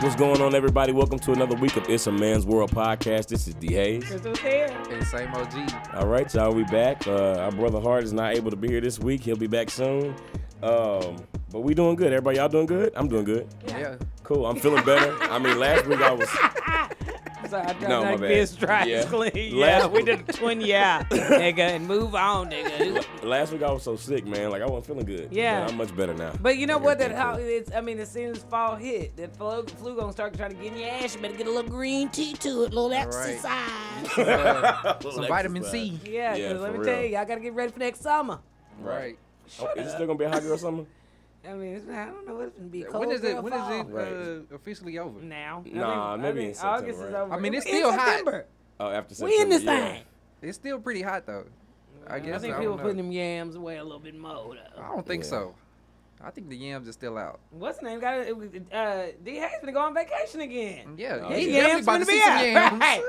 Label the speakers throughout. Speaker 1: What's going on, everybody? Welcome to another week of It's a Man's World podcast. This is D Hayes.
Speaker 2: Crystal's here.
Speaker 3: And same OG.
Speaker 1: All right, y'all, we back. Uh, our brother Hart is not able to be here this week. He'll be back soon. Um, but we doing good. Everybody, y'all doing good? I'm doing good.
Speaker 3: Yeah.
Speaker 1: Cool. I'm feeling better. I mean, last week I was.
Speaker 2: So I tried
Speaker 1: No,
Speaker 2: to
Speaker 1: my
Speaker 2: make
Speaker 1: bad.
Speaker 2: this dry
Speaker 1: Yeah.
Speaker 2: and clean.
Speaker 1: Last-
Speaker 2: yeah, we did a twin yeah, nigga, and move on, nigga.
Speaker 1: Last week I was so sick, man. Like I wasn't feeling good.
Speaker 2: Yeah.
Speaker 1: But I'm much better now.
Speaker 2: But you know what? That
Speaker 1: Everything
Speaker 2: how
Speaker 1: cool.
Speaker 2: it's. I mean, as soon as fall hit, that flu, flu gonna start trying to get in your ass. You better get a little green tea to it, a little exercise.
Speaker 3: Uh, some
Speaker 1: Little
Speaker 3: vitamin C.
Speaker 1: exercise.
Speaker 2: Yeah,
Speaker 1: Yeah,
Speaker 2: because let
Speaker 1: for
Speaker 2: me
Speaker 1: real.
Speaker 2: tell you, y'all gotta get ready for next summer.
Speaker 3: Right.
Speaker 1: Oh, is it still gonna be a hot girl summer?
Speaker 2: I mean, it's, I don't know what it's gonna be. Cold
Speaker 3: When is
Speaker 2: as hell
Speaker 3: it? When is
Speaker 2: fall.
Speaker 3: it uh, officially over?
Speaker 2: Now.
Speaker 1: Nah,
Speaker 2: I think,
Speaker 1: maybe
Speaker 2: I
Speaker 1: in
Speaker 2: think
Speaker 1: September,
Speaker 2: August is
Speaker 1: right?
Speaker 2: over.
Speaker 3: I mean, it's
Speaker 2: In
Speaker 3: still hot.
Speaker 2: September.
Speaker 1: Oh, after September.
Speaker 2: We in this
Speaker 1: yeah.
Speaker 2: thing.
Speaker 3: It's still pretty hot though. I guess
Speaker 2: I think
Speaker 3: don't
Speaker 2: people
Speaker 3: know.
Speaker 2: putting them yams away a little bit more though.
Speaker 3: I don't think
Speaker 1: Yeah.
Speaker 3: so. I think the yams are still out.
Speaker 2: What's the name? Got it. was, Uh, D. Hayes gonna go on vacation again.
Speaker 3: Yeah,
Speaker 1: Oh,
Speaker 3: he's
Speaker 1: yeah.
Speaker 3: definitely about to see some yams.
Speaker 2: Right.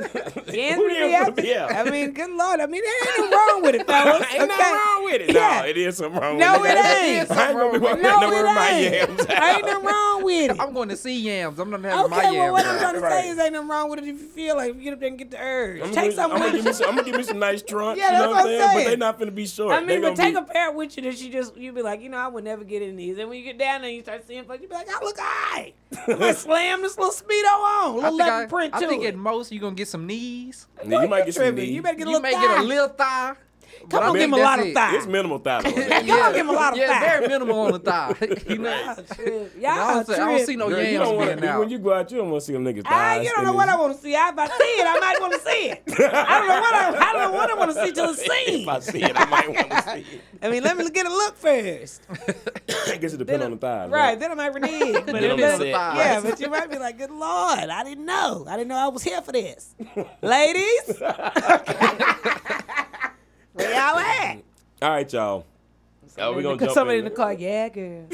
Speaker 2: Yams
Speaker 1: Who
Speaker 2: gonna
Speaker 1: yams
Speaker 2: be out
Speaker 1: gonna be
Speaker 2: there.
Speaker 1: out?
Speaker 2: I mean, good lord. I mean, there ain't no wrong with it, fellas.
Speaker 1: Ain't nothing
Speaker 2: okay?
Speaker 1: wrong with it.
Speaker 2: Yeah.
Speaker 1: No, it is something wrong
Speaker 2: No,
Speaker 1: with
Speaker 2: it
Speaker 1: it.
Speaker 2: ain't.
Speaker 1: I ain't gonna be walking
Speaker 2: No,
Speaker 1: nowhere with my
Speaker 2: it ain't.
Speaker 1: yams. out.
Speaker 2: ain't nothing wrong with it.
Speaker 3: I'm going to see yams. I'm not having my
Speaker 2: Okay,
Speaker 3: yams.
Speaker 2: well, what I'm
Speaker 3: out.
Speaker 2: trying to
Speaker 1: Right.
Speaker 2: say is ain't nothing wrong with it if you feel like you get up there and get the urge.
Speaker 1: I'm
Speaker 2: take
Speaker 1: gonna,
Speaker 2: something
Speaker 1: I'm, gonna
Speaker 2: with
Speaker 1: give me
Speaker 2: you.
Speaker 1: some, I'm gonna give me some nice trunks.
Speaker 2: Yeah,
Speaker 1: you know
Speaker 2: that's
Speaker 1: what I'm
Speaker 2: what I'm
Speaker 1: saying? But
Speaker 2: saying.
Speaker 1: they not finna be short.
Speaker 2: I mean,
Speaker 1: they
Speaker 2: but take
Speaker 1: be,
Speaker 2: a pair with you that you just you be like, you know, I would never get in these. And when you get down there, and you start seeing folks, you be like, I look alright. I'm gonna slam this little speedo on,
Speaker 3: I
Speaker 2: little
Speaker 3: think, I,
Speaker 2: leopard print
Speaker 3: I
Speaker 2: too.
Speaker 3: think at most you're gonna get some knees.
Speaker 1: Now, you might get some
Speaker 2: Tripping. You
Speaker 1: knees.
Speaker 2: better get a
Speaker 3: You
Speaker 2: little
Speaker 3: may
Speaker 2: thigh.
Speaker 3: get a little thigh. but
Speaker 2: Come
Speaker 3: I
Speaker 2: on, give him
Speaker 3: think
Speaker 2: a lot
Speaker 3: that's
Speaker 2: of
Speaker 3: it.
Speaker 2: thigh.
Speaker 1: It's minimal
Speaker 3: Yeah,
Speaker 1: thyroid.
Speaker 2: Come on, give him a lot of
Speaker 3: yeah,
Speaker 2: thigh.
Speaker 3: very minimal on the thigh. you know,
Speaker 2: Y'all trip.
Speaker 3: I
Speaker 2: Y'all
Speaker 3: don't, see, I don't
Speaker 2: trip.
Speaker 3: see no
Speaker 1: Girl, you
Speaker 3: yams
Speaker 1: don't wanna,
Speaker 3: being out.
Speaker 1: when you go out, you don't want to see them niggas thighs.
Speaker 2: I, Ah, you don't know what I want to see. I, if I see it, I might want to see it. I don't know what I, I don't know what I want to see till it's seen.
Speaker 1: If I see it, I might want to see
Speaker 2: I mean, let me get a look first.
Speaker 1: it. I guess it depends on the thighs.
Speaker 2: Right, then I might renege. But
Speaker 1: Then
Speaker 2: it
Speaker 1: I'm
Speaker 2: does-
Speaker 1: upset.
Speaker 2: yeah, but you might be like, good lord, I didn't know. I didn't know I was here for this. Ladies, where y'all at?
Speaker 1: All right, y'all. Oh, we gonna jump
Speaker 2: Somebody
Speaker 1: in
Speaker 2: in the car, yeah, girl.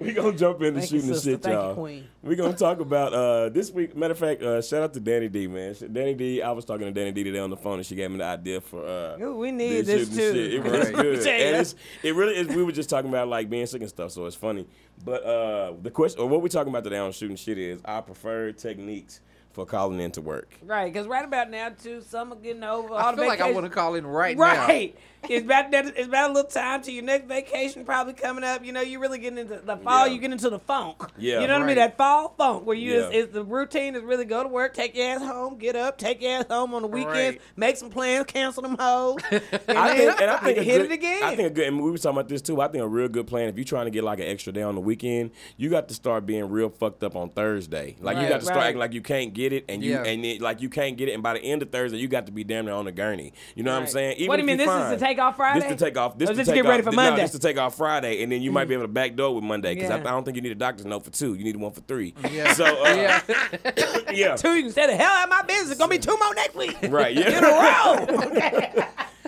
Speaker 1: we gonna jump into
Speaker 2: Thank you,
Speaker 1: shooting the
Speaker 2: sister.
Speaker 1: shit,
Speaker 2: Thank you,
Speaker 1: y'all.
Speaker 2: queen.
Speaker 1: We're gonna talk about uh, this week. Matter of fact, uh, shout out to Danny D, man. Sh- Danny D, I was talking to Danny D today on the phone, and she gave me the idea for. Uh,
Speaker 2: Ooh, we need
Speaker 1: this
Speaker 2: this,
Speaker 1: shooting the shit. It
Speaker 2: too.
Speaker 1: really is
Speaker 3: Right.
Speaker 1: good.
Speaker 2: Tell ya.
Speaker 1: And it's, it really is. We were just talking about like being sick and stuff, so it's funny. But uh, the question, or what we're talking about today on shooting shit, is our preferred techniques for calling in to work.
Speaker 2: Right, because right about now too, summer getting over. All
Speaker 3: I
Speaker 2: the
Speaker 3: feel like I
Speaker 2: vacations-
Speaker 3: want to call in right, now.
Speaker 2: Right. It's about that. It's about a little time to your next vacation probably coming up. You know, you're really getting into the fall.
Speaker 1: Yeah.
Speaker 2: You get into the funk.
Speaker 1: Yeah,
Speaker 2: You know what I mean?
Speaker 3: right.
Speaker 2: That fall funk where you
Speaker 1: Yeah.
Speaker 2: is, is the routine is really go to work, take your ass home, get up, take your ass home on the weekends,
Speaker 3: Right.
Speaker 2: make some plans, cancel them hoes. and
Speaker 1: I
Speaker 2: then
Speaker 1: think, and I think a
Speaker 2: hit
Speaker 1: good-
Speaker 2: it again.
Speaker 1: I think a good, and we were talking about this too. I think a real good plan if you're trying to get like an extra day on the weekend, you got to start being real fucked up on Thursday. Like you
Speaker 2: Right,
Speaker 1: got to start
Speaker 2: right.
Speaker 1: acting like you can't get it, and you
Speaker 3: Yeah.
Speaker 1: and it, like you can't get it, and by the end of Thursday, you got to be damn near on the gurney. You know what I'm
Speaker 2: Right.
Speaker 1: saying?
Speaker 2: What do you
Speaker 1: if
Speaker 2: mean,
Speaker 1: you're
Speaker 2: this is
Speaker 1: fine.
Speaker 2: to take off Friday?
Speaker 1: This to take off. This,
Speaker 2: Or
Speaker 1: to
Speaker 2: this
Speaker 1: take
Speaker 2: to get
Speaker 1: off,
Speaker 2: ready for
Speaker 1: th- No,
Speaker 2: Monday?
Speaker 1: this to take off Friday, and then you might be able to backdoor with Monday because I,
Speaker 2: Yeah.
Speaker 1: I don't think you need a doctor's note for two. You need one for three.
Speaker 3: Yeah.
Speaker 1: So uh,
Speaker 3: yeah.
Speaker 1: yeah,
Speaker 2: two, you can say the hell out of my business. It's gonna be two more next week.
Speaker 1: right. Yeah,
Speaker 2: In a row.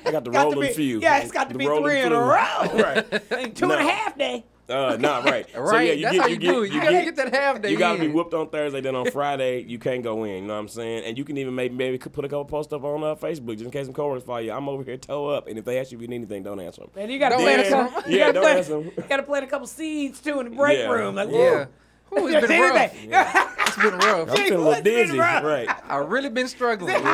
Speaker 1: I got the
Speaker 2: Got to
Speaker 1: rolling
Speaker 2: be-
Speaker 1: few.
Speaker 2: yeah, it's got to
Speaker 1: The
Speaker 2: be
Speaker 1: rolling
Speaker 2: three in a
Speaker 1: few.
Speaker 2: row.
Speaker 1: Right.
Speaker 2: And two and a half
Speaker 1: No.
Speaker 2: day.
Speaker 1: Uh, nah, right.
Speaker 3: Right.
Speaker 1: So yeah, you
Speaker 3: That's
Speaker 1: get,
Speaker 3: how
Speaker 1: you,
Speaker 3: you,
Speaker 1: get,
Speaker 3: do it. You,
Speaker 1: you
Speaker 3: gotta
Speaker 1: get,
Speaker 3: get, that half day.
Speaker 1: You gotta be
Speaker 3: in.
Speaker 1: whooped on Thursday. Then on Friday, you can't go in. You know what I'm saying? And you can even maybe maybe could put a couple posts up on uh, Facebook just in case some coworkers follow you. I'm over here toe up, and if they ask you if you need anything, don't answer them.
Speaker 2: And you gotta
Speaker 3: Don't
Speaker 2: plant a
Speaker 3: ask
Speaker 2: couple,
Speaker 1: them.
Speaker 2: you
Speaker 1: Yeah,
Speaker 2: gotta
Speaker 1: don't
Speaker 2: plant-
Speaker 1: ask them.
Speaker 2: you gotta plant a couple seeds too in the break
Speaker 1: Yeah.
Speaker 2: room. Like,
Speaker 1: Yeah.
Speaker 2: yeah.
Speaker 3: Who has been rough? It's been rough.
Speaker 1: I'm feeling a little
Speaker 2: what's been
Speaker 1: dizzy,
Speaker 2: wrong?
Speaker 1: right?
Speaker 3: I really been struggling. I've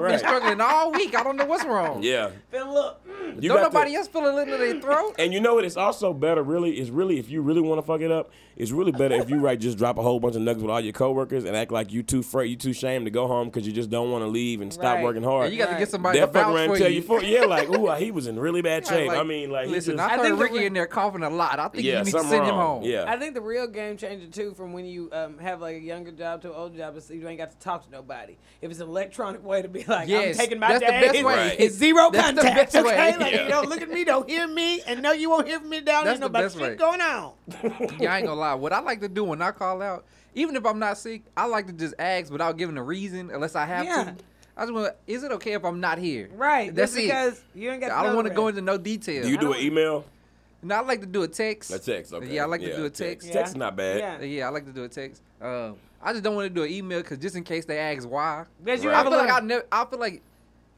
Speaker 1: Right.
Speaker 3: been struggling all week. I don't know what's wrong.
Speaker 1: Yeah.
Speaker 2: Then look, mm,
Speaker 1: You
Speaker 3: don't
Speaker 1: got to-
Speaker 3: nobody else feel a little in their throat.
Speaker 1: And you know what? It's also better, really. It's really, if you really want to fuck it up, it's really better if you right just drop a whole bunch of nuggets with all your coworkers and act like you too afraid, you too shamed to go home because you just don't want to leave and stop
Speaker 2: Right.
Speaker 1: working hard.
Speaker 3: And you got to
Speaker 2: Right.
Speaker 3: get somebody
Speaker 1: They'll
Speaker 3: to
Speaker 1: fuck
Speaker 3: vouch
Speaker 1: around and
Speaker 3: for
Speaker 1: tell
Speaker 3: you.
Speaker 1: you, for, yeah, like, ooh, he was in really bad
Speaker 3: Like,
Speaker 1: shape. I mean, like, he
Speaker 3: listen,
Speaker 1: just-
Speaker 3: I
Speaker 2: I
Speaker 3: heard
Speaker 2: think the
Speaker 3: Ricky
Speaker 2: re-
Speaker 3: in there coughing a lot. I think you
Speaker 1: yeah,
Speaker 3: need to
Speaker 1: something
Speaker 3: send him
Speaker 1: wrong.
Speaker 3: home.
Speaker 1: Yeah,
Speaker 2: I think the real game changer too from when you um, have like a younger job to an older job is you ain't got to talk to nobody. If it's an electronic way to be like,
Speaker 3: Yes,
Speaker 2: I'm taking my
Speaker 3: that's the
Speaker 2: days,
Speaker 3: best
Speaker 1: way. Right.
Speaker 2: It's zero
Speaker 3: That's the
Speaker 2: contact.
Speaker 3: best way.
Speaker 2: okay, like
Speaker 1: Yeah.
Speaker 2: you don't look at me, don't hear me, and no, you won't hear me down.
Speaker 3: That's
Speaker 2: There's
Speaker 3: the
Speaker 2: nobody
Speaker 3: best
Speaker 2: shit
Speaker 3: way.
Speaker 2: going on.
Speaker 3: Yeah, I ain't gonna lie. What I like to do when I call out, even if I'm not sick, I like to just ask without giving a reason, unless I have
Speaker 2: Yeah.
Speaker 3: to. I just want. Is it okay if I'm not here?
Speaker 2: Right.
Speaker 3: That's
Speaker 2: just
Speaker 3: it.
Speaker 2: because you ain't got.
Speaker 3: I don't
Speaker 2: want
Speaker 3: want to go into no detail.
Speaker 1: Do you do
Speaker 2: don't-
Speaker 1: an email?
Speaker 3: No, I like to do a text.
Speaker 1: A text, okay.
Speaker 3: Yeah, I like to do a text.
Speaker 1: Text is not bad.
Speaker 2: Yeah.
Speaker 3: Yeah. I like to do a text. Um, I just don't want to do an email because just in case they ask why.
Speaker 2: Because you
Speaker 1: Right.
Speaker 3: I
Speaker 2: have a
Speaker 3: feel like
Speaker 2: little-
Speaker 3: I never. I feel like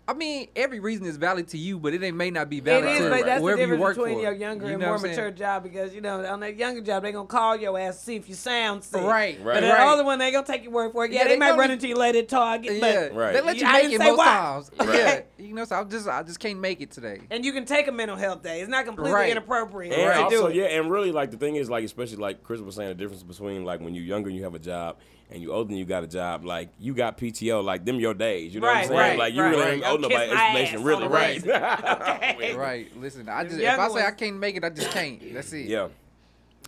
Speaker 3: I mean, every reason is valid to you, but it ain't, may not be
Speaker 2: It
Speaker 3: valid
Speaker 2: is,
Speaker 3: to
Speaker 2: but that's the
Speaker 3: whoever you
Speaker 2: difference
Speaker 3: work
Speaker 2: between
Speaker 3: for.
Speaker 2: your younger
Speaker 3: You
Speaker 2: and
Speaker 3: know what
Speaker 2: more
Speaker 3: I'm saying?
Speaker 2: mature job because you know on that younger job they gonna call your ass see if you sound sick.
Speaker 3: Right,
Speaker 2: But
Speaker 1: Right.
Speaker 2: the
Speaker 3: right.
Speaker 2: other one they gonna take your word for it. Yeah,
Speaker 3: Yeah,
Speaker 2: they,
Speaker 3: they
Speaker 2: might
Speaker 3: gonna
Speaker 2: run
Speaker 3: be-
Speaker 2: into you later, target.
Speaker 3: Yeah,
Speaker 2: But,
Speaker 1: Right.
Speaker 3: they let you
Speaker 2: I
Speaker 3: make
Speaker 2: didn't
Speaker 3: it
Speaker 2: say
Speaker 3: most
Speaker 2: why.
Speaker 3: times.
Speaker 1: Right.
Speaker 3: Yeah, you know, so I just I just can't make it today.
Speaker 2: and you can take a mental health day. It's not completely
Speaker 3: Right.
Speaker 2: inappropriate.
Speaker 1: And
Speaker 2: to do
Speaker 1: also,
Speaker 2: it.
Speaker 1: yeah, and really, like the thing is, like especially like Chris was saying, the difference between like when you're younger and you have a job, and you older and you got a job. Like you got PTO, like them your days. You know
Speaker 2: Right,
Speaker 1: what I'm saying?
Speaker 2: right,
Speaker 1: like you
Speaker 2: right.
Speaker 1: really ain't
Speaker 2: I'll
Speaker 1: owe nobody
Speaker 2: kiss my
Speaker 1: explanation,
Speaker 2: ass
Speaker 1: really,
Speaker 2: on the
Speaker 1: right?
Speaker 2: Okay.
Speaker 3: Right. Listen, I just if
Speaker 2: young
Speaker 3: I say I
Speaker 2: ones-
Speaker 3: can't make it, I just can't. That's it.
Speaker 1: yeah.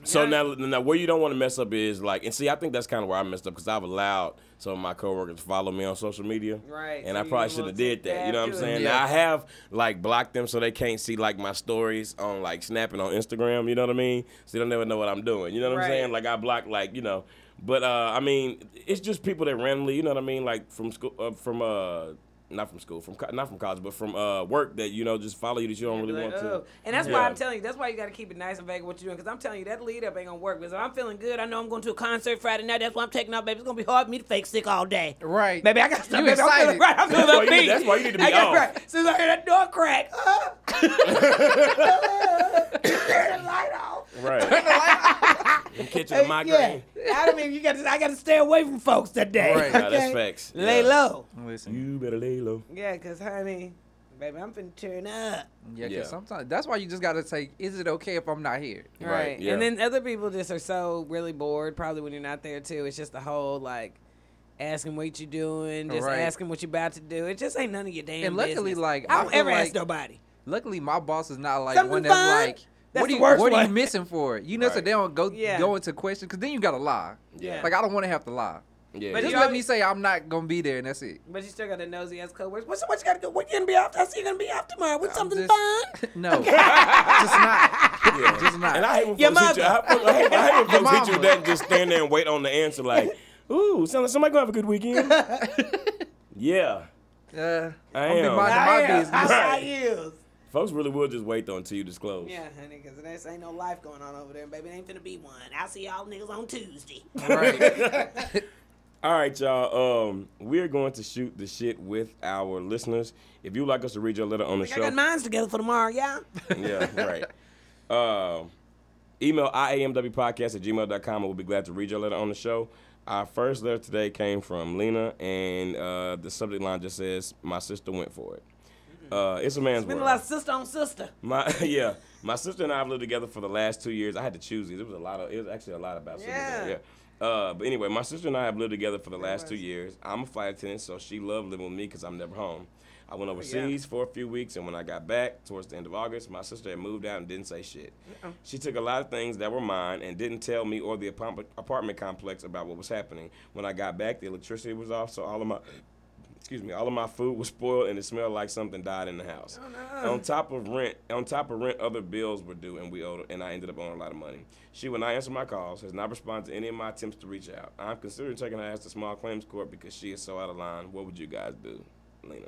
Speaker 1: So
Speaker 2: Yeah.
Speaker 1: now, now where you don't want to mess up is like, and see, I think that's kind of where I messed up because I've allowed some of my coworkers to follow me on social media,
Speaker 2: Right,
Speaker 1: And
Speaker 2: so
Speaker 1: I
Speaker 2: you
Speaker 1: probably
Speaker 2: didn't
Speaker 1: should
Speaker 2: want
Speaker 1: have
Speaker 2: to
Speaker 1: did that. You know what I'm
Speaker 2: Yeah.
Speaker 1: saying?
Speaker 3: Yeah.
Speaker 1: Now I have like blocked them so they can't see like my stories on like Snap and on Instagram. You know what I mean? So they don't never know what I'm doing. You know what
Speaker 2: Right.
Speaker 1: I'm saying? Like I blocked like you know, but uh, I mean, it's just people that randomly, you know what I mean? Like from school, uh, from uh, not from school, from co- not from college, but from uh, work that you know just follow you that you don't
Speaker 2: Be
Speaker 1: really
Speaker 2: like, "Oh."
Speaker 1: want to.
Speaker 2: "Ugh." And that's why
Speaker 1: Yeah.
Speaker 2: I'm telling you, that's why you got to keep it nice and vague what you're doing. Because I'm telling you, that lead up ain't going to work. Because if I'm feeling good, I know I'm going to a concert Friday night. That's why I'm taking off, baby. It's going to be hard for me to fake sick all day.
Speaker 3: Right.
Speaker 2: Baby, I got to stop.
Speaker 3: You
Speaker 2: baby, I'm feeling
Speaker 3: excited.
Speaker 2: right. I'm feeling
Speaker 1: That's why you-
Speaker 2: upbeat.
Speaker 1: that's why you need to be
Speaker 2: I got
Speaker 1: off.
Speaker 2: right. As soon as I hear that door crack, uh, turn the light off.
Speaker 1: Right. I'm catching a
Speaker 2: Hey,
Speaker 1: migraine.
Speaker 2: yeah. I mean, you got to, I got to stay away from folks that day.
Speaker 3: Right.
Speaker 1: Nah, that's
Speaker 2: okay?
Speaker 1: facts.
Speaker 2: Lay
Speaker 1: Yeah.
Speaker 2: low.
Speaker 3: Listen.
Speaker 1: You better lay low.
Speaker 2: Yeah, because, honey, baby, I'm finna turn up.
Speaker 3: Yeah, 'cause
Speaker 1: Yeah.
Speaker 3: sometimes that's why you just gotta say, is it okay if I'm not here?
Speaker 2: Right.
Speaker 1: yeah.
Speaker 2: And then other people just are so really bored, probably when you're not there too. It's just the whole like asking what you doing, just
Speaker 3: Right.
Speaker 2: asking what you about to do. It just ain't none of your damn
Speaker 3: And luckily,
Speaker 2: business.
Speaker 3: like,
Speaker 2: I
Speaker 3: I
Speaker 2: don't
Speaker 3: feel
Speaker 2: ever ask
Speaker 3: like-
Speaker 2: nobody.
Speaker 3: Luckily, my boss is not like
Speaker 2: Something
Speaker 3: one that's
Speaker 2: fun?
Speaker 3: like,
Speaker 2: That's
Speaker 3: what,
Speaker 2: the
Speaker 3: are you,
Speaker 2: worst
Speaker 3: what are you
Speaker 2: one.
Speaker 3: missing for? You know, so
Speaker 1: Right.
Speaker 3: they don't go
Speaker 2: Yeah.
Speaker 3: go into questions because then you gotta lie.
Speaker 2: Yeah.
Speaker 3: Like I don't want to have to lie.
Speaker 1: Yeah.
Speaker 2: But
Speaker 3: just
Speaker 2: you
Speaker 3: let
Speaker 2: always-
Speaker 3: me say I'm not gonna be there, and that's it.
Speaker 2: But you still got a nosy ass coworker. What's so much you gotta do? What you gonna be off? I see you gonna be off tomorrow. With
Speaker 3: I'm
Speaker 2: something
Speaker 3: just-
Speaker 2: fun?
Speaker 3: No, just not.
Speaker 1: Yeah.
Speaker 3: Just not.
Speaker 1: And I hate when
Speaker 2: Your
Speaker 1: folks hit you. I, I hate, I
Speaker 3: Your
Speaker 1: hate when folks hit you
Speaker 3: mama.
Speaker 1: with that and just stand there and wait on the answer. Like, ooh, sounds like somebody gonna have a good weekend. yeah,
Speaker 3: Uh,
Speaker 1: I
Speaker 3: I'm be minding
Speaker 1: am.
Speaker 3: my
Speaker 2: am.
Speaker 3: business.
Speaker 2: I is.
Speaker 1: folks really will just wait though until you disclose.
Speaker 2: Yeah, honey, because there ain't no life going on over there, and baby, there ain't finna be one. I'll see y'all niggas on Tuesday.
Speaker 3: Right.
Speaker 1: All right, y'all. Um, we're going to shoot the shit with our listeners. If you'd like us to read your letter on the
Speaker 2: I
Speaker 1: show,
Speaker 2: got mines together for tomorrow, y'all.
Speaker 1: yeah, right. Um, email iamwpodcast at gmail.com and we'll be glad to read your letter on the show. Our first letter today came from Lena, and uh, the subject line just says, My sister went for it. Uh, it's a man's
Speaker 2: Been a
Speaker 1: world.
Speaker 2: lot of sister on sister.
Speaker 1: My yeah, my sister and I have lived together for the last two years. I had to choose these. It was a lot of. It was actually a lot about. sister
Speaker 2: Yeah.
Speaker 1: thing, yeah. Uh, but anyway, my sister and I have lived together for the last two
Speaker 2: was.
Speaker 1: years. I'm a flight attendant, so she loved living with me because I'm never home. I went overseas for a few weeks, and when I got back towards the end of August, my sister had moved out and didn't say shit. She took a lot of things that were mine and didn't tell me or the apom- apartment complex about what was happening. When I got back, the electricity was off, so all of my excuse me, all of my food was spoiled and it smelled like something died in the house.
Speaker 3: Oh,
Speaker 1: On top of rent, on top of rent, other bills were due and we owed, and I ended up owing a lot of money. She will not answer my calls, has not responded to any of my attempts to reach out. I'm considering taking her ass to small claims court because she is so out of line. What would you guys do, Lena?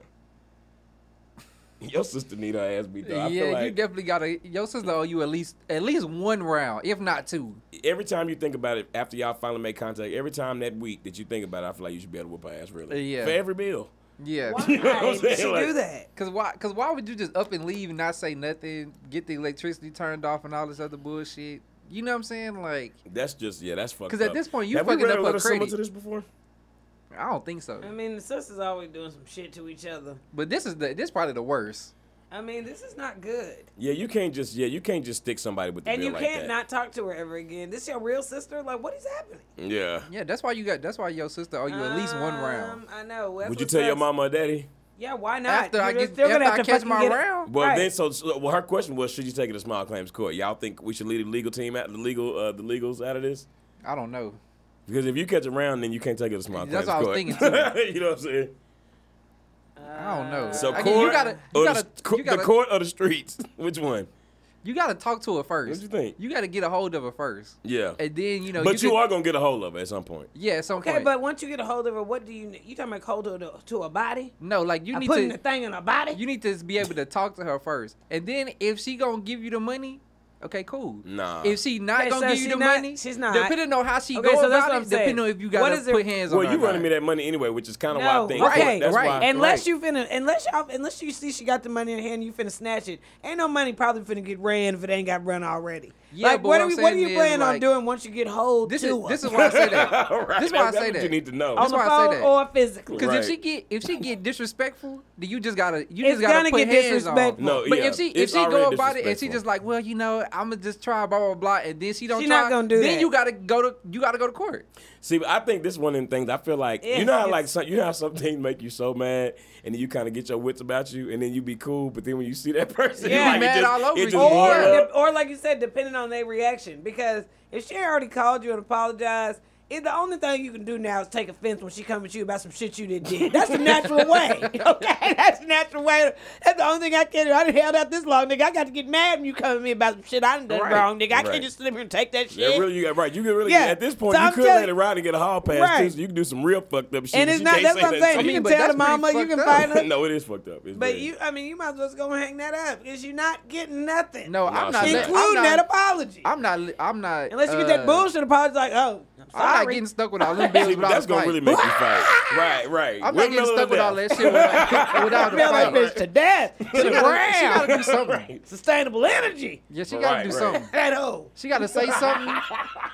Speaker 1: Your sister need her ass beat though. I
Speaker 3: yeah,
Speaker 1: feel like
Speaker 3: you definitely gotta. Your sister owe you at least at least one round, if not two.
Speaker 1: every time you think about it, after y'all finally make contact, every time that week that you think about it, I feel like you should be able to whip her ass really.
Speaker 3: Yeah.
Speaker 1: For every bill.
Speaker 3: Yeah.
Speaker 2: Why
Speaker 1: know what I'm
Speaker 2: did she
Speaker 1: saying? Like-
Speaker 2: do that?
Speaker 3: Cause why? Cause why would you just up and leave and not say nothing? Get the electricity turned off and all this other bullshit. You know what I'm saying? Like,
Speaker 1: That's just yeah, that's fucked
Speaker 3: 'Cause at
Speaker 1: up.
Speaker 3: this point, you
Speaker 1: Have we
Speaker 3: fucking
Speaker 1: read
Speaker 3: up
Speaker 1: a
Speaker 3: her
Speaker 1: letter similar
Speaker 3: credit.
Speaker 1: to this before?
Speaker 3: I don't think so.
Speaker 2: I mean, the sisters always doing some shit to each other.
Speaker 3: But this is the this probably the worst.
Speaker 2: I mean, this is not good.
Speaker 1: Yeah, you can't just yeah, you can't just stick somebody with the
Speaker 2: And
Speaker 1: bill
Speaker 2: you
Speaker 1: like
Speaker 2: can't
Speaker 1: that.
Speaker 2: not talk to her ever again. This your real sister? Like, what is happening?
Speaker 1: yeah.
Speaker 3: Yeah, that's why you got. That's why your sister owe Oh, you at least one round.
Speaker 2: Um, I know. That's
Speaker 1: Would you
Speaker 2: what
Speaker 1: tell your
Speaker 2: sucks.
Speaker 1: mama or daddy?
Speaker 2: Yeah, why not?
Speaker 3: After I
Speaker 2: You're
Speaker 3: get,
Speaker 2: still
Speaker 3: after
Speaker 2: gonna
Speaker 3: I
Speaker 2: have to
Speaker 3: catch
Speaker 2: fucking
Speaker 3: my
Speaker 2: get-
Speaker 3: round.
Speaker 1: Well,
Speaker 2: Right.
Speaker 1: then so, so well, her question was, should you take it to small claims court? Y'all think we should leave the legal team out, the legal uh, the legals out of this?
Speaker 3: I don't know.
Speaker 1: Because if you catch a round, then you can't take it to small
Speaker 3: That's what I was
Speaker 1: claims court.
Speaker 3: thinking,
Speaker 1: you know what I'm saying?
Speaker 3: I don't
Speaker 2: Uh,
Speaker 3: know.
Speaker 1: So
Speaker 3: Again,
Speaker 1: court,
Speaker 3: you gotta, you
Speaker 1: or
Speaker 3: gotta,
Speaker 1: the, co-
Speaker 3: you gotta,
Speaker 1: the court or the streets? Which one?
Speaker 3: you gotta talk to her first.
Speaker 1: What you think?
Speaker 3: You gotta get a hold of her first,
Speaker 1: Yeah.
Speaker 3: and then you know.
Speaker 1: but you,
Speaker 3: could-
Speaker 1: are gonna get a hold of it at some point.
Speaker 3: Yeah, at some
Speaker 2: Okay,
Speaker 3: point.
Speaker 2: but once you get a hold of her, what do you need? You talking about hold her to, to a body?
Speaker 3: no, like you
Speaker 2: I'm
Speaker 3: need
Speaker 2: putting
Speaker 3: to.
Speaker 2: the thing in her body?
Speaker 3: You need to be able to talk to her first, and then if she gonna give you the money, Okay, cool.
Speaker 1: Nah.
Speaker 3: If she not
Speaker 2: Okay,
Speaker 3: gonna
Speaker 2: so
Speaker 3: give you
Speaker 2: she
Speaker 3: the
Speaker 2: not-
Speaker 3: money,
Speaker 2: she's not.
Speaker 3: Depending on how she
Speaker 2: Okay,
Speaker 3: goes
Speaker 2: so that's
Speaker 3: about
Speaker 2: what
Speaker 3: it,
Speaker 2: I'm saying.
Speaker 3: depending if you
Speaker 2: What
Speaker 3: gotta
Speaker 2: is it-
Speaker 3: put hands on
Speaker 1: well,
Speaker 3: her.
Speaker 1: you
Speaker 3: or
Speaker 1: running me
Speaker 3: not.
Speaker 1: that money anyway, which is kind of why
Speaker 2: No,
Speaker 1: I think.
Speaker 2: right,
Speaker 1: that's
Speaker 3: right,
Speaker 1: why,
Speaker 2: Unless
Speaker 1: right.
Speaker 2: you finna, unless y'all, unless you see she got the money in hand, you finna snatch it. Ain't no money probably finna get ran if it ain't got run already.
Speaker 3: Yeah,
Speaker 2: like,
Speaker 3: but
Speaker 2: what,
Speaker 3: what
Speaker 2: are
Speaker 3: I'm
Speaker 2: we, what are
Speaker 3: saying
Speaker 2: you
Speaker 3: is,
Speaker 2: planning on
Speaker 3: like,
Speaker 2: doing once you get hold
Speaker 3: This
Speaker 2: to
Speaker 3: is
Speaker 2: her?
Speaker 3: this is why I say that.
Speaker 1: right.
Speaker 3: This is why I
Speaker 1: that's
Speaker 3: say
Speaker 1: what
Speaker 3: that.
Speaker 1: You need to know.
Speaker 2: on
Speaker 3: that's
Speaker 2: the
Speaker 3: why I say that.
Speaker 2: phone or physically.
Speaker 3: Because
Speaker 1: Right.
Speaker 3: if she get if she get disrespectful, then you just gotta you
Speaker 2: It's
Speaker 3: just gotta
Speaker 2: gonna
Speaker 3: put
Speaker 2: get
Speaker 3: hands on. her.
Speaker 2: disrespectful.
Speaker 1: No,
Speaker 3: but
Speaker 1: yeah,
Speaker 3: if she if
Speaker 1: it's
Speaker 3: she go
Speaker 1: already
Speaker 3: about it and she
Speaker 1: disrespectful.
Speaker 3: just like, well, you know, I'ma just try blah blah blah, and then she don't
Speaker 2: She
Speaker 3: try,
Speaker 2: not gonna do
Speaker 3: then
Speaker 2: that.
Speaker 3: you gotta go to you gotta go to court.
Speaker 1: See, I think this one of the things I feel like
Speaker 2: Yeah,
Speaker 1: you know how
Speaker 2: it's-
Speaker 1: like some, you know how some things make you so mad, and then you kind of get your wits about you, and then you be cool, but then when you see that person,
Speaker 2: Yeah.
Speaker 1: you
Speaker 2: You
Speaker 1: like,
Speaker 3: mad
Speaker 1: it just,
Speaker 3: all over
Speaker 1: it just
Speaker 3: again.
Speaker 2: or,
Speaker 1: boil
Speaker 3: Yeah.
Speaker 1: up.
Speaker 2: de- or like you said, depending on their reaction. Because if she already called you and apologized, it, the only thing you can do now is take offense when she comes at you about some shit you didn't did. That's the natural way. Okay, that's the natural way. That's the only thing I can do. I done held out this long, nigga. I got to get mad when you come at me about some shit I done done
Speaker 3: Right.
Speaker 2: wrong, nigga. I
Speaker 1: Right.
Speaker 2: can't just sit here and take that shit.
Speaker 1: Yeah, really, you got right. You can really
Speaker 2: Yeah.
Speaker 1: at this point
Speaker 2: So
Speaker 1: you
Speaker 2: I'm
Speaker 1: could
Speaker 2: telling-
Speaker 1: let it ride and get a hall pass
Speaker 2: Right.
Speaker 1: too. So you can do some real fucked up shit.
Speaker 2: and
Speaker 1: that
Speaker 2: it's
Speaker 1: you
Speaker 2: not.
Speaker 1: can't
Speaker 2: That's
Speaker 1: say
Speaker 2: what I'm
Speaker 1: that
Speaker 2: saying.
Speaker 1: to
Speaker 3: I
Speaker 2: you
Speaker 3: mean,
Speaker 1: you.
Speaker 3: but
Speaker 2: can tell
Speaker 3: that's
Speaker 2: the
Speaker 3: pretty
Speaker 2: mama. You
Speaker 3: fucked
Speaker 2: can
Speaker 3: up.
Speaker 2: find her.
Speaker 1: no, it is fucked up. It's
Speaker 2: But
Speaker 1: bad.
Speaker 2: you, I mean, you might as well just go and hang that up because you're not getting nothing.
Speaker 3: No, I'm not.
Speaker 1: she
Speaker 3: let-
Speaker 1: not.
Speaker 2: including
Speaker 3: I'm not,
Speaker 2: that apology.
Speaker 3: I'm not. li- I'm not.
Speaker 2: Unless you get
Speaker 3: uh,
Speaker 2: that bullshit apology, like, oh, I'm sorry.
Speaker 3: I'm not getting stuck with all them bills.
Speaker 1: See,
Speaker 3: without
Speaker 1: that's
Speaker 3: a
Speaker 1: gonna
Speaker 3: fight.
Speaker 1: really make you fight. Right, right.
Speaker 3: I'm
Speaker 1: We're
Speaker 3: not getting
Speaker 1: middle
Speaker 3: stuck
Speaker 1: of
Speaker 3: with all
Speaker 1: the
Speaker 3: that shit without, without a
Speaker 2: Smell that
Speaker 3: fight.
Speaker 2: bitch to death.
Speaker 3: She gotta, she
Speaker 2: Ground.
Speaker 3: gotta do something.
Speaker 2: Sustainable energy.
Speaker 3: Yeah, she
Speaker 1: Right,
Speaker 3: gotta do
Speaker 1: right.
Speaker 3: something.
Speaker 2: That old.
Speaker 3: She gotta say something.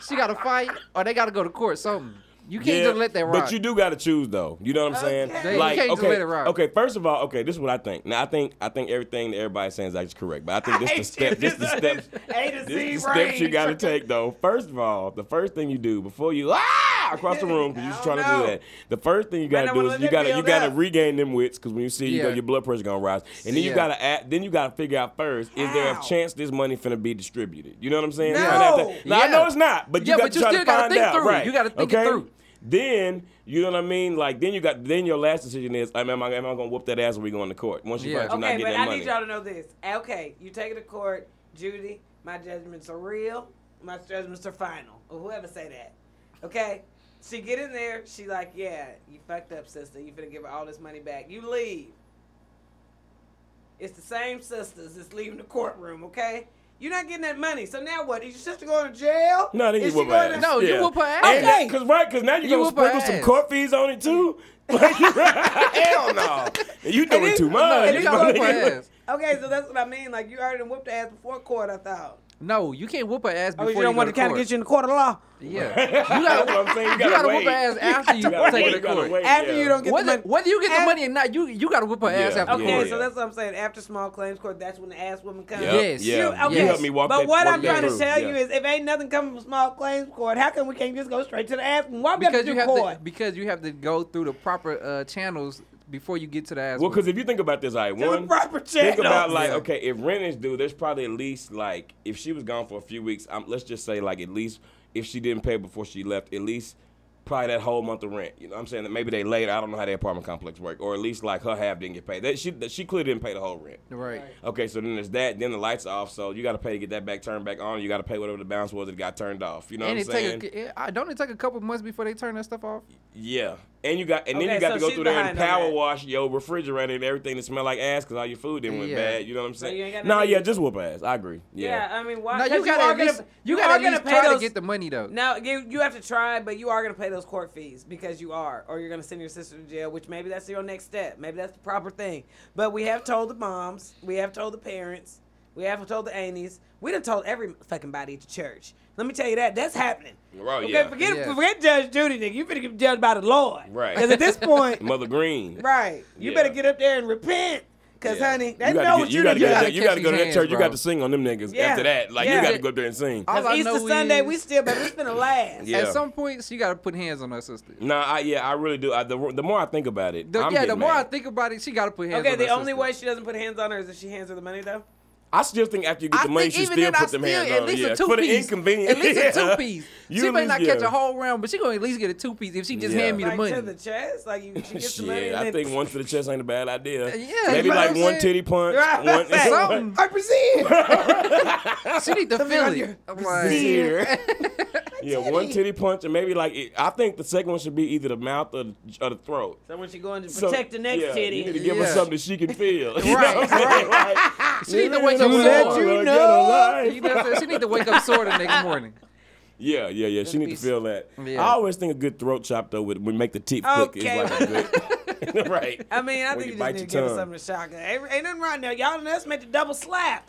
Speaker 3: She gotta fight, or they gotta go to court. Something. You can't just let that ride.
Speaker 1: But you do got to choose though. You know what I'm saying?
Speaker 2: Okay. Yeah, you
Speaker 1: Like,
Speaker 3: can't
Speaker 1: okay,
Speaker 3: just let it ride.
Speaker 1: okay. First of all, okay. This is what I think. Now, I think I think everything that everybody's saying is actually correct, but I think this the step. This the steps.
Speaker 2: A
Speaker 1: This
Speaker 2: to Z
Speaker 1: the steps you
Speaker 2: range.
Speaker 1: got to take though. First of all, the first thing you do before you ah across the room because you're
Speaker 2: Oh,
Speaker 1: trying to
Speaker 2: no.
Speaker 1: do that. The first thing you got
Speaker 2: I
Speaker 1: to
Speaker 2: wanna
Speaker 1: do
Speaker 2: let
Speaker 1: is you
Speaker 2: that
Speaker 1: got to you
Speaker 2: build
Speaker 1: got to
Speaker 2: up.
Speaker 1: regain them wits because when you see you go,
Speaker 3: Yeah.
Speaker 1: your blood pressure gonna rise, and then you
Speaker 3: Yeah.
Speaker 1: got to then you got to figure out first is there
Speaker 2: How?
Speaker 1: a chance this money finna be distributed? You know what I'm saying?
Speaker 2: No.
Speaker 1: Find out that- Now, I
Speaker 3: Yeah.
Speaker 1: know it's not, but you
Speaker 3: Yeah,
Speaker 1: got
Speaker 3: but
Speaker 1: to
Speaker 3: you
Speaker 1: try to
Speaker 3: still gotta
Speaker 1: find
Speaker 3: think
Speaker 1: out,
Speaker 3: through.
Speaker 1: right?
Speaker 3: You gotta think it
Speaker 1: okay?
Speaker 3: through.
Speaker 1: Then you know what I mean. Like then you got then your last decision is, am I am I gonna whoop that ass when we go into court? Once you
Speaker 3: Yeah.
Speaker 1: find you're
Speaker 2: Okay,
Speaker 1: not
Speaker 2: but
Speaker 1: getting
Speaker 2: I
Speaker 1: that money.
Speaker 2: need y'all to know this. Okay, you take it to court, Judy. My judgments are real. My judgments are final, or whoever say that. Okay, she get in there. She like, yeah, you fucked up, sister. You finna give her all this money back. You leave. It's the same sisters that's leaving the courtroom. Okay, you're not getting that money. So now what? Is your sister going to jail?
Speaker 1: No, then you
Speaker 2: Is she
Speaker 1: whoop her
Speaker 2: going to-
Speaker 1: ass.
Speaker 3: No, you
Speaker 1: Yeah.
Speaker 3: whoop her ass.
Speaker 1: And
Speaker 2: Okay.
Speaker 1: that- Cause right, cause now you,
Speaker 3: You
Speaker 1: gonna
Speaker 3: whoop her
Speaker 1: sprinkle some
Speaker 3: ass.
Speaker 1: court fees on it too. Like, hell no, you doing
Speaker 2: then-
Speaker 1: too
Speaker 3: no,
Speaker 1: much.
Speaker 3: you
Speaker 2: it's
Speaker 3: gotta
Speaker 2: my
Speaker 3: whoop
Speaker 1: nigga.
Speaker 3: her ass.
Speaker 2: Okay, so that's what I mean. Like you already done whooped the ass before court. I thought.
Speaker 3: No, you can't whoop her ass
Speaker 2: Oh,
Speaker 3: before
Speaker 2: you don't
Speaker 3: go
Speaker 2: want to kind of
Speaker 3: court.
Speaker 2: get you in the court of law
Speaker 3: Yeah, you
Speaker 1: That's what
Speaker 3: gotta,
Speaker 1: I'm saying. You
Speaker 3: you
Speaker 1: gotta,
Speaker 3: gotta whoop
Speaker 1: wait.
Speaker 3: her ass after you,
Speaker 1: You gotta
Speaker 3: take
Speaker 1: wait,
Speaker 3: her
Speaker 1: you
Speaker 3: to
Speaker 1: gotta
Speaker 3: court.
Speaker 1: wait,
Speaker 2: after
Speaker 1: yeah.
Speaker 2: you don't get the
Speaker 3: Whether,
Speaker 2: money.
Speaker 3: whether you get
Speaker 2: Af-
Speaker 3: the money or not, you you gotta whoop her ass
Speaker 1: Yeah.
Speaker 3: after
Speaker 2: Okay,
Speaker 3: court.
Speaker 1: Yeah.
Speaker 2: so that's what I'm saying. After small claims court, that's when the ass woman comes.
Speaker 1: Yep,
Speaker 3: Yes.
Speaker 1: yeah.
Speaker 2: You,
Speaker 1: You,
Speaker 2: okay.
Speaker 1: helped me walk
Speaker 2: But
Speaker 1: that-
Speaker 2: what
Speaker 1: walk
Speaker 2: I'm
Speaker 1: that
Speaker 2: trying to
Speaker 1: through.
Speaker 2: tell
Speaker 1: Yeah.
Speaker 2: you is, if ain't nothing coming from small claims court, how come we can't just go straight to the ass woman? Why we have to
Speaker 3: Because
Speaker 2: do
Speaker 3: you have
Speaker 2: court?
Speaker 3: to because you have to go through the proper uh, channels before you get to the ass.
Speaker 1: Well,
Speaker 3: whooping.
Speaker 1: because if you think about this, I
Speaker 2: To the
Speaker 1: one
Speaker 2: proper
Speaker 1: think about
Speaker 2: channels.
Speaker 1: like
Speaker 3: Yeah.
Speaker 1: okay, if rent is due, there's probably at least like if she was gone for a few weeks, um, let's just say like at least if she didn't pay before she left, at least probably that whole month of rent. You know, what I'm saying that maybe they later. I don't know how the apartment complex work, or at least like her half didn't get paid. That she that she clearly didn't pay the whole rent.
Speaker 3: Right.
Speaker 1: Okay, so then there's that. Then the lights are off, so you got to pay to get that back turned back on. You got to pay whatever the balance was that got turned off. You know
Speaker 3: and it
Speaker 1: what I'm saying?
Speaker 3: take a, I- don't it take a couple months before they turn that stuff off?
Speaker 1: Yeah. And you got, and then
Speaker 2: Okay,
Speaker 1: you got
Speaker 2: so
Speaker 1: to go
Speaker 2: she's
Speaker 1: through there and
Speaker 2: behind on
Speaker 1: power
Speaker 2: that.
Speaker 1: wash your refrigerator and everything that smell like ass because all your food then went
Speaker 3: Yeah.
Speaker 1: bad. You know what I'm saying?
Speaker 2: you ain't got
Speaker 1: nah,
Speaker 2: nothing.
Speaker 1: yeah, just whoop ass. I agree.
Speaker 2: yeah.
Speaker 1: Yeah.
Speaker 2: I mean, why?
Speaker 3: No,
Speaker 2: 'cause
Speaker 3: you gotta
Speaker 2: are
Speaker 3: at least
Speaker 2: gonna,
Speaker 3: you
Speaker 2: are
Speaker 3: gotta at
Speaker 2: gonna
Speaker 3: least
Speaker 2: pay
Speaker 3: try
Speaker 2: those,
Speaker 3: to get the money though.
Speaker 2: No, you, you have to try, but you are going to pay those court fees because you are, or you're going to send your sister to jail, which maybe that's your next step. Maybe that's the proper thing. But we have told the moms, we have told the parents, we have told the aunties, we done told every fucking body at the church. Let me tell you that that's happening.
Speaker 1: Right,
Speaker 2: uh, okay,
Speaker 1: Oh, yeah.
Speaker 2: forget
Speaker 3: Yeah.
Speaker 2: forget Judge Judy, nigga. You better get judged by the Lord,
Speaker 1: Right.
Speaker 2: Because at this point,
Speaker 1: Mother Green.
Speaker 2: right, you
Speaker 1: Yeah.
Speaker 2: better get up there and repent, because
Speaker 1: Yeah.
Speaker 2: honey, they
Speaker 1: you gotta
Speaker 2: know
Speaker 1: get-
Speaker 2: what
Speaker 1: you gotta
Speaker 2: you done
Speaker 1: go,
Speaker 3: gotta
Speaker 1: to
Speaker 2: done.
Speaker 1: that- you
Speaker 3: catch
Speaker 1: gotta go to
Speaker 3: these
Speaker 1: that
Speaker 3: hands,
Speaker 1: church. You
Speaker 3: bro.
Speaker 1: got to sing on them niggas
Speaker 2: Yeah.
Speaker 1: after that. Like
Speaker 2: Yeah.
Speaker 1: you got to go up there and sing.
Speaker 3: All I
Speaker 2: Easter
Speaker 3: know
Speaker 2: Sunday,
Speaker 3: is-
Speaker 2: we still, but we finna laugh.
Speaker 1: Yeah.
Speaker 3: At some point, she gotta put hands on her sister.
Speaker 1: Nah, I, yeah, I really do. I, the, the more I think about it,
Speaker 3: The-
Speaker 1: I'm
Speaker 3: yeah, the
Speaker 1: getting
Speaker 3: more I
Speaker 1: mad.
Speaker 3: think about it, she gotta put hands.
Speaker 2: Okay,
Speaker 3: on
Speaker 2: the
Speaker 3: her
Speaker 2: only
Speaker 3: sister.
Speaker 2: way she doesn't put hands on her is if she hands her the money, though.
Speaker 1: I still think after you get
Speaker 3: I
Speaker 1: the money,
Speaker 3: think
Speaker 1: she
Speaker 3: even
Speaker 1: still
Speaker 3: then, I
Speaker 1: put them hands
Speaker 3: still-
Speaker 1: on
Speaker 3: at
Speaker 1: her.
Speaker 3: least
Speaker 1: Yeah,
Speaker 3: a two
Speaker 1: for the
Speaker 3: piece.
Speaker 1: inconvenience.
Speaker 3: At least a
Speaker 1: Yeah.
Speaker 3: two piece.
Speaker 1: You
Speaker 3: she
Speaker 1: at
Speaker 3: may
Speaker 1: least-
Speaker 3: not catch
Speaker 1: yeah.
Speaker 3: a whole round, but she gonna at least get a two piece if she just
Speaker 1: Yeah.
Speaker 3: hand me the
Speaker 2: like
Speaker 3: money.
Speaker 2: to the chest, like you she gets the money.
Speaker 1: Shit,
Speaker 2: and
Speaker 1: I
Speaker 2: then-
Speaker 1: think one to the chest ain't a bad idea.
Speaker 3: Yeah,
Speaker 1: maybe
Speaker 3: you know
Speaker 1: like
Speaker 3: what I'm
Speaker 1: one
Speaker 3: saying?
Speaker 1: titty punch.
Speaker 2: Right,
Speaker 1: one,
Speaker 2: right.
Speaker 3: Something.
Speaker 2: I proceed.
Speaker 3: she need to feel
Speaker 2: on
Speaker 3: it.
Speaker 2: your
Speaker 3: I'm like,
Speaker 1: Here. Yeah, one titty punch, and maybe like it, I think the second one should be either the mouth or, the- or the throat.
Speaker 2: So when she going to
Speaker 1: So,
Speaker 2: protect the next
Speaker 1: yeah,
Speaker 2: titty,
Speaker 1: You need to give her
Speaker 3: Yeah.
Speaker 1: something that she can feel. You know
Speaker 3: Right,
Speaker 1: what I'm saying? Like,
Speaker 3: She need to
Speaker 1: you
Speaker 3: wake
Speaker 1: know
Speaker 3: up
Speaker 1: what?
Speaker 3: let
Speaker 1: Well,
Speaker 3: you
Speaker 1: get a
Speaker 3: know.
Speaker 1: life.
Speaker 3: You know what I'm saying? She need to wake up sore the next morning.
Speaker 1: Yeah, yeah, yeah. She need to
Speaker 3: piece.
Speaker 1: feel that.
Speaker 3: Yeah.
Speaker 1: I always think a good throat chop though would, would make the teeth click.
Speaker 2: Okay.
Speaker 1: Is like a good, right.
Speaker 2: I mean, I
Speaker 1: When
Speaker 2: think you,
Speaker 1: you
Speaker 2: just
Speaker 1: bite
Speaker 2: need to
Speaker 1: your
Speaker 2: give her
Speaker 1: tongue.
Speaker 2: something to shock her. Ain't, ain't nothing wrong now. Y'all done us made the double slap.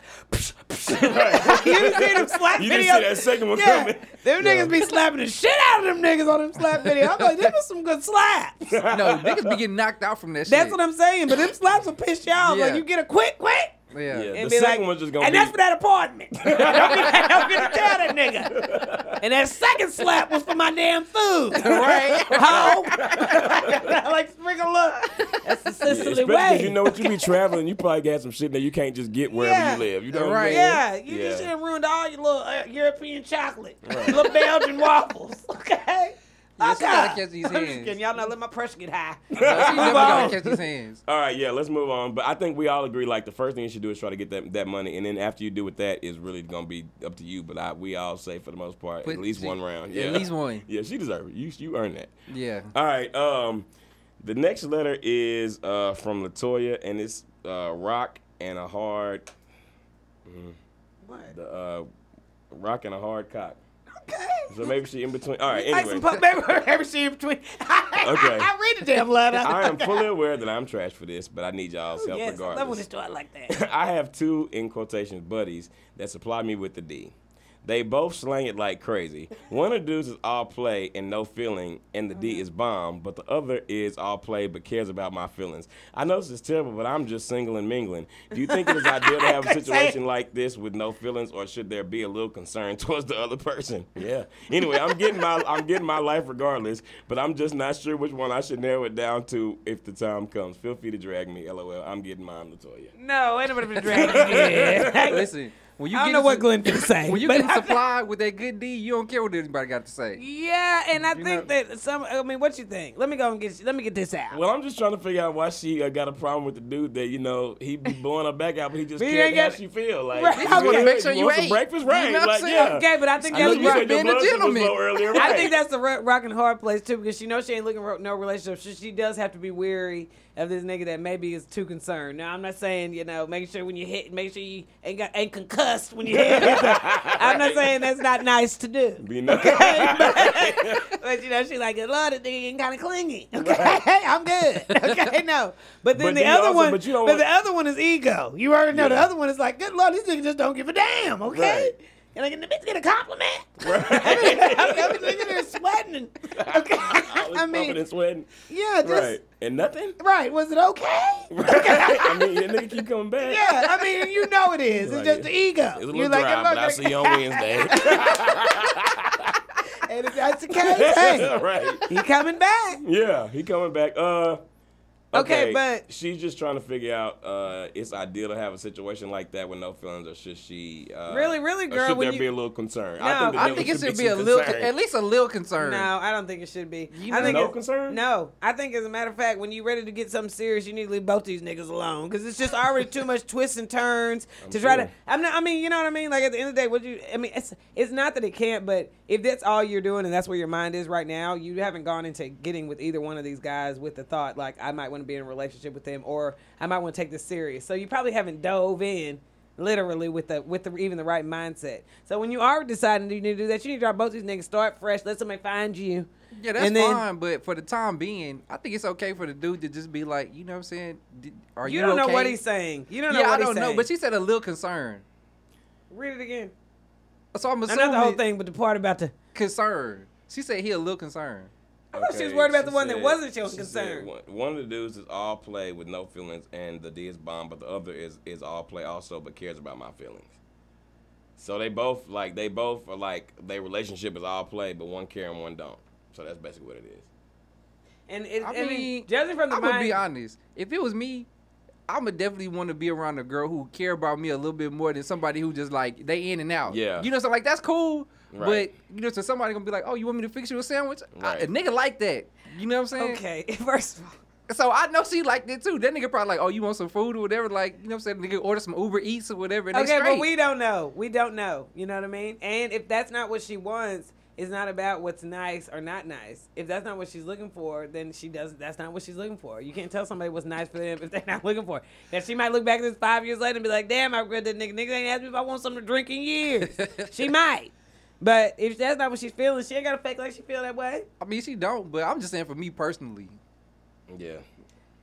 Speaker 1: Right.
Speaker 2: you didn't see them slap
Speaker 1: You
Speaker 2: videos.
Speaker 1: didn't see that second one
Speaker 2: yeah,
Speaker 1: coming.
Speaker 2: them niggas be slapping the shit out of them niggas on them slap videos. I'm like, them was some good slaps.
Speaker 3: No, niggas be getting knocked out from that
Speaker 2: That's
Speaker 3: shit.
Speaker 2: what I'm saying. But them slaps will piss you off. Like
Speaker 3: Yeah.
Speaker 2: you get a quick, quick.
Speaker 3: Yeah.
Speaker 1: Yeah.
Speaker 3: yeah.
Speaker 2: And
Speaker 1: The
Speaker 2: be
Speaker 1: second
Speaker 2: like,
Speaker 1: one's just gonna
Speaker 2: and
Speaker 1: be-
Speaker 2: that's for that apartment. I'm gonna tell that nigga. And that second slap was for my damn food, right? Ho, like sprinkle up. That's the
Speaker 1: Yeah,
Speaker 2: Sicily
Speaker 1: especially 'cause
Speaker 2: way.
Speaker 1: you know what you be traveling, you probably got some shit that you can't just get wherever
Speaker 2: Yeah.
Speaker 1: you live. You know what
Speaker 3: Right.
Speaker 1: I'm
Speaker 2: Yeah,
Speaker 1: saying?
Speaker 2: you just should have ruined all your little uh, European chocolate, little Belgian waffles. Okay.
Speaker 3: Yeah,
Speaker 2: Okay.
Speaker 3: she gotta catch these
Speaker 2: I'm just
Speaker 3: hands.
Speaker 2: kidding. Y'all not let my pressure get high.
Speaker 3: She
Speaker 2: Move
Speaker 3: never gotta
Speaker 2: on.
Speaker 3: catch these hands.
Speaker 1: All right, yeah, let's move on. But I think we all agree like the first thing you should do is try to get that, that money, and then after you do with that is really gonna be up to you. But I, we all say for the most part
Speaker 3: Put-
Speaker 1: at least
Speaker 3: she-
Speaker 1: one round.
Speaker 3: at
Speaker 1: Yeah,
Speaker 3: least one.
Speaker 1: Yeah, she deserves it. You you earned that.
Speaker 3: Yeah.
Speaker 1: All right. Um, the next letter is uh, from Latoya, and it's uh, rock and a hard,
Speaker 2: What?
Speaker 1: the uh, rock and a hard cock.
Speaker 2: Okay.
Speaker 1: So maybe she in between. All right.
Speaker 2: Like some
Speaker 1: Anyway,
Speaker 2: pop baby every scene between. I,
Speaker 1: Okay.
Speaker 2: I, read the damn letter.
Speaker 1: I am fully aware that I'm trash for this, but I need y'all's help
Speaker 2: Oh, yes, I love when
Speaker 1: regardless.
Speaker 2: it's taught like that.
Speaker 1: I have two in quotations buddies that supply me with the D. They both slang it like crazy. One of the dudes is all play and no feeling, and the D is bomb, but the other is all play but cares about my feelings. I know this is terrible, but I'm just single and mingling. Do you think it is ideal to have a
Speaker 2: Couldn't say it.
Speaker 1: situation like this with no feelings, or should there be a little concern towards the other person? Yeah. Anyway, I'm getting my I'm getting my life regardless, but I'm just not sure which one I should narrow it down to if the time comes. Feel free to drag me, LOL. I'm getting mine, Latoya.
Speaker 2: No, ain't nobody been dragging me.
Speaker 3: Listen, when you
Speaker 2: I don't
Speaker 3: get
Speaker 2: know what
Speaker 3: su-
Speaker 2: Glenn can say.
Speaker 3: when you
Speaker 2: but
Speaker 3: get
Speaker 2: I-
Speaker 3: supplied with that good D, you don't care what anybody got to say.
Speaker 2: yeah, and I
Speaker 3: You
Speaker 2: think
Speaker 3: know-
Speaker 2: that some. I mean, what you think? Let me go and get. Let me get this out.
Speaker 1: Well, I'm just trying to figure out why she uh, got a problem with the dude that you know he be blowing her back out, but he just
Speaker 2: But he
Speaker 1: cared
Speaker 2: ain't
Speaker 1: how
Speaker 2: got-
Speaker 1: she feel. Like
Speaker 2: Right.
Speaker 1: you
Speaker 2: He just wanna
Speaker 1: good?
Speaker 3: make sure you
Speaker 1: want some
Speaker 3: ate.
Speaker 1: breakfast,
Speaker 3: You
Speaker 1: right?
Speaker 3: know what I'm
Speaker 1: like,
Speaker 3: saying?
Speaker 1: yeah.
Speaker 2: okay, but I think
Speaker 1: uh, I know
Speaker 2: that's
Speaker 3: you
Speaker 1: you
Speaker 2: right.
Speaker 1: said your
Speaker 3: being a
Speaker 1: blood sugar was
Speaker 3: gentleman.
Speaker 1: low earlier.
Speaker 2: I
Speaker 1: right.
Speaker 2: think that's the rock, rock and hard place too, because she knows she ain't looking for no relationship. So she does have to be weary of this nigga that maybe is too concerned. Now I'm not saying you know, make sure when you hit, make sure you ain't got ain't concussed when you hit. I'm not saying that's not nice to do.
Speaker 1: Be nice.
Speaker 2: but, but, you know, she like a lot of nigga getting kind of clingy. Okay, I'm good. Okay, no. But then
Speaker 1: But
Speaker 2: the
Speaker 1: then
Speaker 2: other
Speaker 1: also-
Speaker 2: one,
Speaker 1: but
Speaker 2: but,
Speaker 1: you don't
Speaker 2: the
Speaker 1: want-
Speaker 2: other one is ego. You already know the
Speaker 1: Yeah.
Speaker 2: other one is like, good lord, this nigga just don't give a damn. Okay,
Speaker 1: Right.
Speaker 2: and I get the bitch get a compliment.
Speaker 1: Right.
Speaker 2: I'm, I'm thinking they're sweating. Okay.
Speaker 1: I was
Speaker 2: I
Speaker 1: pumping
Speaker 2: mean,
Speaker 1: and sweating.
Speaker 2: yeah, just
Speaker 1: right.
Speaker 2: right.
Speaker 1: And nothing.
Speaker 2: Was it okay?
Speaker 1: Right. I mean, your nigga keep coming back.
Speaker 2: Yeah, I mean, you know it is. It's
Speaker 1: Like,
Speaker 2: just the ego.
Speaker 1: It's a
Speaker 2: You're
Speaker 1: little
Speaker 2: like,
Speaker 1: dry,
Speaker 2: I'm
Speaker 1: but
Speaker 2: not
Speaker 1: I'll
Speaker 2: gonna-
Speaker 1: see you on Wednesday.
Speaker 2: and it's, that's okay. Hey,
Speaker 1: right.
Speaker 2: he coming back.
Speaker 1: Yeah, he coming back. Uh
Speaker 2: Okay, but-
Speaker 1: she's just trying to figure out uh it's ideal to have a situation like that with no feelings or should she uh
Speaker 2: Really, really,
Speaker 1: or
Speaker 2: girl,
Speaker 1: should
Speaker 2: when
Speaker 1: there
Speaker 2: you-
Speaker 1: be a little concern?
Speaker 2: No,
Speaker 1: that
Speaker 2: I
Speaker 1: there
Speaker 3: I think it should be, a
Speaker 1: some
Speaker 3: little,
Speaker 1: concern.
Speaker 3: at least a little concern.
Speaker 2: No, I don't think it should be.
Speaker 3: You
Speaker 2: I think
Speaker 1: No
Speaker 2: it's-
Speaker 1: concern?
Speaker 2: No, I think as a matter of fact, when you're ready to get something serious, you need to leave both these niggas alone because it's just already too much twists and turns to try
Speaker 1: sure.
Speaker 2: to. I'm not. I mean, you know what I mean. Like at the end of the day, what you. I mean, it's it's not that it can't, but if that's all you're doing and that's where your mind is right now, you haven't gone into getting with either one of these guys with the thought like I might want to be in a relationship with them or I might want to take this serious. So you probably haven't dove in. Literally with the with the, even the right mindset. So when you are deciding you need to do that, you need to drop both these niggas. Start fresh. Let somebody find you.
Speaker 3: Yeah, that's
Speaker 2: And then-
Speaker 3: fine, but for the time being, I think it's okay for the dude to just be like, you know what I'm saying? D- Are you,
Speaker 2: You, don't know
Speaker 3: okay?
Speaker 2: what he's saying. You don't
Speaker 3: Yeah,
Speaker 2: know what
Speaker 3: I don't
Speaker 2: he's
Speaker 3: know,
Speaker 2: saying.
Speaker 3: but she said a little concern.
Speaker 2: read it again.
Speaker 3: So I'm
Speaker 2: I
Speaker 3: assuming
Speaker 2: know the whole thing, but the part about the
Speaker 3: concern. She said he a little concerned.
Speaker 2: I thought she was worried about the one that wasn't your
Speaker 1: she said
Speaker 2: concern.
Speaker 1: one, one of the dudes is all play with no feelings, and the D is bomb, but the other is is all play also, but cares about my feelings. So they both like they both are like their relationship is all play, but one care and one don't. So that's basically what it is.
Speaker 2: and it,
Speaker 3: I
Speaker 2: I,
Speaker 3: mean,
Speaker 2: mean, judging from the
Speaker 3: I'm
Speaker 2: mind,
Speaker 3: gonna be honest. If it was me, I'm gonna definitely want to be around a girl who care about me a little bit more than somebody who just like they in and out.
Speaker 1: Yeah.
Speaker 3: you know, so like that's cool.
Speaker 1: Right.
Speaker 3: But you know, so somebody gonna be like, "Oh, you want me to fix you a sandwich?" I,
Speaker 1: Right.
Speaker 3: a nigga like that. You know what I'm saying?
Speaker 2: Okay, first of all,
Speaker 3: So I know she liked it too. That nigga probably like, "Oh, you want some food or whatever?" Like, you know what I'm saying? Nigga order some Uber Eats or whatever. And they
Speaker 2: okay, but
Speaker 3: straight.
Speaker 2: we don't know. We don't know. You know what I mean? And if that's not what she wants, It's not about what's nice or not nice. If that's not what she's looking for, then she does. That's not what she's looking for. You can't tell somebody what's nice for them if they're not looking for. it. Now she might look back at this five years later and be like, "Damn, I regret that nigga. Nigga ain't asked me if I want something to drink in years." she might, but if that's not what she's feeling, she ain't gotta fake like she feel that way.
Speaker 3: I mean, she don't, but I'm just saying for me personally.
Speaker 1: Yeah.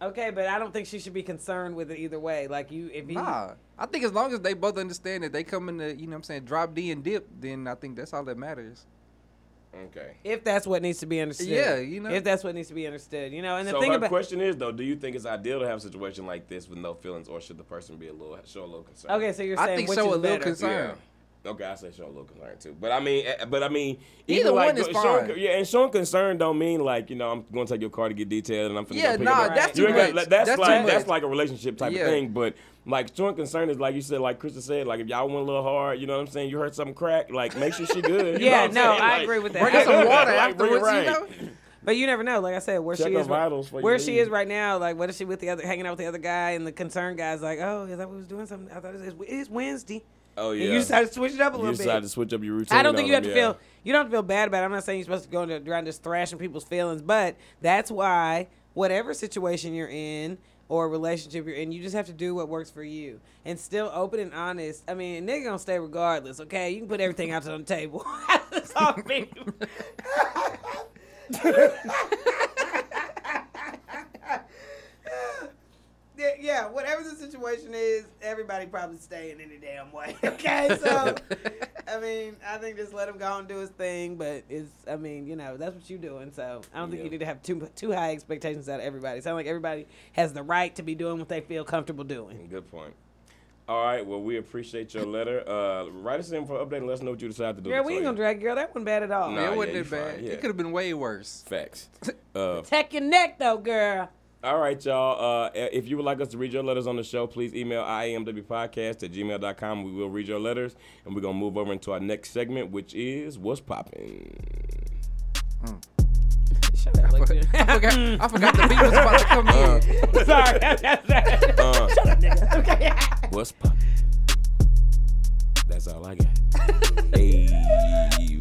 Speaker 2: Okay, but I don't think she should be concerned with it either way. Like you, if you,
Speaker 3: Nah, I think as long as they both understand that they come in the, you know what I'm saying, drop D and dip, then I think that's all that matters.
Speaker 1: Okay.
Speaker 2: if that's what needs to be understood.
Speaker 3: Yeah, you know.
Speaker 2: if that's what needs to be understood, you know. And the
Speaker 1: so
Speaker 2: thing
Speaker 1: my
Speaker 2: about
Speaker 1: question is though, do you think it's ideal to have a situation like this with no feelings, or should the person be a little show a little concern?
Speaker 2: okay, so you're
Speaker 3: I
Speaker 2: saying
Speaker 3: think
Speaker 2: which
Speaker 3: show
Speaker 2: is
Speaker 3: a little
Speaker 2: better?
Speaker 3: concern.
Speaker 1: Yeah. Okay, I say show a little concern too, but I mean, eh, but I mean,
Speaker 3: Either
Speaker 1: even
Speaker 3: one is
Speaker 1: showing-
Speaker 3: fine.
Speaker 1: Yeah, and showing concern don't mean like you know I'm going to take your car to get detailed and I'm finna
Speaker 3: Yeah,
Speaker 1: go pick
Speaker 3: nah,
Speaker 1: it up.
Speaker 2: that's
Speaker 1: You
Speaker 2: too
Speaker 1: ain't gotta-
Speaker 3: much.
Speaker 1: That's,
Speaker 3: That's too
Speaker 1: like
Speaker 3: much.
Speaker 1: that's like a relationship type
Speaker 3: Yeah.
Speaker 1: of thing, but like showing concern is like you said, like Krista said, like if y'all went a little hard, you know what I'm saying? You heard something crack, like make sure she good. you know
Speaker 2: Yeah,
Speaker 1: what I'm
Speaker 2: no,
Speaker 1: saying?
Speaker 2: I
Speaker 1: Like,
Speaker 2: agree with that.
Speaker 3: Bring us some water
Speaker 1: Like, bring it
Speaker 3: afterwards, you know.
Speaker 1: right.
Speaker 2: But you never know. Like I said, where
Speaker 1: Check
Speaker 2: she
Speaker 1: her
Speaker 2: is, right-
Speaker 1: vitals before you
Speaker 2: where she
Speaker 1: leave.
Speaker 2: is right now. Like, what is she with the other, hanging out with the other guy? And the concerned guy's like, "Oh, is that we was doing something? I thought it was, it's Wednesday."
Speaker 1: Oh
Speaker 2: And
Speaker 1: yeah.
Speaker 2: you decided to switch it up a
Speaker 1: You
Speaker 2: little
Speaker 1: decided to
Speaker 2: bit.
Speaker 1: switch up your routine.
Speaker 2: I don't think
Speaker 1: on
Speaker 2: you have
Speaker 1: them,
Speaker 2: to
Speaker 1: yeah.
Speaker 2: feel you don't have to feel bad about it. I'm not saying you're supposed to go into- around just thrashing people's feelings, but that's why whatever situation you're in or relationship you're in, you just have to do what works for you and still open and honest. I mean, nigga gonna stay regardless. Okay, you can put everything out on the table. That's all I'm being- Yeah, yeah, whatever the situation is, everybody probably staying any damn way. Okay, so I mean, I think just let him go and do his thing. But it's, I mean, you know, that's what you're doing. So I don't think
Speaker 1: Yeah.
Speaker 2: you need to have too too high expectations out of everybody. Sound like everybody has the right to be doing what they feel comfortable doing.
Speaker 1: Good point. All right. Well, we appreciate your letter. Uh, write us in for an update and let us know what you decide to do.
Speaker 2: Girl, we ain't
Speaker 1: Latoya.
Speaker 2: gonna drag girl. That wasn't bad at all.
Speaker 1: Nah,
Speaker 3: it wasn't
Speaker 1: yeah,
Speaker 3: that
Speaker 1: you
Speaker 3: bad.
Speaker 1: fine, yeah.
Speaker 3: It could have been way worse.
Speaker 1: Facts. Uh,
Speaker 2: Tech your neck though, girl.
Speaker 1: all right, y'all. Uh, if you would like us to read your letters on the show, please email iamwpodcast at gmail.com. We will read your letters. And we're going to move over into our next segment, which is What's Poppin'?
Speaker 2: Shut up,
Speaker 3: I
Speaker 2: Latoya.
Speaker 3: forgot, I forgot the beat was about to come
Speaker 1: Uh.
Speaker 3: in.
Speaker 2: Sorry. Shut up, nigga. Okay.
Speaker 1: What's poppin'? That's all I got. hey,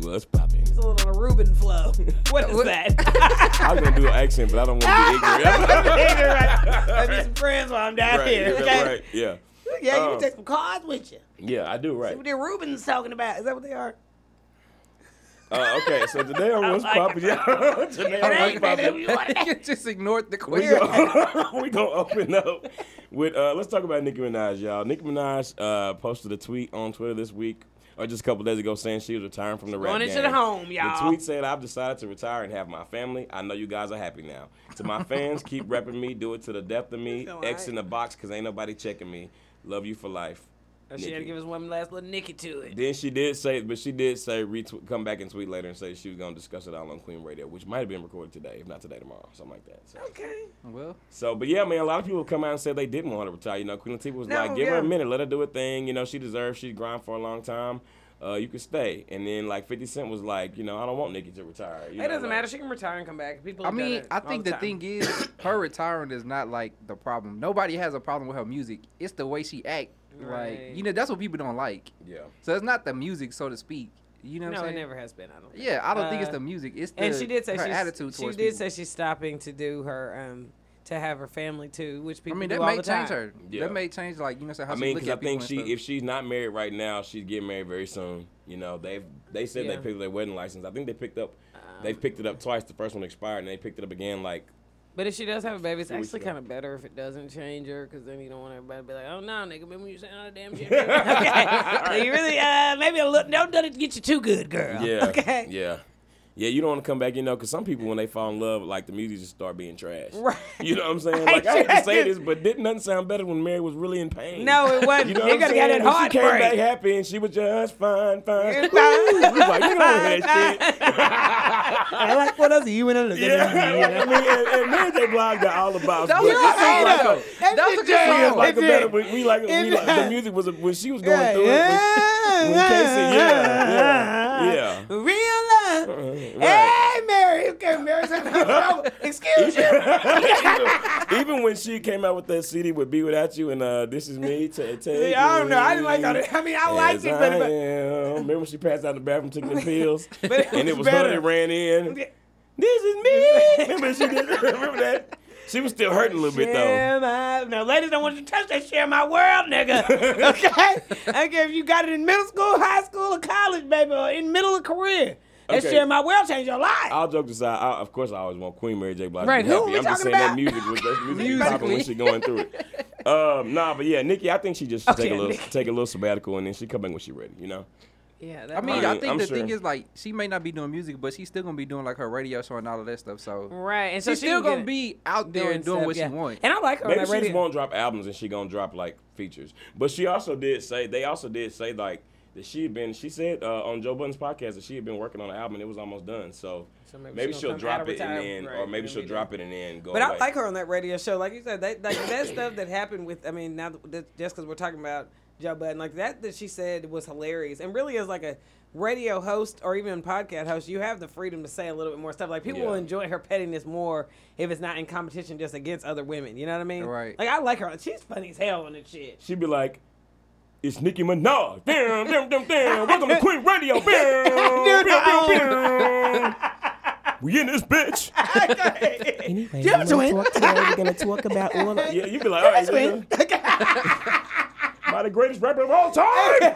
Speaker 1: what's poppin'?
Speaker 2: It's a little Reuben flow. What is
Speaker 3: What-
Speaker 2: that?
Speaker 1: I was going to do an accent, but I don't want to be ignorant.
Speaker 2: Have you some friends while I'm down
Speaker 1: right,
Speaker 2: here.
Speaker 1: yeah,
Speaker 2: Okay?
Speaker 1: right, yeah.
Speaker 2: Yeah, you
Speaker 1: Um,
Speaker 2: can take some cards with you.
Speaker 1: Yeah, I do, right.
Speaker 2: What the Rubens talking about? Is that what they are?
Speaker 1: Uh, okay, so today on What's
Speaker 2: like
Speaker 1: Poppin', y'all. today on What's
Speaker 2: Ain't that
Speaker 1: Poppin'.
Speaker 2: who you are?
Speaker 3: you just ignored the
Speaker 1: we
Speaker 3: question.
Speaker 1: gonna, we gonna open up with uh, let's talk about Nicki Minaj, y'all. Nicki Minaj uh, posted a tweet on Twitter this week, or just a couple days ago, saying she was retiring from the rap
Speaker 2: Going
Speaker 1: game.
Speaker 2: into the home, y'all.
Speaker 1: The tweet said, "I've decided to retire and have my family. I know you guys are happy now. To my fans, keep repping me. Do it to the death of me.
Speaker 2: Feel
Speaker 1: X
Speaker 2: alright.
Speaker 1: in the box, cause ain't nobody checking me. Love you for life."
Speaker 2: She had to
Speaker 1: Nicki.
Speaker 2: give us one last little Nicky to it.
Speaker 1: Then she did say, but she did say, retweet, come back and tweet later and say she was gonna discuss it all on Queen Radio, which might have been recorded today, if not today, tomorrow, something like that. So.
Speaker 2: Okay.
Speaker 3: Well,
Speaker 1: So, but yeah, man, a lot of people come out and said they didn't want her to retire. You know, Queen Latifah was
Speaker 2: No,
Speaker 1: like, give her
Speaker 2: yeah.
Speaker 1: a minute, let her do her thing. You know, she deserves, she grind for a long time. Uh, you can stay. And then like 50 Cent was like, you know, I don't want Nicki to retire. You
Speaker 2: It
Speaker 1: know,
Speaker 2: doesn't
Speaker 1: like-
Speaker 2: matter. She can retire and come back. People.
Speaker 3: I
Speaker 2: have done
Speaker 3: mean,
Speaker 2: it
Speaker 3: I
Speaker 2: all
Speaker 3: think
Speaker 2: the,
Speaker 3: the,
Speaker 2: time.
Speaker 3: thing is, her retiring is not like the problem. Nobody has a problem with her music. It's the way she act.
Speaker 2: Right.
Speaker 3: Like you know, that's what people don't like.
Speaker 1: Yeah.
Speaker 3: So it's not the music, so to speak. You know what
Speaker 2: No,
Speaker 3: I'm
Speaker 2: it
Speaker 3: saying?
Speaker 2: never has been. I don't. Think.
Speaker 3: Yeah, I don't think it's
Speaker 2: Uh,
Speaker 3: the music. It's the
Speaker 2: And she did say
Speaker 3: her
Speaker 2: she's,
Speaker 3: attitude
Speaker 2: She did
Speaker 3: towards people.
Speaker 2: say she's stopping to do her um to have her family too, which
Speaker 3: I
Speaker 2: people
Speaker 3: mean,
Speaker 2: do
Speaker 3: that
Speaker 2: all
Speaker 3: may
Speaker 2: the
Speaker 3: change
Speaker 2: time.
Speaker 3: her.
Speaker 1: Yeah.
Speaker 3: That may change like you know say, how
Speaker 1: I mean,
Speaker 3: she
Speaker 1: because
Speaker 3: look
Speaker 1: I
Speaker 3: at people
Speaker 1: think
Speaker 3: and
Speaker 1: she,
Speaker 3: stuff.
Speaker 1: if she's not married right now, she's getting married very soon. You know, they've they said
Speaker 2: Yeah. Um,
Speaker 1: they picked up their wedding license. I think they picked up, they've picked it up twice. The first one expired, and they picked it up again. Like,
Speaker 2: But if she does have a baby, it's
Speaker 1: Few weeks
Speaker 2: actually
Speaker 1: ago.
Speaker 2: kind of better if it doesn't change her, because then you don't want everybody to be like, "Oh no, nigga, remember you saying all the damn shit." okay, so you really uh, maybe a little, don't let it get you too good, girl.
Speaker 1: yeah,
Speaker 2: Okay.
Speaker 1: yeah, yeah. You don't want to come back, you know, because some people when they fall in love, like the music just start being trash.
Speaker 2: Right.
Speaker 1: You know what I'm saying?
Speaker 2: I
Speaker 1: Like I hate to say this,
Speaker 2: just-
Speaker 1: but didn't nothing sound better when Mary was really in pain?
Speaker 2: No, it wasn't.
Speaker 1: You know
Speaker 2: They
Speaker 1: what I'm
Speaker 2: gotta get
Speaker 1: saying?
Speaker 2: that
Speaker 1: When
Speaker 2: heart
Speaker 1: she came
Speaker 2: break.
Speaker 1: back happy and she was just fine, fine.
Speaker 2: You're
Speaker 1: Woo!
Speaker 2: fine.
Speaker 1: We was like, you don't hear that shit.
Speaker 2: I like what else you and I look
Speaker 1: Yeah, I mean, and, and Mary J. Blige got all about.
Speaker 3: That
Speaker 1: but
Speaker 3: was a
Speaker 1: I feel
Speaker 3: good song,
Speaker 1: like a-
Speaker 3: though. That was a good
Speaker 1: It's
Speaker 3: song.
Speaker 1: like a
Speaker 2: It
Speaker 1: better.
Speaker 2: did.
Speaker 1: We, we like, we
Speaker 2: It
Speaker 1: like the
Speaker 2: did.
Speaker 1: music was a, when she was going through it. When, when Casey, yeah, yeah,
Speaker 2: Real love.
Speaker 1: yeah. Right.
Speaker 2: Hey, Mary. Okay, Mary. said, "No, Excuse you.
Speaker 1: even, even Even when she came out with that CD with "Be Without You" and uh, "This Is Me," to take
Speaker 2: I don't know. I didn't
Speaker 1: me
Speaker 2: like all that. I mean, I
Speaker 1: as
Speaker 2: liked it, but,
Speaker 1: I
Speaker 2: but,
Speaker 1: am. remember when she passed out the bathroom, took the pills,
Speaker 2: but it was
Speaker 1: and it was
Speaker 2: better.
Speaker 1: her that ran in.
Speaker 2: Yeah.
Speaker 1: This is me. remember she did, Remember that? She was still hurting a little bit though.
Speaker 2: Share my- now, ladies don't want you to touch that share my world, nigga. Okay? I don't care if you got it in middle school, high school, or college, baby, or in middle of career. That
Speaker 1: Okay.
Speaker 2: share my world changed your life.
Speaker 1: All jokes aside, I, of course I always want Queen Mary J. Blige
Speaker 3: Right,
Speaker 1: to be
Speaker 3: who
Speaker 1: happy.
Speaker 2: we
Speaker 1: I'm just
Speaker 2: talking
Speaker 1: saying that
Speaker 2: about?
Speaker 1: music was that music was popping when
Speaker 3: Musically.
Speaker 1: she going through it. Um, nah, but yeah, Nikki, I think she just should take
Speaker 2: Okay,
Speaker 1: a little
Speaker 2: Nikki.
Speaker 1: take a little sabbatical and then she come back when she ready. You know,
Speaker 2: yeah,
Speaker 3: I mean,
Speaker 1: mean,
Speaker 3: I think
Speaker 1: I'm
Speaker 3: the
Speaker 1: sure.
Speaker 3: thing is like she may not be doing music, but she's still gonna be doing like her radio show and all of that stuff. So
Speaker 2: right. And so
Speaker 3: she's
Speaker 2: she
Speaker 3: still
Speaker 2: can
Speaker 3: gonna
Speaker 2: get-
Speaker 3: be out there and doing
Speaker 2: stuff,
Speaker 3: what
Speaker 2: yeah.
Speaker 3: she wants.
Speaker 2: And I like her on
Speaker 1: maybe
Speaker 2: that
Speaker 1: she just
Speaker 2: radio.
Speaker 1: won't drop albums and she gonna drop like features. But she also did say they also did say like that she had been. She said uh, on Joe Budden's podcast that she had been working on an album and it was almost done. So,
Speaker 2: So
Speaker 1: maybe,
Speaker 2: maybe she
Speaker 1: she'll
Speaker 2: gonna come out
Speaker 1: drop
Speaker 2: of
Speaker 1: it and
Speaker 2: retirement,
Speaker 1: then,
Speaker 2: right,
Speaker 1: or maybe
Speaker 2: and
Speaker 1: she'll
Speaker 2: be
Speaker 1: drop it and then go.
Speaker 2: But
Speaker 1: away.
Speaker 2: I like her on that radio show. Like you said, that like that stuff that happened with. I mean, now that- that, just because we're talking about Joe Budden, like that that she said was hilarious, and really as like a radio host or even podcast host, you have the freedom to say a little bit more stuff. Like people will
Speaker 1: Yeah.
Speaker 2: enjoy her pettiness more if it's not in competition just against other women. You know what I mean?
Speaker 3: Right.
Speaker 2: Like I like her. She's funny as hell on that shit.
Speaker 1: she'd be like, "It's Nicki Minaj." Bam, bam, bam, bam. Welcome to Queen Radio. Bam, bam, bam, bam. We in this bitch.
Speaker 4: Anyway, we're gonna talk today. We're gonna talk about all of
Speaker 1: Yeah, you'd be like, "All right, nigga. By the greatest rapper of all time.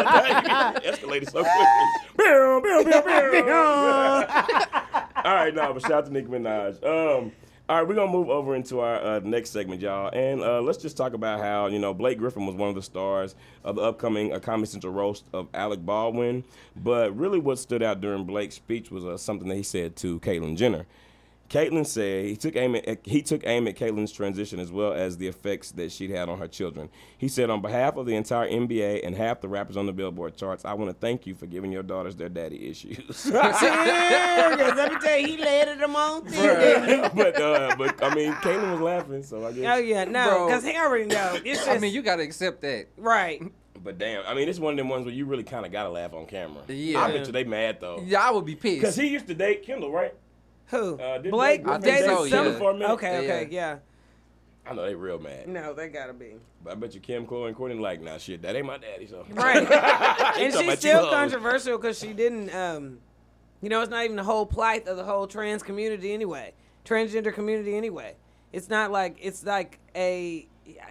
Speaker 1: Escalated so quickly. Bam, bam, bam, bam. all right, now, but shout out to Nicki Minaj. Um, all right, we're gonna move over into our uh, next segment, y'all, and uh, let's just talk about how you know Blake Griffin was one of the stars of the upcoming uh, Comedy Central roast of Alec Baldwin. But really, what stood out during Blake's speech was uh, something that he said to Caitlyn Jenner. Caitlyn said he took aim at uh, he took aim at Caitlyn's transition as well as the effects that she'd had on her children. He said, on behalf of the entire NBA and half the rappers on the Billboard charts, I want to thank you for giving your daughters their daddy issues.
Speaker 2: let me tell you, he led it on
Speaker 1: but uh, but I mean, Caitlyn was laughing, so I
Speaker 2: Oh
Speaker 1: guess.
Speaker 2: yeah, no,
Speaker 3: Bro.
Speaker 2: because he already know. It's just
Speaker 3: I mean, you gotta accept that.
Speaker 2: right.
Speaker 1: But damn, I mean, it's one of them ones where you really kind of gotta laugh on camera.
Speaker 3: Yeah.
Speaker 1: I bet you they mad though,
Speaker 3: Yeah, I would be
Speaker 1: because
Speaker 3: pissed.
Speaker 1: he used to date Kendall, right?
Speaker 2: Who?
Speaker 1: Uh, didn't
Speaker 2: Blake
Speaker 1: Blake
Speaker 3: I think
Speaker 2: dated
Speaker 3: so, yeah.
Speaker 2: some.
Speaker 1: For a minute.
Speaker 2: Okay,
Speaker 3: Yeah.
Speaker 2: okay, yeah.
Speaker 1: I know they real mad.
Speaker 2: No, they gotta be.
Speaker 1: But I bet you Kim, Chloe, and Courtney like, nah, shit, that ain't my daddy. So
Speaker 2: Right.
Speaker 1: He
Speaker 2: and
Speaker 1: talking about
Speaker 2: she's
Speaker 1: you
Speaker 2: still
Speaker 1: hoes.
Speaker 2: controversial because she didn't, um, you know, it's not even the whole plight of the whole trans community anyway, transgender community anyway. It's not like, it's like a,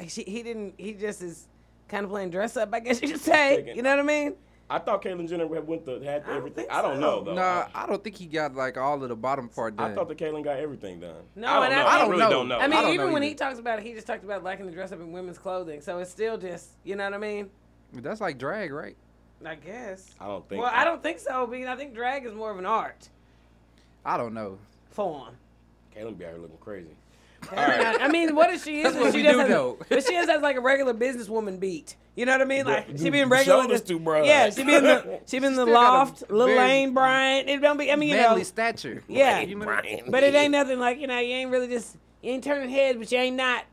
Speaker 2: she, he didn't, he just is kind of playing dress up, I guess you could say.
Speaker 1: Taking-
Speaker 2: You know what I mean?
Speaker 1: I thought Caitlyn Jenner had went to had everything.
Speaker 2: think
Speaker 1: I don't
Speaker 2: so.
Speaker 1: know though.
Speaker 3: Nah, I don't think he got like all of the bottom part
Speaker 1: I,
Speaker 3: done.
Speaker 1: thought that Caitlyn got everything done.
Speaker 2: No,
Speaker 1: I don't
Speaker 2: and I
Speaker 1: know.
Speaker 2: think-
Speaker 1: I really don't know.
Speaker 2: I mean,
Speaker 3: don't
Speaker 2: even
Speaker 3: know
Speaker 2: when
Speaker 3: either.
Speaker 2: he talks about it, he just talked about liking to dress up in women's clothing. So it's still just, you know what I mean?
Speaker 3: That's like drag, right?
Speaker 2: I guess.
Speaker 1: I don't think.
Speaker 2: well, I don't think so because I think drag is more of an art
Speaker 3: I don't know.
Speaker 2: form.
Speaker 1: Caitlyn be out here looking crazy. All right.
Speaker 2: I mean, what if she is?
Speaker 3: That's what
Speaker 2: she
Speaker 3: we
Speaker 2: just
Speaker 3: do,
Speaker 2: has,
Speaker 3: though.
Speaker 2: But she just has like a regular businesswoman beat. You know what I mean? Like
Speaker 1: Bruh,
Speaker 2: she be in
Speaker 1: dude,
Speaker 2: regular.
Speaker 1: shoulders too broad.
Speaker 2: Yeah, she be in the she be in the
Speaker 3: Still got a
Speaker 2: loft, Lil
Speaker 3: very
Speaker 2: Wayne Bryant. It don't be. I mean, you
Speaker 3: Manly
Speaker 2: know,
Speaker 3: stature.
Speaker 2: Yeah.
Speaker 3: You know?
Speaker 1: Brian.
Speaker 2: but it ain't nothing like you know. You ain't really just you ain't turning heads, but you ain't not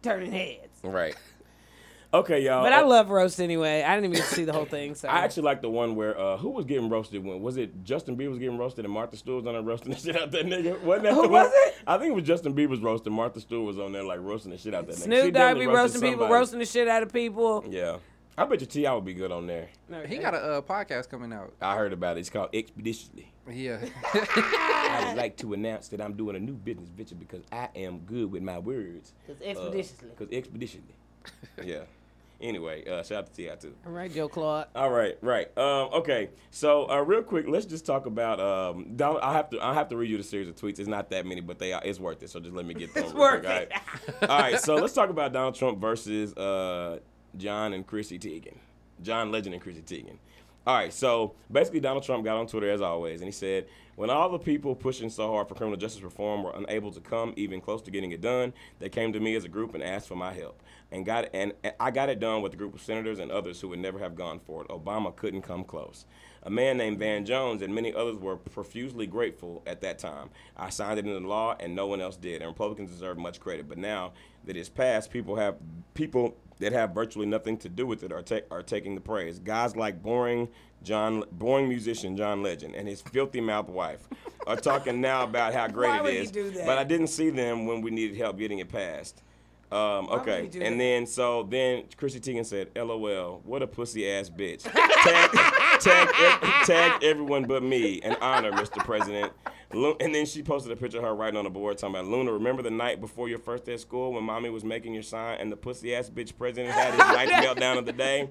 Speaker 2: turning heads.
Speaker 1: right. Okay, y'all.
Speaker 2: But I
Speaker 1: Uh,
Speaker 2: love roast anyway. I didn't even see the whole thing. So
Speaker 1: I actually like the one where uh, who was getting roasted when was it Justin Bieber was getting roasted and Martha Stewart was on there roasting the shit out that nigga. Wasn't that
Speaker 2: Who
Speaker 1: the one?
Speaker 2: was it?
Speaker 1: I think it was Justin Bieber's roasting. Martha Stewart was on there like roasting the shit out that nigga. She
Speaker 2: Snoop Dogg
Speaker 1: definitely
Speaker 2: be
Speaker 1: roasted
Speaker 2: roasting people,
Speaker 1: somebody.
Speaker 2: roasting the shit out of people.
Speaker 1: Yeah, I bet you Ti would be good on there.
Speaker 3: He got a uh, podcast coming out.
Speaker 1: I heard about it. It's called Expeditiously.
Speaker 3: Yeah.
Speaker 1: I
Speaker 2: Ah.
Speaker 1: would like to announce that I'm doing a new business venture because I am good with my words.
Speaker 2: Because expeditiously.
Speaker 1: Because expeditionally. yeah. Anyway, uh, shout out to Ti too.
Speaker 2: All right, Joe Claude.
Speaker 1: All right, right. Um, okay, so uh, real quick, let's just talk about. Um, Donald, I have to. I have to read you the series of tweets. It's not that many, but they are. It's worth it. So just let me get through.
Speaker 2: It's
Speaker 1: them real quick,
Speaker 2: worth
Speaker 1: all
Speaker 2: it.
Speaker 1: right? all right. So let's talk about Donald Trump versus uh, John and Chrissy Teigen. John Legend and Chrissy Teigen. All right. So basically, Donald Trump got on Twitter as always, and he said, "When all the people pushing so hard for criminal justice reform were unable to come even close to getting it done, they came to me as a group and asked for my help, and got and and I got it done with a group of senators and others who would never have gone for it. Obama couldn't come close." A man named Van Jones and many others were profusely grateful at that time. I signed it into law and no one else did. And Republicans deserve much credit. But now that it's passed, people have people that have virtually nothing to do with it are, ta- are taking the praise. Guys like boring John, boring musician John Legend and his filthy mouth wife are talking now about how great
Speaker 2: Why
Speaker 1: it
Speaker 2: would he
Speaker 1: is.
Speaker 2: do that?
Speaker 1: But I didn't see them when we needed help getting it passed. Um,
Speaker 2: would
Speaker 1: okay,
Speaker 2: he do
Speaker 1: and
Speaker 2: that?
Speaker 1: then so then Chrissy Teigen said, "LOL, what a pussy ass bitch." tag, tag, ev- tag everyone but me. An honor, Mr. President. Lu- And then she posted a picture of her writing on the board talking about Luna. Remember the night before your first day at school when mommy was making your sign and the pussy ass bitch president had his ninth meltdown of the day.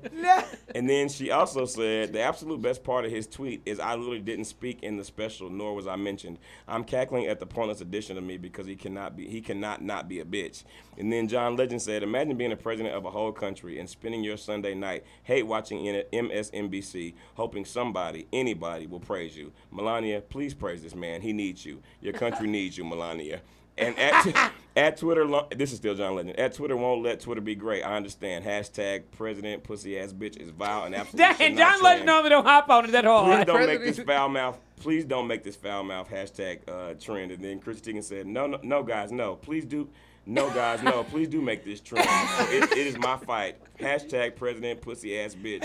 Speaker 1: And then she also said, the absolute best part of his tweet is I literally didn't speak in the special, nor was I mentioned. I'm cackling at the pointless addition of me because he cannot be he cannot not be a bitch. And then John Legend said, Imagine being the president of a whole country and spending your Sunday night hate watching N- MSNBC, hoping somebody, anybody will praise you. Melania, please praise this man. He needs you. Your country needs you, Melania. And at, at Twitter, lo- this is still John Legend. At Twitter won't let Twitter be great. I understand. Hashtag president pussy ass bitch is vile and absolutely.
Speaker 5: That,
Speaker 1: should
Speaker 5: and
Speaker 1: not
Speaker 5: John Legend
Speaker 1: trend.
Speaker 5: normally don't hop on it that
Speaker 1: Please
Speaker 5: hard.
Speaker 1: don't make
Speaker 3: President-
Speaker 1: this foul mouth. Please don't make this foul mouth hashtag uh, trend. And then Chris Teigen said, No, no, no, guys, no. Please do. No, guys, no. Please do make this trend. it, it is my fight. Hashtag president pussy ass bitch.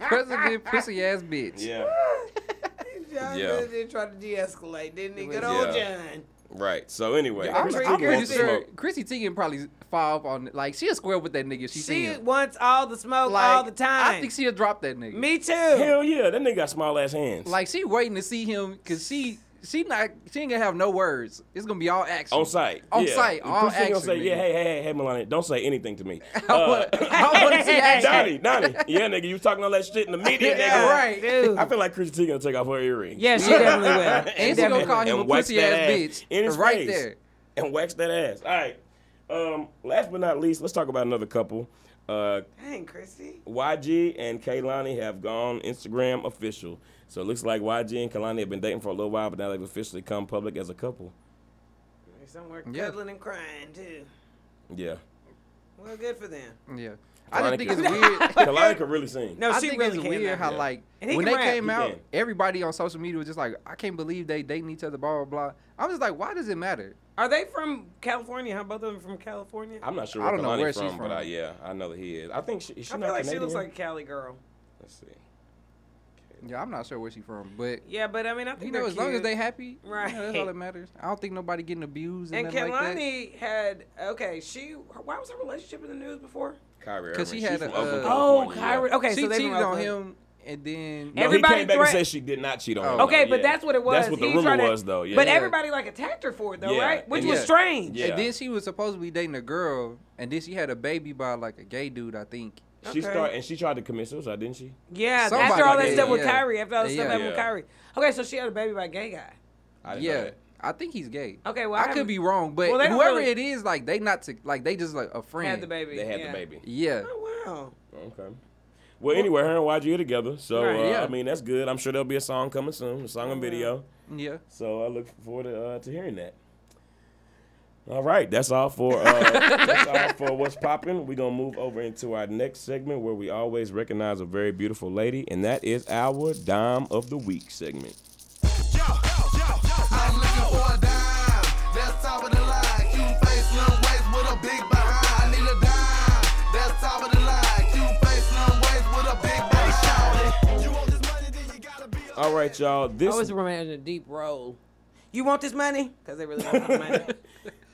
Speaker 3: President pussy ass bitch.
Speaker 1: yeah.
Speaker 2: John
Speaker 1: Yeah.
Speaker 2: Legend tried to de-escalate, didn't he? Good
Speaker 3: Yeah.
Speaker 2: old John.
Speaker 1: Right. So anyway,
Speaker 2: I'm-
Speaker 1: Chris
Speaker 2: I'm
Speaker 1: Teigen
Speaker 2: pretty
Speaker 1: wants
Speaker 3: Pretty
Speaker 1: to
Speaker 3: sure
Speaker 1: smoke.
Speaker 3: Chrissy Teigen probably fall on like she'll square with that nigga. if She, see
Speaker 2: She
Speaker 3: him.
Speaker 2: wants all the smoke
Speaker 3: Like,
Speaker 2: all the time.
Speaker 3: I think she'll drop that nigga.
Speaker 2: Me too.
Speaker 1: Hell yeah, that nigga got small ass hands.
Speaker 3: Like she waiting to see him because she she not she ain't gonna have no words. It's gonna be all action.
Speaker 1: On site.
Speaker 3: On
Speaker 1: yeah.
Speaker 3: site, all
Speaker 1: Chris Teigen gonna
Speaker 3: action,
Speaker 1: say, yeah,
Speaker 3: nigga.
Speaker 1: hey, hey, hey, hey, Melania, don't say anything to me.
Speaker 3: I
Speaker 1: Uh,
Speaker 3: wanna, I wanna see action.
Speaker 1: Donnie, Donnie. Yeah, nigga, you talking all that shit in the media,
Speaker 3: Yeah,
Speaker 1: nigga.
Speaker 3: right.
Speaker 2: Dude.
Speaker 1: I feel like Chris T gonna take off her earring.
Speaker 5: Yeah, she definitely will.
Speaker 3: And she gonna call him a
Speaker 1: And wax
Speaker 3: pussy
Speaker 1: that
Speaker 3: ass
Speaker 1: ass
Speaker 3: bitch
Speaker 1: in his
Speaker 3: right
Speaker 1: face.
Speaker 3: there.
Speaker 1: and wax that ass. All right. Um, last but not least, let's talk about another couple. Uh,
Speaker 2: Dang, Chrissy.
Speaker 1: YG and Kaylani have gone Instagram official. So it looks like YG and Kaylani have been dating for a little while, but now they've officially come public as a couple.
Speaker 2: There's somewhere
Speaker 3: Yeah.
Speaker 2: cuddling and crying too.
Speaker 1: Yeah.
Speaker 2: Well, good for them.
Speaker 3: Yeah, I just
Speaker 1: Veronica.
Speaker 3: think it's weird.
Speaker 1: Kaylani could really sing.
Speaker 2: No,
Speaker 3: I
Speaker 2: she
Speaker 3: think
Speaker 2: really
Speaker 3: it's
Speaker 2: can
Speaker 3: weird
Speaker 2: now.
Speaker 3: how like
Speaker 2: And he
Speaker 3: when
Speaker 2: can
Speaker 3: they
Speaker 2: rap.
Speaker 3: came
Speaker 2: He
Speaker 3: out,
Speaker 1: can.
Speaker 3: everybody on social media was just like, "I can't believe they dating each other." Blah blah blah. I'm just like, why does it matter?
Speaker 2: Are they from California? How both of them from California? I,
Speaker 1: I'm not sure
Speaker 3: I
Speaker 1: where
Speaker 3: don't know
Speaker 1: Kalani
Speaker 3: where
Speaker 1: from,
Speaker 3: she's
Speaker 1: but
Speaker 3: from.
Speaker 1: I, yeah, I know that he is. I think she, is she
Speaker 2: feel
Speaker 1: not
Speaker 2: like
Speaker 1: Canadian.
Speaker 2: she looks like a Cali girl.
Speaker 1: Let's see.
Speaker 3: Yeah, I'm not sure where she from, but
Speaker 2: Yeah, but I mean, I think
Speaker 3: you know,
Speaker 2: they're
Speaker 3: as long as
Speaker 2: cute.
Speaker 3: they happy, you know, that's all
Speaker 2: Right.
Speaker 3: that matters. I don't think nobody getting abused and,
Speaker 2: and
Speaker 3: nothing like that.
Speaker 2: Kelani had okay. She why was her relationship in the news before?
Speaker 1: Kyrie
Speaker 3: Because
Speaker 1: Irving.
Speaker 3: she had
Speaker 1: She's
Speaker 3: a,
Speaker 1: from Oakland,
Speaker 3: uh,
Speaker 2: Oh,
Speaker 1: California, yeah.
Speaker 2: Kyrie. Okay,
Speaker 3: she
Speaker 2: so they
Speaker 3: cheated
Speaker 2: from
Speaker 3: on
Speaker 2: Oakland.
Speaker 3: him, and then
Speaker 1: No,
Speaker 2: Everybody
Speaker 1: he came back
Speaker 2: threat-
Speaker 1: and said she did not cheat on him.
Speaker 3: Oh.
Speaker 2: Okay,
Speaker 1: though.
Speaker 2: but
Speaker 1: Yeah.
Speaker 2: that's what it was.
Speaker 1: That's what the
Speaker 2: He
Speaker 1: rumor
Speaker 2: tried to-
Speaker 1: was, though. Yeah.
Speaker 2: But
Speaker 1: Yeah.
Speaker 2: everybody like attacked her for it though,
Speaker 1: Yeah,
Speaker 2: right? Which
Speaker 1: and
Speaker 2: was
Speaker 1: yeah.
Speaker 2: strange.
Speaker 1: Yeah.
Speaker 3: and then she was supposed to be dating a girl, and then she had a baby by like a gay dude, I think.
Speaker 1: She
Speaker 2: Okay.
Speaker 1: started and she tried to commit suicide, didn't she?
Speaker 2: Yeah,
Speaker 3: Somebody
Speaker 2: after all that
Speaker 1: did,
Speaker 2: stuff with
Speaker 3: yeah.
Speaker 2: Kyrie, after all that
Speaker 3: Yeah.
Speaker 2: stuff happened with
Speaker 1: Yeah.
Speaker 2: Kyrie. Okay, so she had a baby by a gay guy.
Speaker 1: I didn't know
Speaker 3: Yeah,
Speaker 1: that.
Speaker 3: I think he's gay.
Speaker 2: Okay, well,
Speaker 3: I,
Speaker 2: I haven't-
Speaker 3: could be wrong, but
Speaker 2: Well, they don't
Speaker 3: whoever
Speaker 2: really-
Speaker 3: it is, like they not to like they just like a friend.
Speaker 2: Had the baby.
Speaker 1: They had
Speaker 2: yeah.
Speaker 1: the baby.
Speaker 3: Yeah,
Speaker 2: Oh wow.
Speaker 1: Okay. Well, anyway, her and YG are together, so
Speaker 2: Right, Oh,
Speaker 1: uh,
Speaker 3: yeah.
Speaker 1: I mean that's good. I'm sure there'll be a song coming soon, a song and video.
Speaker 3: yeah.
Speaker 1: So I look forward to, uh, to hearing that. All right, that's all for uh, that's all for what's popping. We're gonna move over into our next segment where we always recognize a very beautiful lady, and that is our dime of the week segment.
Speaker 6: I'm looking for a dime. That's top of the line. Cute face, slim waist with a big behind. I need a dime. That's top of the line. Cute face, slim waist with a big behind. You want this money, then you gotta be a
Speaker 1: All right, y'all. This
Speaker 2: I was remaining a deep role. You want this money? Because they really want this money.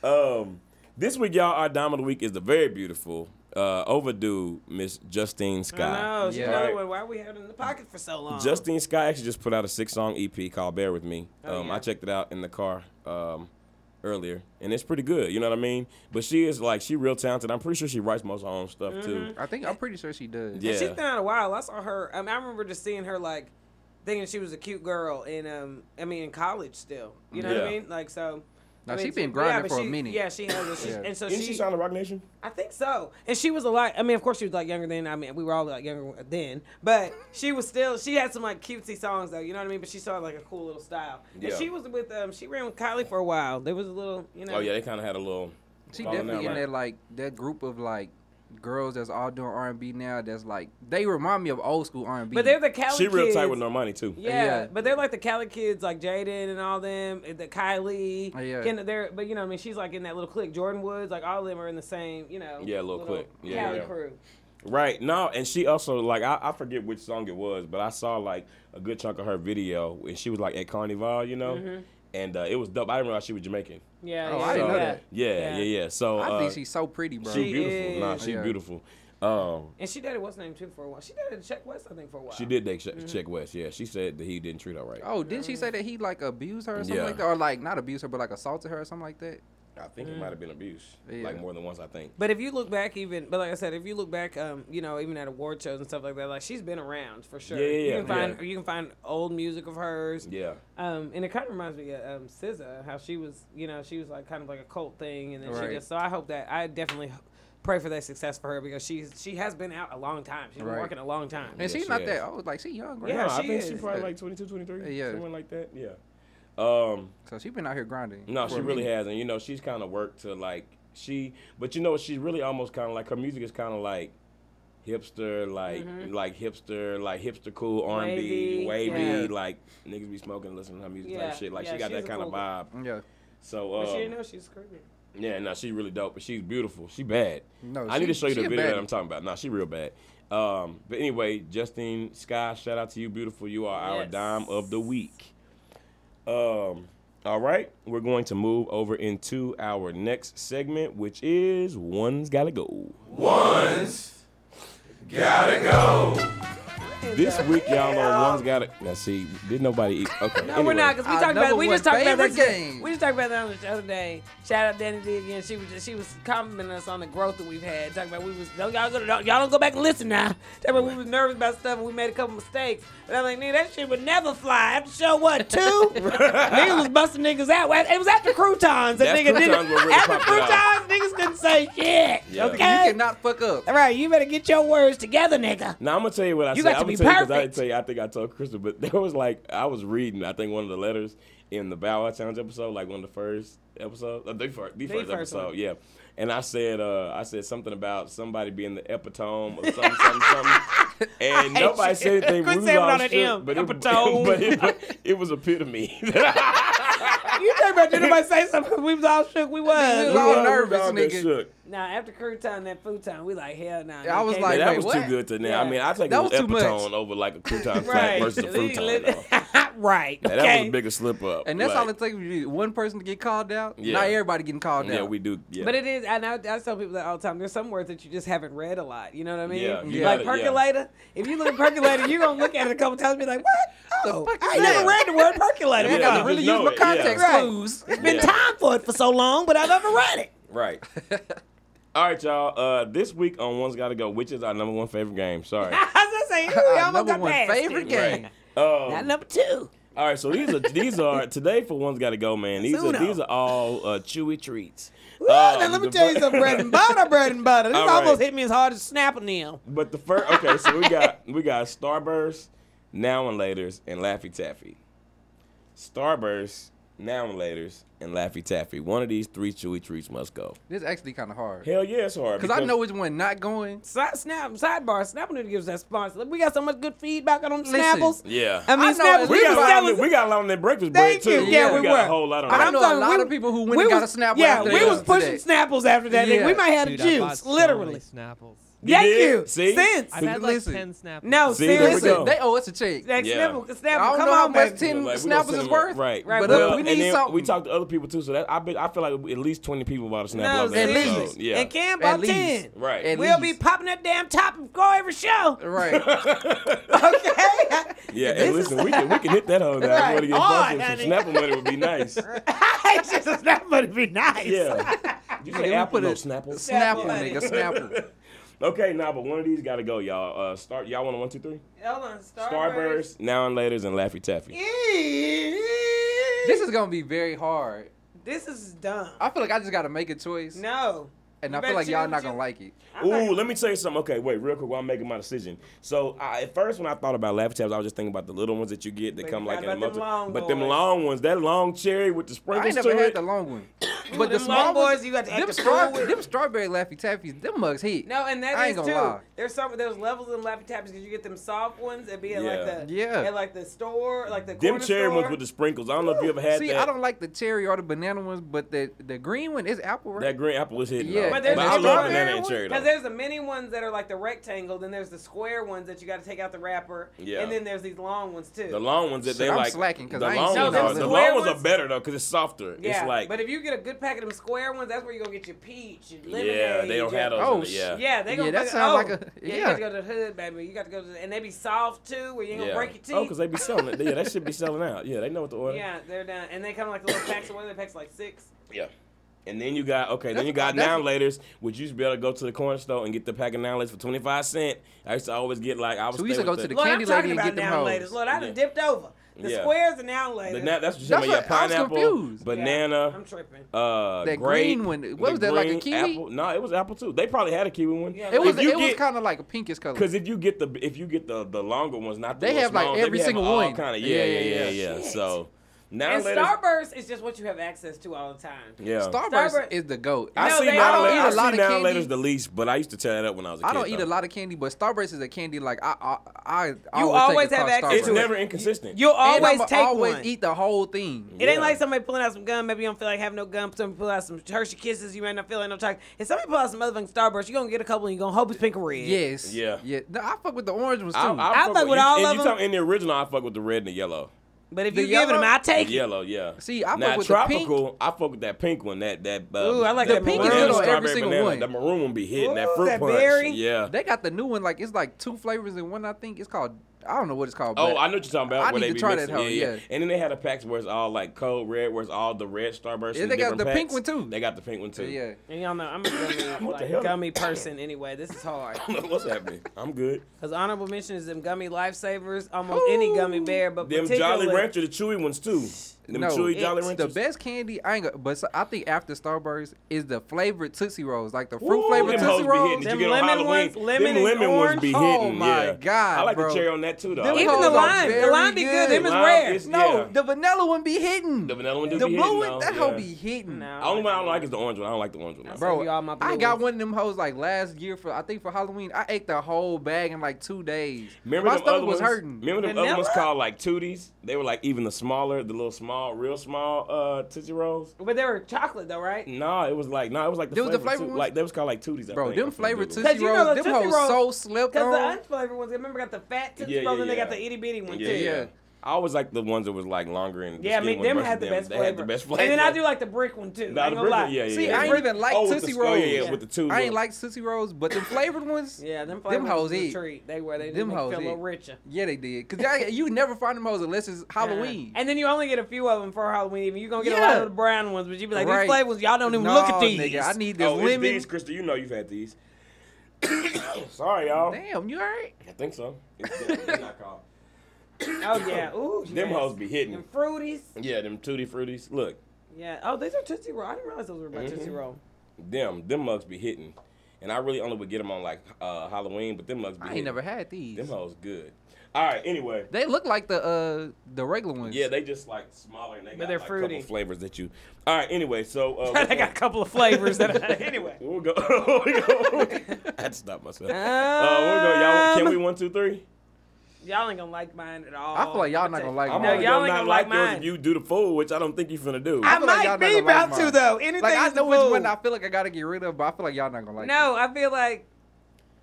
Speaker 1: Um, this week, y'all, our dime of the week is the very beautiful, uh, overdue Miss Justine Scott.
Speaker 2: No, she's
Speaker 3: Yeah.
Speaker 2: another
Speaker 1: Right.
Speaker 2: one. Why we had it in the pocket for so
Speaker 3: Um,
Speaker 2: long?
Speaker 1: Justine Scott actually just put out a six-song EP called "Bear with Me."
Speaker 2: Oh,
Speaker 1: um,
Speaker 2: yeah.
Speaker 1: I checked it out in the car um, earlier, and it's pretty good. You know what I mean? But she is like she real talented. I'm pretty sure she writes most of her own stuff too.
Speaker 3: I think I'm pretty sure she does.
Speaker 1: Yeah.
Speaker 2: She's been out a while. I saw her. I, mean, I remember just seeing her like thinking she was a cute girl in um. I mean, in college still. You know what I
Speaker 1: Yeah.
Speaker 2: mean? Like so.
Speaker 3: Now,
Speaker 2: I mean,
Speaker 3: she been
Speaker 2: yeah,
Speaker 3: grinding
Speaker 2: but
Speaker 3: for a
Speaker 2: she-
Speaker 3: minute.
Speaker 2: Yeah, she has. She's,
Speaker 3: Yeah.
Speaker 2: And so
Speaker 1: Isn't she,
Speaker 2: she,
Speaker 1: signed to Rock Nation?
Speaker 2: I think so. And she was a lot. I mean, of course, she was like younger than. I mean, we were all like younger then, but she was still. She had some like cutesy songs though. You know what I mean? But she still had like a cool little style. And
Speaker 1: Yeah.
Speaker 2: she was with um. She ran with Kylie for a while. There was a little. You know.
Speaker 1: Oh yeah, they kind of had a little.
Speaker 3: She
Speaker 1: falling out,
Speaker 3: definitely in
Speaker 1: right?
Speaker 3: that like that group of like girls that's all doing R and B now. That's like they remind me of old school R and B.
Speaker 2: But they're the Cali
Speaker 1: She
Speaker 2: kids.
Speaker 1: real tight with Normani too.
Speaker 2: Yeah,
Speaker 3: Yeah.
Speaker 2: but they're like the Cali kids, like Jaden and all them, and the Kylie.
Speaker 3: Oh, yeah.
Speaker 2: Ken- they're, but you know, I mean, she's like in that little clique. Jordan Woods, like all of them are in the same, you know.
Speaker 1: Yeah, little clique. Yeah,
Speaker 2: Cali
Speaker 1: yeah.
Speaker 2: crew.
Speaker 1: Right. No, and she also like I, I forget which song it was, but I saw like a good chunk of her video and she was like at Carnival, you know? And uh, it was dope. I didn't realize she was Jamaican.
Speaker 3: Oh,
Speaker 2: Yeah. yeah,
Speaker 3: Mm-hmm. I didn't
Speaker 2: yeah.
Speaker 3: know that.
Speaker 1: Yeah,
Speaker 2: Yeah.
Speaker 1: yeah, yeah. So
Speaker 3: I
Speaker 1: uh,
Speaker 3: think she's so pretty, bro.
Speaker 1: she
Speaker 2: She
Speaker 1: beautiful. Nah,
Speaker 2: is.
Speaker 1: she
Speaker 3: Yeah.
Speaker 1: beautiful. Um
Speaker 2: And she dated what's name too for a while. She dated Check West, I think, for a while.
Speaker 1: she did date check, check West, yeah. She said that he didn't treat her right.
Speaker 3: oh, didn't she say that he like abused her or something
Speaker 1: Yeah.
Speaker 3: like that, or like not abused her, but like assaulted her or something like that?
Speaker 1: I think it might have been abuse.
Speaker 3: Yeah.
Speaker 1: Like more than once I think.
Speaker 2: But if you look back, even but like I said, if you look back, um, you know, even at award shows and stuff like that, like she's been around for sure.
Speaker 1: Yeah, yeah,
Speaker 2: You can
Speaker 1: yeah.
Speaker 2: find
Speaker 1: Yeah.
Speaker 2: you can find old music of hers.
Speaker 1: Yeah.
Speaker 2: Um, and it kind of reminds me of um, SZA, how she was, you know, she was like kind of like a cult thing, and then
Speaker 3: Right.
Speaker 2: she just. So I hope that I definitely h- pray for that success for her because she's she has been out a long time. She's been
Speaker 3: Right.
Speaker 2: working a long time.
Speaker 3: And
Speaker 1: Yeah,
Speaker 3: she's
Speaker 1: she
Speaker 3: not
Speaker 1: is.
Speaker 3: that old. Like she young, right?
Speaker 2: Yeah,
Speaker 1: no,
Speaker 2: she
Speaker 1: I think she
Speaker 2: is.
Speaker 1: probably
Speaker 3: Uh,
Speaker 1: like 22, 23,
Speaker 3: yeah.
Speaker 1: somewhere like that. Yeah. Um
Speaker 3: So she been out here grinding.
Speaker 1: No,
Speaker 3: for
Speaker 1: she
Speaker 3: a
Speaker 1: really
Speaker 3: minute.
Speaker 1: has, and you know, she's kind of worked to like she, but you know, what, she's really almost kind of like her music is kind of like hipster, like like hipster, like hipster cool R and B,
Speaker 2: Wavy,
Speaker 1: Mm-hmm. wavy,
Speaker 2: yeah.
Speaker 1: like niggas be smoking, listening to her music
Speaker 2: Yeah,
Speaker 1: type shit. Like
Speaker 2: yeah,
Speaker 1: she got
Speaker 2: she's
Speaker 1: that
Speaker 2: a
Speaker 1: kind of
Speaker 2: cool girl.
Speaker 1: vibe.
Speaker 3: Yeah.
Speaker 1: So
Speaker 2: But she
Speaker 1: uh,
Speaker 2: didn't know she was screaming.
Speaker 1: yeah, no, she really dope, but she's beautiful. She bad.
Speaker 3: No,
Speaker 1: I need
Speaker 3: she-
Speaker 1: to show you the
Speaker 3: she a
Speaker 1: video that
Speaker 3: baddie.
Speaker 1: I'm talking about. Nah, she real bad. Um, but anyway, Justine Sky, shout out to you, beautiful. You are our
Speaker 2: Yes.
Speaker 1: dime of the week. Um, all right, we're going to move over into our next segment, which is one's gotta go.
Speaker 6: Gotta go.
Speaker 1: This week, y'all on one's gotta. Now, see, did nobody eat? Okay,
Speaker 2: No, we're not because we
Speaker 3: our
Speaker 2: talked about
Speaker 3: number
Speaker 2: we just
Speaker 3: one
Speaker 2: talked about that
Speaker 3: favorite
Speaker 2: game.
Speaker 3: game.
Speaker 2: We just talked about that on the other day. Shout out Danny D again. She was just, she was complimenting us on the growth that we've had. Talking about we was don't y'all go don't, y'all don't go back and listen now. Talking about we was nervous about stuff and we made a couple mistakes. But I'm like, nigga, that shit would never fly. After show what two? niggas was busting niggas out. It was after croutons. That
Speaker 1: That's
Speaker 2: nigga
Speaker 1: croutons
Speaker 2: didn't.
Speaker 1: were really
Speaker 2: after
Speaker 1: popular.
Speaker 2: croutons, niggas couldn't say shit.
Speaker 1: Yeah.
Speaker 2: Okay.
Speaker 3: You cannot fuck up.
Speaker 2: All right, you better get your words together, nigga.
Speaker 1: Now I'm gonna tell you what I
Speaker 2: You
Speaker 1: said.
Speaker 2: got
Speaker 1: I'm gonna tell
Speaker 2: to be
Speaker 1: you because I
Speaker 2: perfect.
Speaker 1: didn't tell you. I think I told Crystal, but there was like I was reading. I think one of the letters in the Bow Wow Challenge episode, like one of the first episodes, uh, the first, the
Speaker 2: The
Speaker 1: first
Speaker 2: first
Speaker 1: episode,
Speaker 2: one.
Speaker 1: yeah. And I said, uh, I said something about somebody being the epitome or something, something, something. And
Speaker 2: hate
Speaker 1: nobody
Speaker 2: you.
Speaker 1: said anything.
Speaker 2: Quit
Speaker 1: We was
Speaker 2: saying
Speaker 1: all
Speaker 2: without an
Speaker 1: shook,
Speaker 2: M,
Speaker 1: but it,
Speaker 2: epitome.
Speaker 1: but it, it was epitome.
Speaker 2: You talking about did nobody say something? We was all shook. We
Speaker 3: was
Speaker 2: was.
Speaker 3: all
Speaker 1: We
Speaker 3: nervous,
Speaker 1: all been
Speaker 3: nigga.
Speaker 1: shook.
Speaker 2: Nah, after crew time, that food time, we like hell nah.
Speaker 3: Yeah, I
Speaker 2: nigga,
Speaker 3: was
Speaker 2: can't
Speaker 3: like,
Speaker 1: Yeah,
Speaker 2: do
Speaker 1: that
Speaker 3: wait,
Speaker 1: was
Speaker 3: what?
Speaker 1: too good to now.
Speaker 2: Yeah.
Speaker 1: I mean, I take
Speaker 3: That
Speaker 1: an
Speaker 3: was too much.
Speaker 1: epitome over like a crouton
Speaker 2: that.
Speaker 1: flat versus a
Speaker 2: We
Speaker 1: fruton.
Speaker 2: lit-
Speaker 1: though.
Speaker 2: right. Okay.
Speaker 1: Yeah, that was a bigger slip up.
Speaker 3: And that's
Speaker 1: like-
Speaker 3: all it takes. You need One person to get called out.
Speaker 1: Yeah.
Speaker 3: Not everybody getting called
Speaker 1: Yeah,
Speaker 3: out.
Speaker 1: we do. Yeah.
Speaker 2: Oh, But it is, and I, I tell people that all the time. There's some words that you just haven't read a lot. You know what I mean?
Speaker 1: Yeah, you gotta-
Speaker 2: Like
Speaker 1: yeah.
Speaker 2: percolator. If you look at percolator, you gonna look at it a couple times and be like, "What? Oh,
Speaker 3: fuck is
Speaker 2: I ain't
Speaker 3: that?"
Speaker 2: never read the word percolator.
Speaker 1: Yeah,
Speaker 2: before.
Speaker 1: you
Speaker 3: I really use
Speaker 1: just know
Speaker 3: my
Speaker 1: it, yeah.
Speaker 3: context
Speaker 2: Right.
Speaker 3: clues.
Speaker 2: It's been
Speaker 1: Yeah.
Speaker 2: time for it for so long, but I never read it.
Speaker 1: Right. All right, y'all. Uh, this week on One's Gotta Go, which is our number one favorite game. Sorry.
Speaker 2: I was gonna say, ooh, we
Speaker 3: Our
Speaker 2: almost
Speaker 3: number
Speaker 2: got
Speaker 3: one
Speaker 2: past
Speaker 3: favorite
Speaker 2: it.
Speaker 3: game.
Speaker 1: Um,
Speaker 2: Now number two.
Speaker 1: all right, so these are these are today for One's Gotta Go, man. These are
Speaker 2: Uno.
Speaker 1: these are all uh, chewy treats.
Speaker 2: Well,
Speaker 1: Um,
Speaker 2: now let me
Speaker 1: the
Speaker 2: tell you
Speaker 1: fir-
Speaker 2: some bread and butter, bread and butter. This
Speaker 1: All
Speaker 2: almost
Speaker 1: right.
Speaker 2: hit me as hard as snapping them.
Speaker 1: But the first, okay, so we got we got Starburst, Now and Later's, and Laffy Taffy. Starburst, Now and Later's, and Laffy Taffy. One of these three chewy treats must go.
Speaker 3: This is actually kind of hard.
Speaker 1: Hell yeah, it's hard.
Speaker 3: Because I know which one not going.
Speaker 2: Side, snap, sidebar, Snapple need to give us that sponsor. Look, we got so much good feedback on them
Speaker 3: Listen.
Speaker 2: Snapples.
Speaker 1: Yeah.
Speaker 2: I mean,
Speaker 3: I know
Speaker 2: Snapples,
Speaker 3: it.
Speaker 1: we
Speaker 2: we
Speaker 3: you
Speaker 1: got, a
Speaker 2: was
Speaker 1: lot on
Speaker 2: selling.
Speaker 1: that- we got a lot on that breakfast
Speaker 2: Thank
Speaker 1: bread too.
Speaker 2: you. Yeah, we
Speaker 1: got
Speaker 2: were.
Speaker 1: a whole lot on
Speaker 2: I
Speaker 1: that.
Speaker 3: I know
Speaker 2: telling
Speaker 3: a
Speaker 2: you,
Speaker 3: lot
Speaker 2: we-
Speaker 3: of people who went
Speaker 2: we
Speaker 3: and got a
Speaker 2: was-
Speaker 3: Snapple
Speaker 2: Yeah,
Speaker 3: after
Speaker 2: we
Speaker 3: that.
Speaker 2: was pushing Snapples after that. nigga.
Speaker 3: Yeah.
Speaker 2: We might have
Speaker 7: Dude, I bought
Speaker 2: juice,
Speaker 7: so many
Speaker 2: literally.
Speaker 7: Snapples.
Speaker 1: You
Speaker 2: Thank
Speaker 1: did?
Speaker 2: you.
Speaker 1: See?
Speaker 2: Since.
Speaker 7: I've had
Speaker 3: listen.
Speaker 7: like ten Snapples.
Speaker 2: no,
Speaker 1: See, there we
Speaker 2: seriously.
Speaker 1: go.
Speaker 3: Listen, they owe us a check.
Speaker 2: That
Speaker 1: Yeah.
Speaker 2: Snapple,
Speaker 3: I
Speaker 2: Snapple,
Speaker 3: don't
Speaker 2: come
Speaker 3: know how
Speaker 2: on,
Speaker 3: much
Speaker 2: baby.
Speaker 3: ten
Speaker 1: Like, we gonna
Speaker 3: snapples
Speaker 1: send
Speaker 3: is
Speaker 1: them-
Speaker 3: worth.
Speaker 1: Right.
Speaker 2: Right,
Speaker 3: But
Speaker 2: well,
Speaker 3: uh,
Speaker 1: Well,
Speaker 3: we
Speaker 1: and
Speaker 3: need
Speaker 1: then
Speaker 3: something.
Speaker 1: We talked to other people too, so that I bet I feel like at least twenty people bought a snap.
Speaker 2: No,
Speaker 1: Love that
Speaker 2: seriously.
Speaker 1: episode. Yeah.
Speaker 2: And Cam
Speaker 3: At
Speaker 2: bought
Speaker 3: least.
Speaker 2: 10.
Speaker 1: right.
Speaker 3: At
Speaker 2: We'll
Speaker 3: least.
Speaker 2: be popping that damn top and go every show.
Speaker 3: Right.
Speaker 2: Okay?
Speaker 1: yeah. And listen, we can we can hit that whole down.
Speaker 2: Right.
Speaker 1: Right. Get
Speaker 2: Hard,
Speaker 1: sponsored. Some
Speaker 2: honey.
Speaker 1: Snapple money would be nice.
Speaker 2: it's just a Snapple would be nice.
Speaker 1: Yeah. You say
Speaker 3: Yeah, we
Speaker 1: Apple,
Speaker 3: put
Speaker 1: no
Speaker 3: it-
Speaker 1: Snapple.
Speaker 3: Snapple,
Speaker 2: buddy.
Speaker 3: nigga. Snapple.
Speaker 1: Okay, nah, but one of these gotta go, y'all. Uh, start y'all want a one, two, three?
Speaker 2: Hold on, Starburst.
Speaker 1: Starburst, Now and Later's, and Laffy Taffy.
Speaker 3: This is gonna be very hard.
Speaker 2: This is dumb.
Speaker 3: I feel like I just gotta make a choice,
Speaker 2: No.
Speaker 3: and
Speaker 2: you
Speaker 3: I feel like
Speaker 2: better
Speaker 3: y'all
Speaker 2: choose
Speaker 3: not
Speaker 2: your-
Speaker 3: gonna like it.
Speaker 2: I'm not-
Speaker 1: Ooh, let me tell you something. Okay, wait, real quick while I'm making my decision. So I, at first, when I thought about Laffy Taffs, I was just thinking about the little ones that you get that
Speaker 2: But
Speaker 1: come
Speaker 2: you
Speaker 1: like in
Speaker 2: forgot
Speaker 1: a
Speaker 2: about
Speaker 1: month.
Speaker 2: them long
Speaker 1: But them
Speaker 2: boys.
Speaker 1: long ones, that long cherry with the
Speaker 3: I
Speaker 1: sprinkles
Speaker 3: ain't
Speaker 1: to
Speaker 3: never
Speaker 1: it.
Speaker 3: had the long one. But the
Speaker 2: them
Speaker 3: small
Speaker 2: long
Speaker 3: boys,
Speaker 2: boys, you got to act
Speaker 3: them,
Speaker 2: a fool
Speaker 3: stra-
Speaker 2: with.
Speaker 3: them strawberry laffy taffies, them mugs heat.
Speaker 2: No, and
Speaker 3: I
Speaker 2: that
Speaker 3: ain't
Speaker 2: is too.
Speaker 3: gonna lie.
Speaker 2: There's some there's levels in Laffy Taffy because you get them soft ones and be at
Speaker 1: Yeah.
Speaker 2: like the
Speaker 3: Yeah.
Speaker 2: at like the store, like the
Speaker 1: Them
Speaker 2: corner
Speaker 1: cherry
Speaker 2: store.
Speaker 1: ones with the sprinkles. I don't know if you ever had
Speaker 3: See,
Speaker 1: that.
Speaker 3: I don't like the cherry or the banana ones, but the the green one is apple, right?
Speaker 1: that green apple is hitting.
Speaker 3: Yeah.
Speaker 1: though.
Speaker 2: But
Speaker 1: But,
Speaker 2: there's
Speaker 3: But
Speaker 2: the
Speaker 1: I love
Speaker 2: strawberry
Speaker 1: banana and
Speaker 2: ones,
Speaker 1: cherry though.
Speaker 2: there's the mini ones that are like the rectangle, then there's the square ones that you got to take out the wrapper,
Speaker 1: Yeah.
Speaker 2: and then there's these long ones too.
Speaker 1: The long ones that
Speaker 3: Shit,
Speaker 1: they
Speaker 3: I'm
Speaker 1: like.
Speaker 3: slacking 'cause
Speaker 1: the
Speaker 3: I ain't
Speaker 1: long
Speaker 3: seen
Speaker 1: ones
Speaker 2: those.
Speaker 1: are-
Speaker 2: No,
Speaker 1: the
Speaker 2: them
Speaker 1: long
Speaker 2: square
Speaker 1: ones are
Speaker 2: ones-
Speaker 1: better though because it's softer.
Speaker 2: yeah,
Speaker 1: It's like
Speaker 2: but if you get a good packet of them square ones, that's where you are gonna get your peach, your lemonade.
Speaker 1: yeah, they don't
Speaker 2: your-
Speaker 1: have those.
Speaker 3: Oh,
Speaker 1: in it, yeah.
Speaker 2: Yeah, they
Speaker 3: Yeah,
Speaker 2: gonna
Speaker 3: that
Speaker 2: fucking-
Speaker 3: sound
Speaker 2: oh,
Speaker 3: like a-
Speaker 2: yeah. You got to
Speaker 3: yeah.
Speaker 2: go to the hood, baby. You got to go to the, and they be soft too, where you ain't gonna
Speaker 1: yeah.
Speaker 2: break your teeth.
Speaker 1: Oh, because they be selling it. Yeah, that should be selling out. Yeah, they know what to order.
Speaker 2: yeah, they're done, and they come like the little packs. One of the packs like six.
Speaker 1: Yeah. And then you got okay.
Speaker 3: That's-
Speaker 1: then you got
Speaker 3: that's-
Speaker 1: now laters, which you used to be able to go to the corner store and get the pack of now laters for twenty five cent. I used to always get like I was.
Speaker 3: So we used to go to the-
Speaker 2: Lord,
Speaker 3: candy
Speaker 2: I'm talking
Speaker 3: lady and
Speaker 2: about
Speaker 3: get them
Speaker 2: now
Speaker 3: hoes.
Speaker 2: laters. Lord, I done
Speaker 1: Yeah.
Speaker 2: dipped over. The
Speaker 1: Yeah.
Speaker 2: squares are now laters.
Speaker 1: now, that's
Speaker 3: That's
Speaker 1: what you're talking about.
Speaker 3: what- I
Speaker 1: Yeah,
Speaker 3: was
Speaker 1: pineapple,
Speaker 3: confused.
Speaker 2: Yeah,
Speaker 1: banana,
Speaker 2: I'm tripping.
Speaker 1: uh,
Speaker 3: That
Speaker 1: grape,
Speaker 3: green one, what
Speaker 1: the
Speaker 3: was that, like a
Speaker 1: green,
Speaker 3: kiwi?
Speaker 1: Apple. No, it was apple too. They probably had a kiwi one.
Speaker 2: Yeah,
Speaker 3: It
Speaker 2: If
Speaker 3: was
Speaker 1: you
Speaker 3: it was
Speaker 1: get-
Speaker 3: kind of like a pinkish color.
Speaker 1: Because if you get the if you get the the longer ones, not the
Speaker 3: They
Speaker 1: little
Speaker 3: have, like,
Speaker 1: small ones, they
Speaker 3: every
Speaker 1: be having
Speaker 3: single
Speaker 1: all
Speaker 3: one.
Speaker 1: Kind of yeah, yeah, yeah, yeah.
Speaker 2: Shit.
Speaker 1: So now
Speaker 2: And
Speaker 1: laters,
Speaker 2: Starburst is just what you have access to all the time.
Speaker 1: yeah.
Speaker 3: Starburst,
Speaker 2: Starburst-
Speaker 3: is the goat.
Speaker 1: I
Speaker 2: No,
Speaker 1: see
Speaker 2: they
Speaker 1: now,
Speaker 2: don't
Speaker 1: la-
Speaker 2: eat
Speaker 1: I
Speaker 2: a
Speaker 3: lot
Speaker 1: see
Speaker 3: of
Speaker 1: now
Speaker 3: candy.
Speaker 1: laters the least, but I used to tear that up when I was a
Speaker 3: I
Speaker 1: kid.
Speaker 3: don't eat
Speaker 1: though.
Speaker 3: a lot of candy, but Starburst is a candy like I I, I I
Speaker 2: You always
Speaker 3: always, take
Speaker 2: have
Speaker 3: a cup of
Speaker 2: access
Speaker 1: It's
Speaker 2: to
Speaker 3: Starburst.
Speaker 1: never inconsistent.
Speaker 2: You'll
Speaker 3: And
Speaker 2: always
Speaker 3: I'ma
Speaker 2: take
Speaker 3: always
Speaker 2: one.
Speaker 3: eat the whole thing.
Speaker 2: It
Speaker 1: Yeah.
Speaker 2: ain't like somebody pulling out some gum. Maybe you don't feel like having no gum. Somebody pull out some Hershey Kisses. You might not feel like no chocolate. If somebody pull out some motherfucking Starburst, you gonna get a couple and you gonna hope it's pink or red.
Speaker 3: Yes.
Speaker 1: Yeah.
Speaker 3: Yeah. No, I fuck with the orange ones too.
Speaker 1: I, I,
Speaker 2: fuck with
Speaker 1: you-
Speaker 2: all
Speaker 1: and
Speaker 2: of
Speaker 1: you
Speaker 2: them.
Speaker 1: talking in the original, I fuck with the red and the yellow.
Speaker 2: But if
Speaker 3: The
Speaker 2: you give it
Speaker 3: yellow-
Speaker 2: them, I
Speaker 1: The
Speaker 2: take it.
Speaker 1: yellow, yeah.
Speaker 3: See, I fuck
Speaker 1: now,
Speaker 3: with the pink.
Speaker 1: tropical. I fuck with that pink one. That that. Uh,
Speaker 2: Ooh, I like that
Speaker 3: pink
Speaker 1: banana,
Speaker 3: is good on every
Speaker 1: strawberry
Speaker 3: single
Speaker 1: banana.
Speaker 3: one.
Speaker 1: The maroon one be hitting that
Speaker 2: Ooh,
Speaker 1: fruit
Speaker 2: that
Speaker 1: punch.
Speaker 2: berry.
Speaker 1: Yeah.
Speaker 3: They got the new one like it's like two flavors in one. I think it's called I don't know what it's called.
Speaker 1: Oh,
Speaker 3: but
Speaker 1: I know what you're talking about.
Speaker 3: I need
Speaker 1: where they
Speaker 3: to
Speaker 1: be
Speaker 3: try
Speaker 1: mixing.
Speaker 3: that hoe,
Speaker 1: yeah,
Speaker 3: yeah.
Speaker 1: And then they had a packs where it's all like cold red, where it's all the red starburst.
Speaker 3: Yeah,
Speaker 1: and
Speaker 3: they got
Speaker 1: different
Speaker 3: the pink
Speaker 1: packs.
Speaker 3: one, too.
Speaker 1: They got the pink one too.
Speaker 3: Yeah.
Speaker 2: And y'all know I'm a gummy,
Speaker 1: What the
Speaker 2: like,
Speaker 1: hell?
Speaker 2: gummy person anyway. This is hard.
Speaker 1: What's happening? I'm good.
Speaker 2: Because honorable mention is them gummy lifesavers. Almost any gummy bear, but
Speaker 1: Them
Speaker 2: particularly
Speaker 1: Jolly Rancher, the chewy ones too. Them
Speaker 3: No,
Speaker 1: chewy Jolly
Speaker 2: it's
Speaker 1: Ranchers.
Speaker 3: The best candy I ain't gonna, but so- I think after Starburst is the flavored Tootsie Rolls, like the fruit
Speaker 1: Ooh,
Speaker 3: flavored
Speaker 1: them
Speaker 3: Tootsie
Speaker 1: hoes be hitting.
Speaker 3: Rolls.
Speaker 1: Did you
Speaker 2: Them
Speaker 1: get on
Speaker 2: lemon
Speaker 1: Halloween?
Speaker 2: ones, lemon
Speaker 1: them
Speaker 2: and
Speaker 1: lemon ones
Speaker 2: orange.
Speaker 1: be
Speaker 3: Oh
Speaker 1: hitting.
Speaker 3: my
Speaker 1: yeah.
Speaker 3: God,
Speaker 1: I like
Speaker 3: bro.
Speaker 1: the cherry on that too, though.
Speaker 3: Them
Speaker 1: I like
Speaker 2: Even
Speaker 3: hoes
Speaker 2: the
Speaker 3: are
Speaker 2: lime. The
Speaker 3: very
Speaker 2: lime be good.
Speaker 3: good.
Speaker 2: Them is
Speaker 1: Lime
Speaker 2: rare.
Speaker 1: is-
Speaker 3: No,
Speaker 1: Yeah.
Speaker 3: the vanilla one be hitting.
Speaker 1: The vanilla one do
Speaker 3: The
Speaker 1: be
Speaker 3: blue
Speaker 1: hitting,
Speaker 3: one,
Speaker 1: though.
Speaker 3: that
Speaker 1: yeah.
Speaker 3: hoe be hitting.
Speaker 2: No.
Speaker 1: The only one I don't like is the orange one. I don't like the orange one.
Speaker 2: Bro, you all my
Speaker 3: I
Speaker 2: blue
Speaker 3: got
Speaker 2: ones.
Speaker 3: one of them hoes like last year for I think for Halloween. I ate the whole bag in like two days.
Speaker 1: Remember
Speaker 3: My
Speaker 1: them
Speaker 3: stomach
Speaker 1: other
Speaker 3: was
Speaker 1: ones?
Speaker 3: hurting.
Speaker 1: Remember them other
Speaker 2: Vanilla?
Speaker 1: ones called like tooties? They were like even the smaller, the little small, real small uh tootsie rolls.
Speaker 2: But they were chocolate though, right?
Speaker 1: No, it was like no, it was like the
Speaker 3: There was the
Speaker 1: flavor,
Speaker 3: flavor ones?
Speaker 1: like they was called like tooties. I
Speaker 3: Bro,
Speaker 1: think.
Speaker 3: them
Speaker 1: I'm finna
Speaker 3: flavored
Speaker 1: Google it.
Speaker 3: Tootsie
Speaker 2: you know
Speaker 3: Rolls,
Speaker 2: the
Speaker 3: them
Speaker 2: Tootsie
Speaker 3: hoes so
Speaker 2: Rolls-
Speaker 3: slept
Speaker 2: Because
Speaker 3: on.
Speaker 2: the unflavored ones, remember, got the fat Tootsie
Speaker 1: Oh. Yeah, yeah,
Speaker 2: Rolls, and they got
Speaker 1: yeah.
Speaker 2: the itty bitty one
Speaker 1: Yeah,
Speaker 2: too.
Speaker 1: yeah.
Speaker 3: Yeah.
Speaker 1: I always like the ones that was like longer and the
Speaker 2: Yeah, I
Speaker 1: skinny
Speaker 2: mean,
Speaker 1: ones
Speaker 2: them
Speaker 1: versus
Speaker 2: had the best
Speaker 1: They
Speaker 2: flavor.
Speaker 1: had the best flavor.
Speaker 2: And then I do like the brick one too.
Speaker 1: Nah,
Speaker 2: I ain't
Speaker 1: the
Speaker 2: gonna
Speaker 1: brick
Speaker 2: lie.
Speaker 1: one, yeah, yeah,
Speaker 3: See,
Speaker 1: yeah.
Speaker 3: I ain't even like
Speaker 1: oh, with
Speaker 3: Tootsie
Speaker 1: the, oh, yeah, yeah,
Speaker 3: Rolls.
Speaker 1: with the two.
Speaker 3: I ain't
Speaker 1: little-
Speaker 3: like Tootsie Rolls, but the flavored ones,
Speaker 2: Yeah, them
Speaker 3: them
Speaker 2: flavors
Speaker 3: hoes
Speaker 2: was a
Speaker 3: eat.
Speaker 2: treat. They were. They
Speaker 3: Them
Speaker 2: them hoes
Speaker 3: hoes
Speaker 2: feel a little
Speaker 3: eat.
Speaker 2: richer.
Speaker 3: Yeah, they did. Cause y'all- you never find them hoes unless it's Halloween.
Speaker 2: And then you only get a few of them for Halloween. Even you gonna get a
Speaker 3: Yeah.
Speaker 2: lot of the brown ones, but you be like,
Speaker 3: Right.
Speaker 2: these flavors, y'all don't even look
Speaker 3: No,
Speaker 2: at these.
Speaker 3: Nigga, I need this
Speaker 1: oh, it's
Speaker 3: lemon.
Speaker 1: these, Krista. You know you've had these. Sorry, y'all.
Speaker 3: Damn, you alright?
Speaker 1: I think so. It's it's not called.
Speaker 2: Oh yeah. Ooh.
Speaker 1: Them
Speaker 2: yes.
Speaker 1: hoes be hitting.
Speaker 2: Them fruities.
Speaker 1: Yeah, them tutti fruities. Look,
Speaker 2: Yeah. Oh, these are Tootsie Roll. I didn't realize those were my
Speaker 3: Mm-hmm.
Speaker 2: Tootsie Roll.
Speaker 1: them them mugs be hitting, and I really only would get them on like uh, Halloween, but them mugs be.
Speaker 3: I
Speaker 1: hitting.
Speaker 3: ain't never had these.
Speaker 1: Them hoes good. All right. Anyway.
Speaker 3: They look like the uh the regular ones.
Speaker 1: Yeah, they just like smaller and they got
Speaker 2: they're
Speaker 1: like,
Speaker 2: fruity.
Speaker 1: couple flavors that you. All right. Anyway, so uh,
Speaker 2: I got a couple of flavors that. I, anyway.
Speaker 1: We'll go. we'll go. I had to stop myself. uh, we'll go. Y'all, can we one, two, three?
Speaker 2: Um, Y'all ain't gonna like mine at all.
Speaker 3: I feel like y'all not gonna like
Speaker 1: I'm
Speaker 2: No,
Speaker 1: only
Speaker 3: mine.
Speaker 2: y'all
Speaker 1: gonna
Speaker 2: ain't
Speaker 1: not
Speaker 2: gonna
Speaker 1: like
Speaker 2: like
Speaker 1: yours
Speaker 2: mine.
Speaker 1: if you do the fool, which I don't think you're finna do.
Speaker 2: I
Speaker 3: I feel like
Speaker 2: might
Speaker 3: y'all not
Speaker 2: be
Speaker 3: gonna like
Speaker 2: about to
Speaker 3: mine.
Speaker 2: though. Anything
Speaker 3: Like I
Speaker 2: is the
Speaker 3: know which
Speaker 2: fool.
Speaker 3: one I feel like I gotta get rid of, but I feel like y'all not gonna like it.
Speaker 2: No, I feel like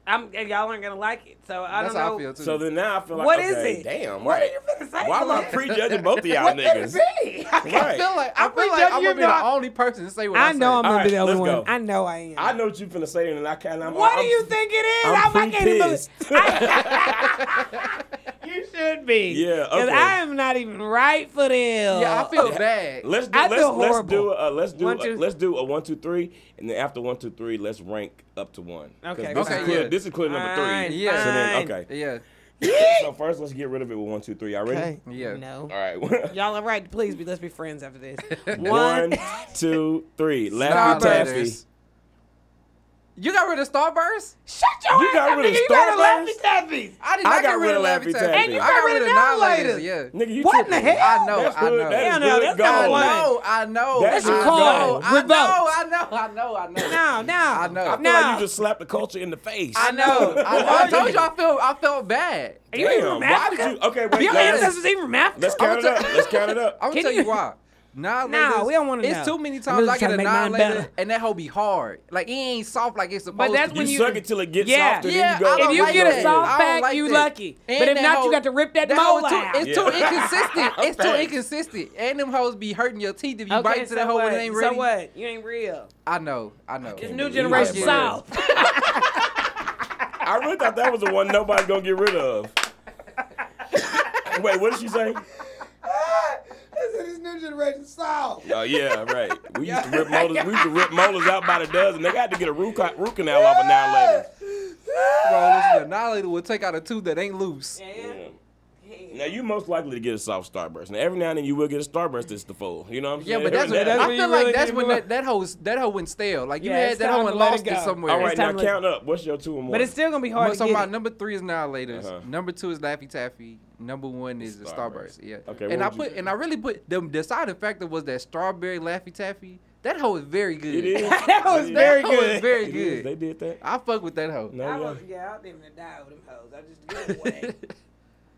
Speaker 2: I'm. and Y'all aren't gonna like it. So I
Speaker 3: That's
Speaker 2: don't know.
Speaker 3: how I feel too.
Speaker 1: so then now I feel like,
Speaker 2: What is
Speaker 1: okay,
Speaker 2: it?
Speaker 1: damn,
Speaker 2: What
Speaker 1: right.
Speaker 2: are you finna say?
Speaker 1: Why am I
Speaker 2: Glenn?
Speaker 1: prejudging both of y'all
Speaker 2: What
Speaker 1: niggas?
Speaker 2: is it?
Speaker 3: I
Speaker 1: Right.
Speaker 3: feel like
Speaker 2: I
Speaker 3: I
Speaker 2: feel
Speaker 3: feel like
Speaker 2: you-
Speaker 3: I'm
Speaker 2: you
Speaker 3: gonna be
Speaker 2: know
Speaker 3: the
Speaker 2: I-
Speaker 3: only person to say what I,
Speaker 2: I know I'm
Speaker 3: say.
Speaker 2: gonna be the
Speaker 1: All right,
Speaker 2: only
Speaker 1: let's
Speaker 2: one.
Speaker 1: go.
Speaker 2: I know I am.
Speaker 1: I know what you finna say, and I can't. I'm,
Speaker 2: What
Speaker 1: I'm,
Speaker 2: do you think it is?
Speaker 1: I'm
Speaker 2: I'm, I
Speaker 1: free
Speaker 2: can't even
Speaker 1: pissed.
Speaker 2: believe- You should be.
Speaker 1: Yeah,
Speaker 2: Because
Speaker 1: okay.
Speaker 2: I am not even right for Oh, this.
Speaker 3: Yeah, I feel bad.
Speaker 1: Let's do.
Speaker 2: I
Speaker 1: let's,
Speaker 2: feel
Speaker 1: let's
Speaker 2: horrible.
Speaker 1: do. Uh, let's do.
Speaker 2: One,
Speaker 1: uh,
Speaker 2: two-
Speaker 1: let's do a one, two, three, and then after one, two, three, let's rank up to one. 'Cause
Speaker 2: Okay,
Speaker 1: This
Speaker 3: fine.
Speaker 1: is clue,
Speaker 3: Yeah.
Speaker 1: This is clue number three.
Speaker 2: Fine,
Speaker 1: So then,
Speaker 2: fine.
Speaker 1: okay.
Speaker 3: Yeah.
Speaker 1: so first, let's get rid of it with one, two, three. Y'all ready?
Speaker 4: Okay.
Speaker 3: Yeah.
Speaker 2: No.
Speaker 1: All right.
Speaker 2: Y'all are right. Please be. Let's be friends after this.
Speaker 1: One, two, three. Laffy
Speaker 3: Starburst.
Speaker 1: Taffy.
Speaker 3: You got rid of Starburst?
Speaker 2: Shut your
Speaker 1: You
Speaker 2: ass
Speaker 1: got
Speaker 2: up,
Speaker 1: rid of
Speaker 2: nigga. You got
Speaker 1: Starburst?
Speaker 2: Laffy Taffys.
Speaker 3: I did
Speaker 1: I
Speaker 3: not
Speaker 1: got
Speaker 3: get rid of Laffy Taffy.
Speaker 1: And you
Speaker 3: I
Speaker 2: got rid of
Speaker 3: Annihilators,
Speaker 2: Annihilators.
Speaker 3: Yeah.
Speaker 1: Nigga, you
Speaker 2: What
Speaker 1: tripping.
Speaker 2: in the hell?
Speaker 3: I know,
Speaker 1: That's
Speaker 3: I
Speaker 1: good.
Speaker 3: know.
Speaker 1: That is
Speaker 2: Hell no,
Speaker 1: good
Speaker 2: that's not
Speaker 1: gold.
Speaker 2: one.
Speaker 3: No, I know.
Speaker 1: That's
Speaker 3: I
Speaker 1: your
Speaker 3: know.
Speaker 1: call.
Speaker 3: I
Speaker 5: Revolt.
Speaker 3: know. I know. I know. I know. I
Speaker 2: No, no.
Speaker 3: know.
Speaker 1: I feel like
Speaker 2: No.
Speaker 1: you just slapped the culture in the face.
Speaker 3: I know. I, know. I told you I feel. I felt bad.
Speaker 5: Are you even
Speaker 1: Damn,
Speaker 5: from
Speaker 1: why
Speaker 5: Africa?
Speaker 1: did you? Okay,
Speaker 5: Are
Speaker 1: wait.
Speaker 5: your
Speaker 1: let's-
Speaker 5: ancestors even from Africa?
Speaker 1: Let's count it up. Let's count it up.
Speaker 3: I'm gonna
Speaker 5: Can
Speaker 3: tell you
Speaker 5: you-
Speaker 3: why. Nah,
Speaker 5: Nah, we don't wanna
Speaker 3: It's
Speaker 5: know.
Speaker 3: too many
Speaker 5: I'm
Speaker 3: times
Speaker 5: just
Speaker 3: I get
Speaker 5: trying to
Speaker 3: a
Speaker 5: make mine
Speaker 3: annihilator,
Speaker 5: better.
Speaker 3: and that hoe be hard. Like it ain't soft like it's supposed.
Speaker 5: that's
Speaker 3: to.
Speaker 1: You
Speaker 5: when you-
Speaker 1: suck it till it gets
Speaker 5: Yeah.
Speaker 1: softer,
Speaker 3: Yeah,
Speaker 1: then you go.
Speaker 3: I don't
Speaker 5: If you
Speaker 3: like
Speaker 5: get
Speaker 3: that.
Speaker 5: a soft
Speaker 3: I don't
Speaker 5: back,
Speaker 3: like
Speaker 5: you
Speaker 3: that.
Speaker 5: lucky.
Speaker 3: And
Speaker 5: but if
Speaker 3: that
Speaker 5: not,
Speaker 3: hoe-
Speaker 5: you got to rip that,
Speaker 3: hoe
Speaker 5: mole
Speaker 3: too,
Speaker 5: out.
Speaker 3: It's too
Speaker 1: Yeah.
Speaker 3: inconsistent. It's too
Speaker 1: Thanks.
Speaker 3: inconsistent. And them hoes be hurting your teeth if you bite into
Speaker 2: so
Speaker 3: that hoe
Speaker 2: what?
Speaker 3: when it ain't ready.
Speaker 2: So what? You ain't real.
Speaker 3: I know. I know.
Speaker 2: It's
Speaker 1: can't
Speaker 2: new
Speaker 1: believe that,
Speaker 2: generation
Speaker 1: bro.
Speaker 2: South.
Speaker 1: I really thought that was the one nobody's gonna get rid of. Wait, what did she say?
Speaker 7: this new generation style.
Speaker 1: Oh yeah, right. We used to rip molars. We used to rip molars out by the dozen. They had to get a root, co- root canal off of nine later.
Speaker 3: Bro, listen, your annihilator will take out a tooth that ain't loose.
Speaker 2: Yeah.
Speaker 1: Now you most likely to get a soft starburst. Now every now and then you will get a starburst that's the full. You know what I'm
Speaker 3: Yeah,
Speaker 1: saying?
Speaker 3: but that's, what,
Speaker 1: Every now
Speaker 5: that's
Speaker 1: and
Speaker 3: I
Speaker 5: when
Speaker 3: feel
Speaker 5: you
Speaker 3: like
Speaker 5: really
Speaker 3: that's
Speaker 5: give
Speaker 3: when
Speaker 5: it
Speaker 3: that,
Speaker 5: up.
Speaker 3: that hoe's that hoe went stale. Like you
Speaker 5: Yeah,
Speaker 3: had
Speaker 5: it's
Speaker 3: that
Speaker 5: time
Speaker 3: hoe
Speaker 5: to
Speaker 3: and
Speaker 5: let it
Speaker 3: lost it
Speaker 5: go.
Speaker 3: somewhere.
Speaker 1: All right,
Speaker 5: It's
Speaker 1: now
Speaker 5: time to-
Speaker 1: count up. What's your two and one?
Speaker 2: But it's still gonna be hard
Speaker 3: But
Speaker 2: to
Speaker 3: so
Speaker 2: get.
Speaker 3: my
Speaker 2: it.
Speaker 3: number three is annihilators.
Speaker 1: Uh-huh.
Speaker 3: Number two is Laffy Taffy. Number one is the Starburst.
Speaker 1: Starburst.
Speaker 3: Yeah.
Speaker 1: Okay,
Speaker 3: And
Speaker 1: what
Speaker 3: I
Speaker 1: would you
Speaker 3: put
Speaker 1: do?
Speaker 3: and I really put the deciding factor was that strawberry Laffy Taffy. That hoe is very good.
Speaker 1: It is.
Speaker 2: That was
Speaker 3: That
Speaker 1: It
Speaker 2: very
Speaker 3: hoe
Speaker 2: good.
Speaker 3: Is very
Speaker 1: It is. They
Speaker 3: good.
Speaker 1: did that.
Speaker 3: I fuck with that hoe.
Speaker 1: No,
Speaker 2: I
Speaker 1: yeah.
Speaker 2: was, yeah, I was even gonna die with them hoes. I just give away.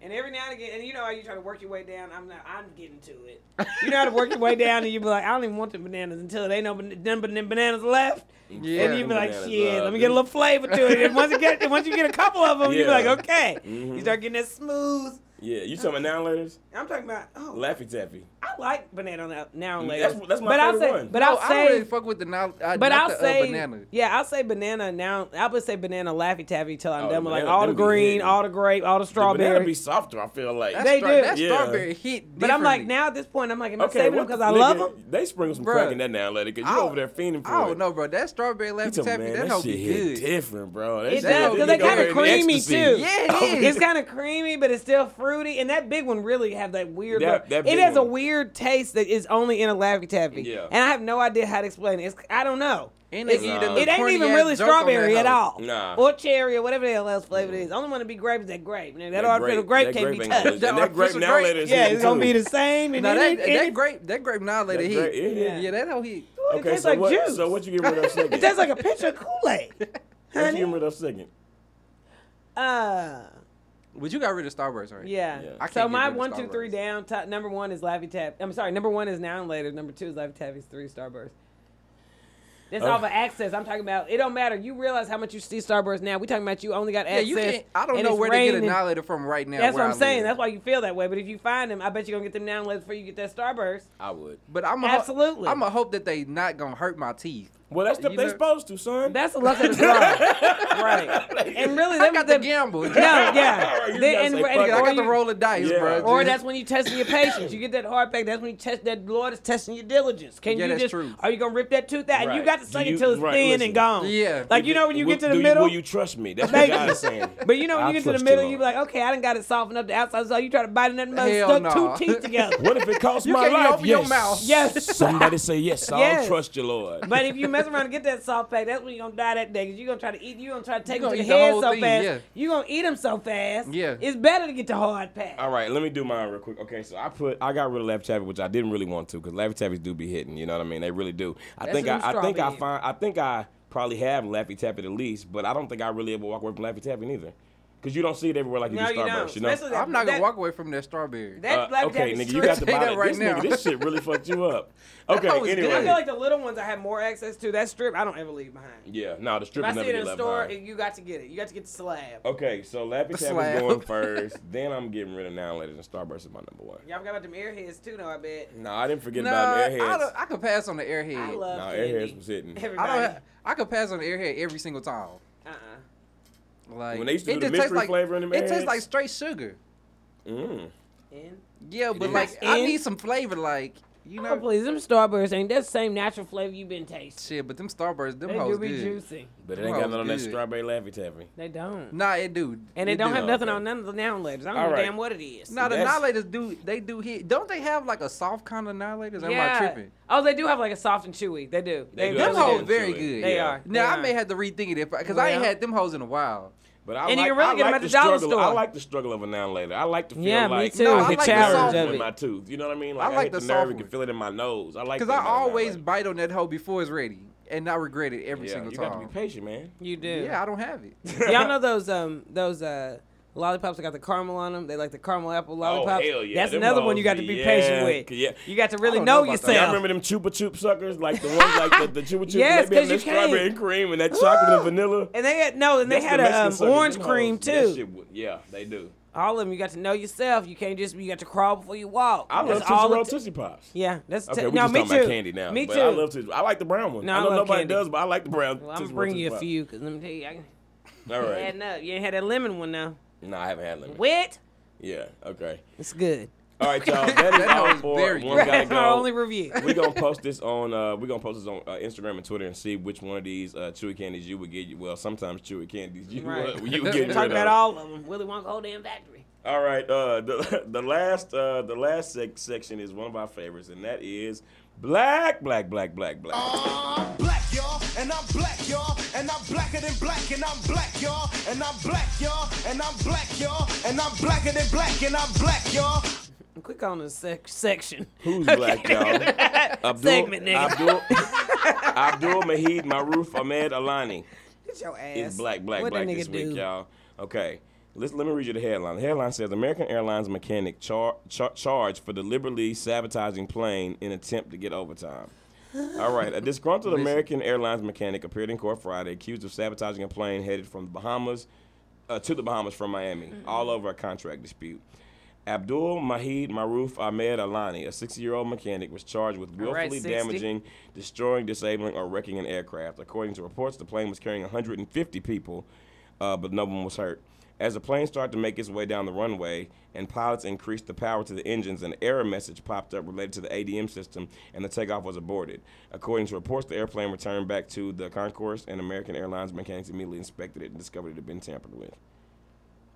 Speaker 2: and every now and again, and you know how you try to work your way down. I'm not. I'm getting to it. You know how to work your way down, and you be like, I don't even want the bananas until they know ban- none but them bananas left.
Speaker 3: Yeah.
Speaker 2: and you be like,
Speaker 1: Bananas,
Speaker 2: shit,
Speaker 1: uh,
Speaker 2: let me get a little flavor to it. And once you get, once you get a couple of them, you be
Speaker 1: Yeah.
Speaker 2: like, okay.
Speaker 1: Mhm.
Speaker 2: You start getting that smooth.
Speaker 1: Yeah, you talking about nine laters?
Speaker 2: I'm talking about. Oh,
Speaker 1: Laffy Taffy.
Speaker 2: I like banana now- now and
Speaker 1: Mm,
Speaker 2: later.
Speaker 1: that's- that's my
Speaker 2: but I'll
Speaker 1: favorite
Speaker 2: say,
Speaker 1: one.
Speaker 2: But
Speaker 3: No,
Speaker 2: I'll
Speaker 3: I
Speaker 2: say,
Speaker 3: really fuck with the now. Uh,
Speaker 2: But
Speaker 3: not
Speaker 2: I'll
Speaker 3: the, uh,
Speaker 2: say,
Speaker 3: banana.
Speaker 2: yeah, I'll say banana now. I'll just say banana Laffy Taffy till I'm
Speaker 1: Oh,
Speaker 2: done with like
Speaker 1: banana-
Speaker 2: all the
Speaker 1: them be
Speaker 2: green,
Speaker 1: hidden.
Speaker 2: all the grape, all the
Speaker 1: That'd
Speaker 2: strawberry.
Speaker 1: be softer. I feel like.
Speaker 3: That
Speaker 2: They
Speaker 3: stra-
Speaker 2: do.
Speaker 3: That
Speaker 1: Yeah.
Speaker 3: strawberry hit.
Speaker 2: but I'm like
Speaker 3: differently.
Speaker 2: now at this point, I'm like, am I
Speaker 1: okay,
Speaker 2: saving them
Speaker 1: what
Speaker 2: because
Speaker 1: the-
Speaker 2: I
Speaker 1: nigga,
Speaker 2: love them?
Speaker 1: They sprinkle some
Speaker 3: Bruh.
Speaker 1: crack in that now later because
Speaker 3: I
Speaker 1: you
Speaker 3: don't-
Speaker 1: over there fiending for
Speaker 3: I
Speaker 1: it.
Speaker 3: don't know, bro. That strawberry
Speaker 1: You
Speaker 3: Laffy
Speaker 1: talking,
Speaker 3: Taffy.
Speaker 1: man,
Speaker 3: That
Speaker 1: that,
Speaker 3: hoe
Speaker 1: shit
Speaker 3: be
Speaker 1: hit
Speaker 3: good.
Speaker 1: different, bro. That
Speaker 2: It
Speaker 1: shit
Speaker 2: does,
Speaker 1: hit
Speaker 2: 'cause they
Speaker 1: nigga over
Speaker 2: kinda
Speaker 1: in
Speaker 2: creamy,
Speaker 1: ecstasy.
Speaker 2: too. Oh,
Speaker 3: Yeah, it is.
Speaker 2: It's kind of creamy, but it's still fruity, and that big one really have that weird.
Speaker 1: That-
Speaker 2: like-
Speaker 1: that
Speaker 2: it
Speaker 1: big
Speaker 2: has a
Speaker 1: one.
Speaker 2: weird taste that is only in a Laffy Taffy.
Speaker 1: Yeah.
Speaker 2: And I have no idea how to explain it. It's, I don't know.
Speaker 3: And they
Speaker 2: It's-
Speaker 3: give you
Speaker 1: the
Speaker 2: it
Speaker 1: little
Speaker 2: ain't even
Speaker 3: corny-ass
Speaker 2: really
Speaker 3: joke on
Speaker 2: strawberry
Speaker 3: that
Speaker 2: at
Speaker 3: hoe.
Speaker 2: all,
Speaker 1: Nah. Mm.
Speaker 2: or cherry or whatever the hell else flavor it is. Only one to be grape is that grape. Now, that, artificial grape
Speaker 1: that
Speaker 2: can't
Speaker 1: grape
Speaker 2: be
Speaker 1: ain't gonna- And
Speaker 2: touched.
Speaker 1: that grape
Speaker 3: Artificial
Speaker 1: now
Speaker 3: grape.
Speaker 1: later is
Speaker 2: Yeah,
Speaker 1: hitting,
Speaker 2: it's gonna
Speaker 1: too.
Speaker 2: be the same. And
Speaker 3: Now
Speaker 2: it-
Speaker 3: that
Speaker 2: it-
Speaker 3: that grape that grape now
Speaker 1: That
Speaker 3: later
Speaker 1: grape,
Speaker 3: hit.
Speaker 1: it hit.
Speaker 3: Yeah, that hoe hit.
Speaker 2: it
Speaker 1: Okay,
Speaker 2: tastes
Speaker 1: so
Speaker 2: like
Speaker 1: what?
Speaker 2: juice.
Speaker 1: So what you get rid of second?
Speaker 2: It tastes like a pitcher of Kool Aid.
Speaker 1: What you get rid of second?
Speaker 2: Uh,
Speaker 3: But you got rid of Starburst, right?
Speaker 2: yeah.
Speaker 1: Yeah.
Speaker 3: I can't
Speaker 2: So
Speaker 3: get
Speaker 2: my
Speaker 3: rid of
Speaker 2: one, two, three
Speaker 3: Starburst.
Speaker 2: down. Top, number one is Laffy Taffy. I'm sorry. Number one is now and later. Number two is Laffy Taffy's three Starburst. That's
Speaker 1: Oh.
Speaker 2: all for access. I'm talking about. It don't matter. You realize how much you see Starburst now. We talking about you only got
Speaker 3: Yeah,
Speaker 2: access.
Speaker 3: you can't. I don't
Speaker 2: and
Speaker 3: know
Speaker 2: it's
Speaker 3: where they get
Speaker 2: raining.
Speaker 3: annihilator from right now.
Speaker 2: That's what
Speaker 3: where
Speaker 2: I'm
Speaker 3: I
Speaker 2: saying.
Speaker 3: live.
Speaker 2: That's why you feel that way. But if you find them, I bet you're gonna get them now and later before you get that Starburst.
Speaker 1: I would.
Speaker 3: But I'm
Speaker 2: Absolutely.
Speaker 3: I'm gonna hope that they not gonna hurt my teeth.
Speaker 1: Well, that's the
Speaker 3: You
Speaker 1: they
Speaker 3: know-
Speaker 1: supposed to, son.
Speaker 2: That's the luck of the draw, right? And really,
Speaker 3: I
Speaker 2: them,
Speaker 3: got the
Speaker 2: them,
Speaker 3: gamble. No,
Speaker 2: No,
Speaker 1: All
Speaker 2: yeah.
Speaker 1: right, you
Speaker 2: They-
Speaker 1: gotta
Speaker 2: and,
Speaker 1: say fuck
Speaker 2: and before
Speaker 1: it.
Speaker 3: I got the
Speaker 2: you-
Speaker 3: roll of dice,
Speaker 1: Yeah.
Speaker 3: bro.
Speaker 2: Or that's when you testing your patience. You get that hard back. That's when you test that Lord is testing your diligence. Can
Speaker 3: Yeah,
Speaker 2: you
Speaker 3: that's
Speaker 2: just
Speaker 3: true.
Speaker 2: are you gonna rip that tooth out? And you
Speaker 1: Right.
Speaker 2: got to
Speaker 1: Do
Speaker 2: suck it
Speaker 1: you-
Speaker 2: till it's
Speaker 1: right,
Speaker 2: thin
Speaker 1: listen.
Speaker 2: and gone.
Speaker 3: Yeah.
Speaker 2: Like you know when you
Speaker 1: Will-
Speaker 2: get to
Speaker 1: do
Speaker 2: the
Speaker 1: you-
Speaker 2: middle.
Speaker 1: will you trust me? That's what
Speaker 2: Baby.
Speaker 1: God is saying.
Speaker 2: but you know when
Speaker 1: I
Speaker 2: you get to the
Speaker 1: trust
Speaker 2: middle,
Speaker 1: you,
Speaker 2: you be
Speaker 1: Lord.
Speaker 2: like, okay, I didn't got it softened up the outside, so you try to bite in nothing but
Speaker 3: Hell
Speaker 2: stuck
Speaker 3: no.
Speaker 2: two teeth together.
Speaker 1: What if it costs
Speaker 3: You
Speaker 1: my
Speaker 3: can't even
Speaker 1: life?
Speaker 3: open your
Speaker 1: Yes.
Speaker 3: mouth.
Speaker 2: Yes.
Speaker 1: Somebody say yes. I'll
Speaker 2: Yes.
Speaker 1: trust you, Lord.
Speaker 2: But if you mess around and get that soft pack, that's when you're gonna die that day. Cause you're gonna try to eat, you're gonna try to take
Speaker 3: You
Speaker 2: them to
Speaker 3: gonna
Speaker 2: the
Speaker 3: eat the
Speaker 2: head
Speaker 3: whole
Speaker 2: so
Speaker 3: thing,
Speaker 2: fast.
Speaker 3: yeah.
Speaker 2: You're gonna eat them so fast.
Speaker 3: Yeah.
Speaker 2: It's better to get the hard pack.
Speaker 1: All right, let me do mine real quick. Okay, so I put I got rid of Laffy Taffy, which I didn't really want to, because Laffy Taffys do be hitting. You know what I mean? They really do. I
Speaker 2: That's
Speaker 1: think
Speaker 2: what
Speaker 1: I,
Speaker 2: them
Speaker 1: I think I
Speaker 2: strawberry.
Speaker 1: find I think I probably have Laffy Taffy the least, but I don't think I really ever walk away from Laffy Taffy neither, because you don't see it everywhere like you
Speaker 2: No,
Speaker 1: do
Speaker 2: you don't.
Speaker 1: Starburst. You know?
Speaker 2: Especially
Speaker 3: I'm not gonna
Speaker 2: that-
Speaker 3: walk away from that strawberry.
Speaker 2: That
Speaker 1: Uh,
Speaker 2: Laffy
Speaker 1: okay,
Speaker 2: Taffy's
Speaker 1: nigga, you got
Speaker 3: Say
Speaker 1: to
Speaker 3: that
Speaker 1: buy it.
Speaker 3: right
Speaker 1: this
Speaker 3: now.
Speaker 1: nigga, this shit really fucked you up. Okay,
Speaker 3: was good.
Speaker 1: anyway.
Speaker 2: I feel like the little ones I have more access to. That strip, I don't ever leave behind.
Speaker 1: Yeah, no, the
Speaker 2: If
Speaker 1: stripper
Speaker 2: I see
Speaker 1: never
Speaker 2: it in
Speaker 1: get
Speaker 2: the
Speaker 1: left
Speaker 2: store,
Speaker 1: behind.
Speaker 2: you got to get it. You got to get the slab.
Speaker 1: Okay, so Lappy Tap
Speaker 3: slab.
Speaker 1: is going first. then I'm getting rid of Now Later and Starburst is my number one.
Speaker 2: Y'all forgot about them airheads too, though. I bet.
Speaker 1: No, I didn't forget
Speaker 3: Nah,
Speaker 1: about them
Speaker 3: I,
Speaker 1: Airheads.
Speaker 3: don't- I could pass on the
Speaker 2: I
Speaker 3: airhead.
Speaker 2: love
Speaker 1: Nah,
Speaker 2: candy.
Speaker 1: Airheads was hitting.
Speaker 2: Everybody.
Speaker 3: I don't. I could pass on the airhead every single time.
Speaker 2: uh-uh.
Speaker 3: Like
Speaker 1: When they used to
Speaker 3: it
Speaker 1: do the
Speaker 3: just tastes
Speaker 1: mystery
Speaker 3: like,
Speaker 1: flavor in them
Speaker 3: It tastes
Speaker 1: airheads?
Speaker 3: like straight sugar.
Speaker 1: Mm.
Speaker 3: Yeah, but
Speaker 1: is.
Speaker 3: like I
Speaker 2: In?
Speaker 3: need some flavor. Like You
Speaker 2: Oh,
Speaker 3: know,
Speaker 2: please, them strawberries ain't that same natural flavor you've been tasting.
Speaker 3: shit. But them Starbursts, them
Speaker 2: They
Speaker 3: hoes
Speaker 2: do be
Speaker 3: good.
Speaker 2: juicy.
Speaker 1: But it ain't got
Speaker 3: Smells
Speaker 1: none of that
Speaker 3: good.
Speaker 1: strawberry laffy taffy.
Speaker 2: They don't.
Speaker 3: Nah, it do.
Speaker 2: And they
Speaker 3: It
Speaker 2: don't
Speaker 3: Mm, do.
Speaker 2: have nothing
Speaker 1: Okay.
Speaker 2: on none of the noun letters. I don't
Speaker 1: All
Speaker 2: know
Speaker 1: right.
Speaker 2: damn what it is.
Speaker 3: Nah, the
Speaker 1: That's-
Speaker 3: annihilators do. They do hit. Don't they have like a soft kind of annihilators? Am I tripping?
Speaker 2: Oh, they do have like a soft and chewy. They do. They,
Speaker 1: do have
Speaker 2: really
Speaker 3: Them
Speaker 1: soft
Speaker 2: do.
Speaker 3: hoes
Speaker 1: and
Speaker 3: very
Speaker 1: chewy.
Speaker 3: good.
Speaker 2: They are.
Speaker 3: Now
Speaker 2: They
Speaker 3: I may
Speaker 2: are.
Speaker 3: have to rethink it because I ain't
Speaker 2: Well.
Speaker 3: had them hoes in a while.
Speaker 1: But I
Speaker 2: And you
Speaker 1: like,
Speaker 2: can really
Speaker 1: I
Speaker 2: get 'em
Speaker 1: like
Speaker 2: at
Speaker 1: the
Speaker 2: the dollar
Speaker 1: struggle. I
Speaker 2: store.
Speaker 1: like the struggle of a noun later. I like to feel
Speaker 2: Yeah, me
Speaker 1: like
Speaker 2: too.
Speaker 3: No, I
Speaker 1: I
Speaker 3: like the
Speaker 1: challenge
Speaker 3: soft
Speaker 1: nerve
Speaker 3: one.
Speaker 1: in my tooth. You know what I mean? Like,
Speaker 3: like
Speaker 1: hit
Speaker 3: the
Speaker 1: the nerve,
Speaker 3: soft
Speaker 1: you can
Speaker 3: one.
Speaker 1: feel it in my nose. I like
Speaker 3: Because
Speaker 1: that
Speaker 3: I
Speaker 1: about a noun
Speaker 3: always
Speaker 1: later.
Speaker 3: bite on that hoe before it's ready, and I regret it every
Speaker 1: yeah,
Speaker 3: single
Speaker 1: you
Speaker 3: time.
Speaker 1: got to be patient, man.
Speaker 2: You do.
Speaker 3: Yeah, I don't have it.
Speaker 2: Y'all know those um those uh lollipops that got the caramel on them. They like the caramel apple lollipops.
Speaker 1: Oh, hell yeah,
Speaker 2: That's
Speaker 1: them
Speaker 2: another one you got to
Speaker 1: hoes,
Speaker 2: be
Speaker 1: yeah,
Speaker 2: patient with.
Speaker 1: yeah.
Speaker 2: You got to really
Speaker 3: I don't
Speaker 2: know,
Speaker 3: know about that.
Speaker 1: Y'all
Speaker 2: yourself.
Speaker 1: remember them chupa chup suckers? Like the ones like the, the chupa chup
Speaker 2: Yes,
Speaker 1: maybe
Speaker 2: 'cause
Speaker 1: the
Speaker 2: you can't.
Speaker 1: strawberry and cream and that chocolate and vanilla.
Speaker 2: and they had no, and they
Speaker 1: That's
Speaker 2: had
Speaker 1: the
Speaker 2: a
Speaker 1: Mexican
Speaker 2: um,
Speaker 1: suckers.
Speaker 2: orange
Speaker 1: Them
Speaker 2: cream
Speaker 1: hoes, that
Speaker 2: too.
Speaker 1: shit would- yeah, they do.
Speaker 2: All of them, you got to know yourself. You can't just you got to crawl before you walk.
Speaker 1: I love
Speaker 2: That's all
Speaker 1: Tootsie Roll
Speaker 2: it ta-
Speaker 1: Tootsie Pops.
Speaker 2: Yeah, that's
Speaker 1: Okay,
Speaker 2: ta-
Speaker 1: we
Speaker 2: no,
Speaker 1: just
Speaker 2: me
Speaker 1: talking
Speaker 2: too.
Speaker 1: about candy now.
Speaker 2: Me
Speaker 1: but
Speaker 2: too.
Speaker 1: I love Tootsie. I like the brown one.
Speaker 2: No,
Speaker 1: I
Speaker 2: I
Speaker 1: know
Speaker 2: love
Speaker 1: nobody
Speaker 2: candy.
Speaker 1: does, but I like the brown.
Speaker 2: well, I'm
Speaker 1: Tootsie
Speaker 2: gonna
Speaker 1: Roll
Speaker 2: bring
Speaker 1: Tootsie
Speaker 2: you a
Speaker 1: Pop.
Speaker 2: few because let me tell you, I can
Speaker 1: All right.
Speaker 2: adding up. You ain't had that lemon one now.
Speaker 1: No, I haven't had lemon.
Speaker 2: Wet.
Speaker 1: Yeah. Okay.
Speaker 2: It's good.
Speaker 1: All right, y'all. That is
Speaker 3: That
Speaker 1: all
Speaker 3: was
Speaker 1: for
Speaker 3: very
Speaker 1: one
Speaker 3: good.
Speaker 1: gotta
Speaker 2: That's my
Speaker 1: go.
Speaker 2: only review.
Speaker 1: we gonna post this on uh we gonna post this on uh, Instagram and Twitter and see which one of these uh, chewy candies you would get. Well, sometimes chewy candies you
Speaker 2: Right.
Speaker 1: uh, you would get.
Speaker 2: Talk
Speaker 1: rid
Speaker 2: about
Speaker 1: of.
Speaker 2: all of them. Willy Wonka whole damn factory.
Speaker 1: All right. Uh, the the last uh the last sec- section is one of our favorites, and that is black, black, black, black, black.
Speaker 6: Uh, I'm black, y'all, and I'm black, y'all, and I'm blacker than black, and I'm black, y'all, and I'm black, y'all, and I'm black, y'all, and I'm blacker than black, and I'm black, y'all.
Speaker 2: Click on the sec- section.
Speaker 1: Who's black, y'all? Abdul,
Speaker 2: Segment name.
Speaker 1: Abdul, Abdul Mahid Maruf Ahmed Alani
Speaker 2: Get your ass.
Speaker 1: is black, black,
Speaker 2: What
Speaker 1: black
Speaker 2: that nigga
Speaker 1: this week,
Speaker 2: do?
Speaker 1: y'all. Okay. Let's, let me read you the headline. The headline says American Airlines mechanic char- char- charged for deliberately sabotaging plane in attempt to get overtime. All right. A disgruntled American Airlines mechanic appeared in court Friday accused of sabotaging a plane headed from the Bahamas uh, to the Bahamas from Miami, all over a contract dispute. Abdul Mahid Maruf Ahmed Alani, a 60 year old mechanic, was charged with
Speaker 2: All right,
Speaker 1: willfully
Speaker 2: 60.
Speaker 1: damaging, destroying, disabling, or wrecking an aircraft. According to reports, the plane was carrying 150 people, uh, but no one was hurt. As the plane started to make its way down the runway and pilots increased the power to the engines, an error message popped up related to the ADM system and the takeoff was aborted. According to reports, the airplane returned back to the concourse and American Airlines mechanics immediately inspected it and discovered it had been tampered with.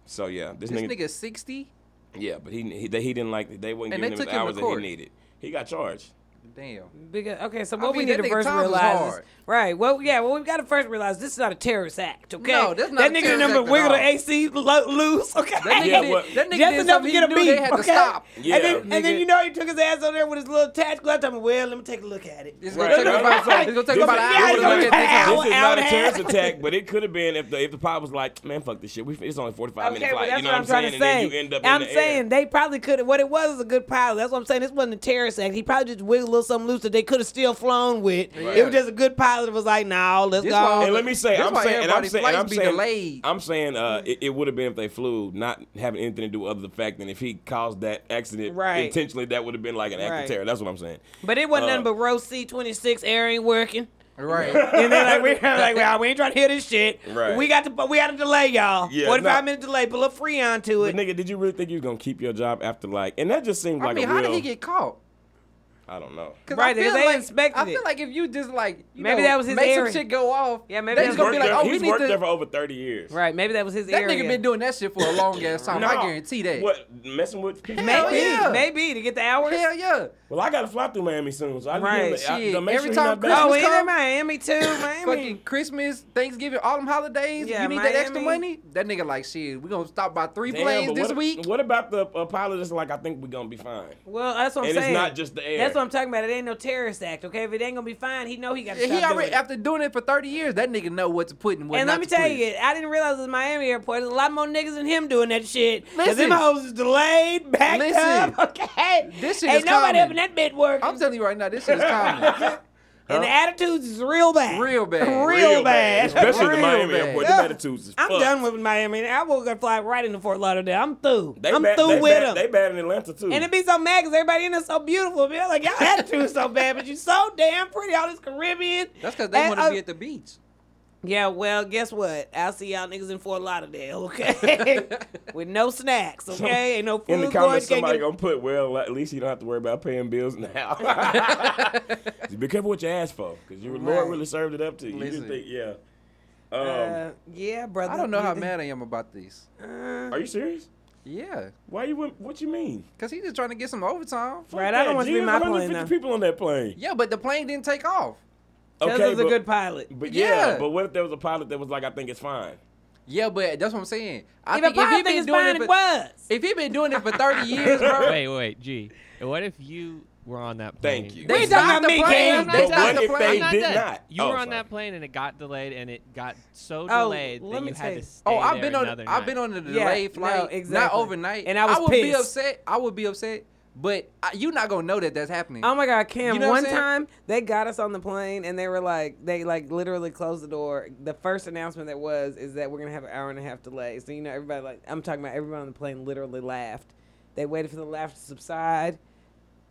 Speaker 1: So, yeah, this,
Speaker 3: This
Speaker 1: nigga,
Speaker 3: nigga sixty.
Speaker 1: yeah, but he he, they, he didn't like they weren't
Speaker 3: And
Speaker 1: giving
Speaker 3: they took
Speaker 1: him the
Speaker 3: him to
Speaker 1: hours that he
Speaker 3: court.
Speaker 1: needed. He got charged.
Speaker 3: Damn.
Speaker 2: Because, okay, so
Speaker 3: mean,
Speaker 2: what we need
Speaker 3: that
Speaker 2: to
Speaker 3: nigga
Speaker 2: first
Speaker 3: Tom's was
Speaker 2: realize is,
Speaker 3: hard.
Speaker 2: right? Well, yeah. Well, we got to first realize this is not a terrorist act. Okay,
Speaker 3: No, that's not
Speaker 2: that
Speaker 3: a
Speaker 2: nigga
Speaker 3: terrorist
Speaker 2: number
Speaker 3: act at
Speaker 2: wiggle the
Speaker 3: all.
Speaker 2: AC lo- loose. Okay,
Speaker 3: That nigga
Speaker 1: Yeah,
Speaker 3: did.
Speaker 1: what-
Speaker 3: That nigga
Speaker 2: just
Speaker 3: did
Speaker 2: enough
Speaker 3: something
Speaker 2: to
Speaker 3: he
Speaker 2: get a
Speaker 3: knew
Speaker 2: beat.
Speaker 3: they had
Speaker 2: okay?
Speaker 3: to stop.
Speaker 1: Yeah.
Speaker 2: And, then, and then
Speaker 3: Nigga.
Speaker 2: you know he took his ass on there with his little attached glove. I'm well, let me take a look at it.
Speaker 3: It's gonna
Speaker 1: Right.
Speaker 3: take about,
Speaker 1: Right.
Speaker 3: it's gonna take
Speaker 1: This
Speaker 3: about
Speaker 1: is-
Speaker 3: an
Speaker 2: Yeah,
Speaker 3: hour
Speaker 2: it's
Speaker 3: to
Speaker 2: gonna
Speaker 3: look
Speaker 2: take
Speaker 3: at
Speaker 2: an
Speaker 3: this.
Speaker 2: hour.
Speaker 1: This is not a
Speaker 2: and a
Speaker 1: terrorist
Speaker 2: half.
Speaker 1: attack, but it could have been if the if the pop was like, man, fuck this shit. We, it's only forty five minute
Speaker 2: Okay, well,
Speaker 1: flight.
Speaker 2: that's
Speaker 1: You know
Speaker 2: what
Speaker 1: what
Speaker 2: I'm
Speaker 1: I'm saying?
Speaker 2: trying
Speaker 1: And
Speaker 2: to
Speaker 1: then
Speaker 2: say.
Speaker 1: you end up
Speaker 2: I'm
Speaker 1: in the
Speaker 2: saying
Speaker 1: air.
Speaker 2: they probably could have. What it was is a good pilot. That's what I'm saying. This wasn't a terrorist act. He probably just wiggled a little something loose that they could have still flown with.
Speaker 1: Right.
Speaker 2: It was just a good pilot. that was like, nah, let's
Speaker 3: This
Speaker 2: go.
Speaker 3: why-
Speaker 1: And let me say,
Speaker 3: That's
Speaker 1: I'm
Speaker 3: why
Speaker 1: saying, and I'm
Speaker 3: everybody's
Speaker 1: saying, and I'm
Speaker 3: flights be
Speaker 1: saying,
Speaker 3: delayed.
Speaker 1: I'm saying, uh, it, it would have been if they flew, not having anything to do other than the fact that if he caused that accident
Speaker 2: Right.
Speaker 1: intentionally, that would have been like an act
Speaker 2: Right.
Speaker 1: of terror. That's what I'm saying.
Speaker 2: But it wasn't
Speaker 1: Uh,
Speaker 2: nothing but row C twenty six air ain't working.
Speaker 3: Right.
Speaker 2: And then like we like well, we ain't trying to hear this shit.
Speaker 1: Right.
Speaker 2: We got to we got a delay, y'all.
Speaker 1: Yeah,
Speaker 2: Forty five
Speaker 1: no.
Speaker 2: minute delay. Put a freon to
Speaker 1: But
Speaker 2: it.
Speaker 1: nigga, did you really think you were gonna keep your job after like? And that just seems
Speaker 3: I
Speaker 1: like
Speaker 3: mean,
Speaker 1: a
Speaker 3: how
Speaker 1: real.
Speaker 3: did he get caught?
Speaker 1: I don't know.
Speaker 3: 'Cause
Speaker 2: Right,
Speaker 3: I feel
Speaker 2: they
Speaker 3: like,
Speaker 2: inspected
Speaker 3: I feel
Speaker 2: it.
Speaker 3: like if you just like you
Speaker 2: Maybe
Speaker 3: know,
Speaker 2: that was his
Speaker 3: make
Speaker 2: area.
Speaker 3: some shit go off.
Speaker 2: Yeah, maybe
Speaker 3: they
Speaker 2: that
Speaker 1: He's
Speaker 2: was
Speaker 3: just
Speaker 1: worked,
Speaker 3: gonna be like,
Speaker 1: there,
Speaker 3: oh, we
Speaker 1: he's
Speaker 3: need
Speaker 1: worked there
Speaker 3: to.
Speaker 1: for over thirty years.
Speaker 2: Right. Maybe that was his
Speaker 3: That
Speaker 2: area.
Speaker 3: nigga been doing that shit for a long ass time. I
Speaker 1: No.
Speaker 3: guarantee that.
Speaker 1: What messing with? people?
Speaker 3: Hell
Speaker 2: maybe
Speaker 3: yeah.
Speaker 2: maybe to get the hours.
Speaker 3: Hell yeah.
Speaker 1: Well, I gotta fly through Miami soon, so I
Speaker 2: Right,
Speaker 1: need to, I,
Speaker 3: shit.
Speaker 1: to make
Speaker 3: Every
Speaker 1: sure
Speaker 3: time
Speaker 1: you're
Speaker 3: Christmas
Speaker 1: not back.
Speaker 2: Oh, and
Speaker 3: come-
Speaker 2: in Miami too.
Speaker 3: Fucking
Speaker 2: Miami.
Speaker 3: Christmas, Thanksgiving, all them holidays.
Speaker 2: Yeah,
Speaker 3: you need that extra
Speaker 2: Miami.
Speaker 3: money. That nigga like shit. We gonna stop by three
Speaker 1: Damn,
Speaker 3: planes
Speaker 1: but
Speaker 3: this
Speaker 1: what,
Speaker 3: week.
Speaker 1: What about the uh, pilot? That's like, I think we're gonna be fine.
Speaker 2: Well, that's what I'm
Speaker 1: And it's
Speaker 2: saying.
Speaker 1: not just the air.
Speaker 2: That's what I'm talking about. It ain't no terrorist act. Okay, if it ain't gonna be fine, he know he got to
Speaker 3: Yeah,
Speaker 2: stop
Speaker 3: he already
Speaker 2: doing it.
Speaker 3: after doing it for thirty years. That nigga know what to put and what
Speaker 2: And
Speaker 3: not
Speaker 2: let me
Speaker 3: to
Speaker 2: tell
Speaker 3: put.
Speaker 2: you, I didn't realize it was Miami airport. There's a lot more niggas than him doing that shit. Cause
Speaker 3: Listen.
Speaker 2: them hoes is delayed, backed
Speaker 3: Listen.
Speaker 2: up. Okay,
Speaker 3: This shit
Speaker 2: ain't
Speaker 3: is
Speaker 2: nobody
Speaker 3: common.
Speaker 2: up in that bit working.
Speaker 3: I'm telling you right now, this shit is common.
Speaker 2: and the attitudes is real bad.
Speaker 3: Real bad.
Speaker 2: Real, bad.
Speaker 1: especially in the
Speaker 3: Real
Speaker 1: Miami
Speaker 3: bad.
Speaker 1: airport.
Speaker 2: Yeah.
Speaker 1: The attitudes is
Speaker 2: I'm
Speaker 1: fucked.
Speaker 2: done with Miami. I will go fly right into Fort Lauderdale. I'm through.
Speaker 1: They
Speaker 2: I'm
Speaker 1: bad,
Speaker 2: through
Speaker 1: they
Speaker 2: with
Speaker 1: bad,
Speaker 2: them.
Speaker 1: They bad in Atlanta too.
Speaker 2: And it'd be so mad because everybody in there's so beautiful. Man. Like, y'all attitude is so bad, but you so damn pretty. All this Caribbean.
Speaker 3: That's because they
Speaker 2: And,
Speaker 3: want to
Speaker 2: uh,
Speaker 3: be at the beach.
Speaker 2: Yeah, well, guess what? I'll see y'all niggas in Fort Lauderdale, okay? With no snacks, okay? Ain't no food.
Speaker 1: In the
Speaker 2: going,
Speaker 1: comments,
Speaker 2: can't
Speaker 1: somebody
Speaker 2: get a-
Speaker 1: gonna put, "Well, at least you don't have to worry about paying bills now." Be careful what you ask for, because your Lord
Speaker 2: Right.
Speaker 1: really served it up to you. You didn't
Speaker 3: Listen.
Speaker 1: think, yeah. Um,
Speaker 2: Uh, yeah, brother.
Speaker 3: I don't know how
Speaker 2: you-
Speaker 3: mad I am about this.
Speaker 2: Uh,
Speaker 1: are you serious?
Speaker 3: Yeah,
Speaker 1: Why you? went- What you mean?
Speaker 3: cause he's just trying to get some overtime.
Speaker 1: Fuck
Speaker 2: Right, I don't
Speaker 1: that.
Speaker 2: want to be
Speaker 1: Gee,
Speaker 2: my
Speaker 1: there's
Speaker 2: plane,
Speaker 1: 150
Speaker 2: though.
Speaker 1: people on that plane.
Speaker 3: Yeah, but the plane didn't take off.
Speaker 2: Tez is a
Speaker 1: but-
Speaker 2: good pilot.
Speaker 1: But yeah,
Speaker 3: Yeah.
Speaker 1: but what if there was a pilot that was like, I think it's fine?
Speaker 3: Yeah, but that's what I'm saying. I
Speaker 2: If a
Speaker 3: think if he
Speaker 2: pop thing
Speaker 3: been
Speaker 2: is
Speaker 3: doing
Speaker 2: fine,
Speaker 3: it
Speaker 2: it
Speaker 3: for,
Speaker 2: was.
Speaker 3: if he been doing it for 30 years, bro.
Speaker 8: Wait, wait, G. What if you were on that plane?
Speaker 1: Thank you.
Speaker 3: They
Speaker 2: We
Speaker 3: stopped
Speaker 2: talking
Speaker 3: the
Speaker 2: about me,
Speaker 3: plane.
Speaker 2: Cam.
Speaker 3: They
Speaker 1: But
Speaker 3: stopped
Speaker 1: what
Speaker 3: the
Speaker 1: if
Speaker 3: plane.
Speaker 1: they did
Speaker 8: dead.
Speaker 1: not?
Speaker 8: You
Speaker 1: Oh,
Speaker 8: were on
Speaker 1: sorry.
Speaker 8: that plane and it got delayed and it got so
Speaker 2: Oh,
Speaker 8: delayed
Speaker 2: let
Speaker 8: that
Speaker 2: me
Speaker 8: you had
Speaker 2: tell you.
Speaker 8: to stay
Speaker 3: Oh, I've
Speaker 8: there
Speaker 3: been on.
Speaker 8: another
Speaker 3: I've
Speaker 8: night.
Speaker 3: been on a
Speaker 2: Yeah,
Speaker 3: delayed
Speaker 2: no,
Speaker 3: flight, not
Speaker 2: exactly.
Speaker 3: overnight.
Speaker 2: And I was
Speaker 3: would be
Speaker 2: pissed.
Speaker 3: upset. I would be upset, but I, you're not gonna know that that's happening.
Speaker 2: Oh my God, Cam!
Speaker 3: You know what I'm
Speaker 2: one
Speaker 3: saying?
Speaker 2: time they got us on the plane and they were like, they like literally closed the door. The first announcement that was is that we're gonna have an hour and a half delay. So you know, everybody like I'm talking about everyone on the plane literally laughed. They waited for the laugh to subside.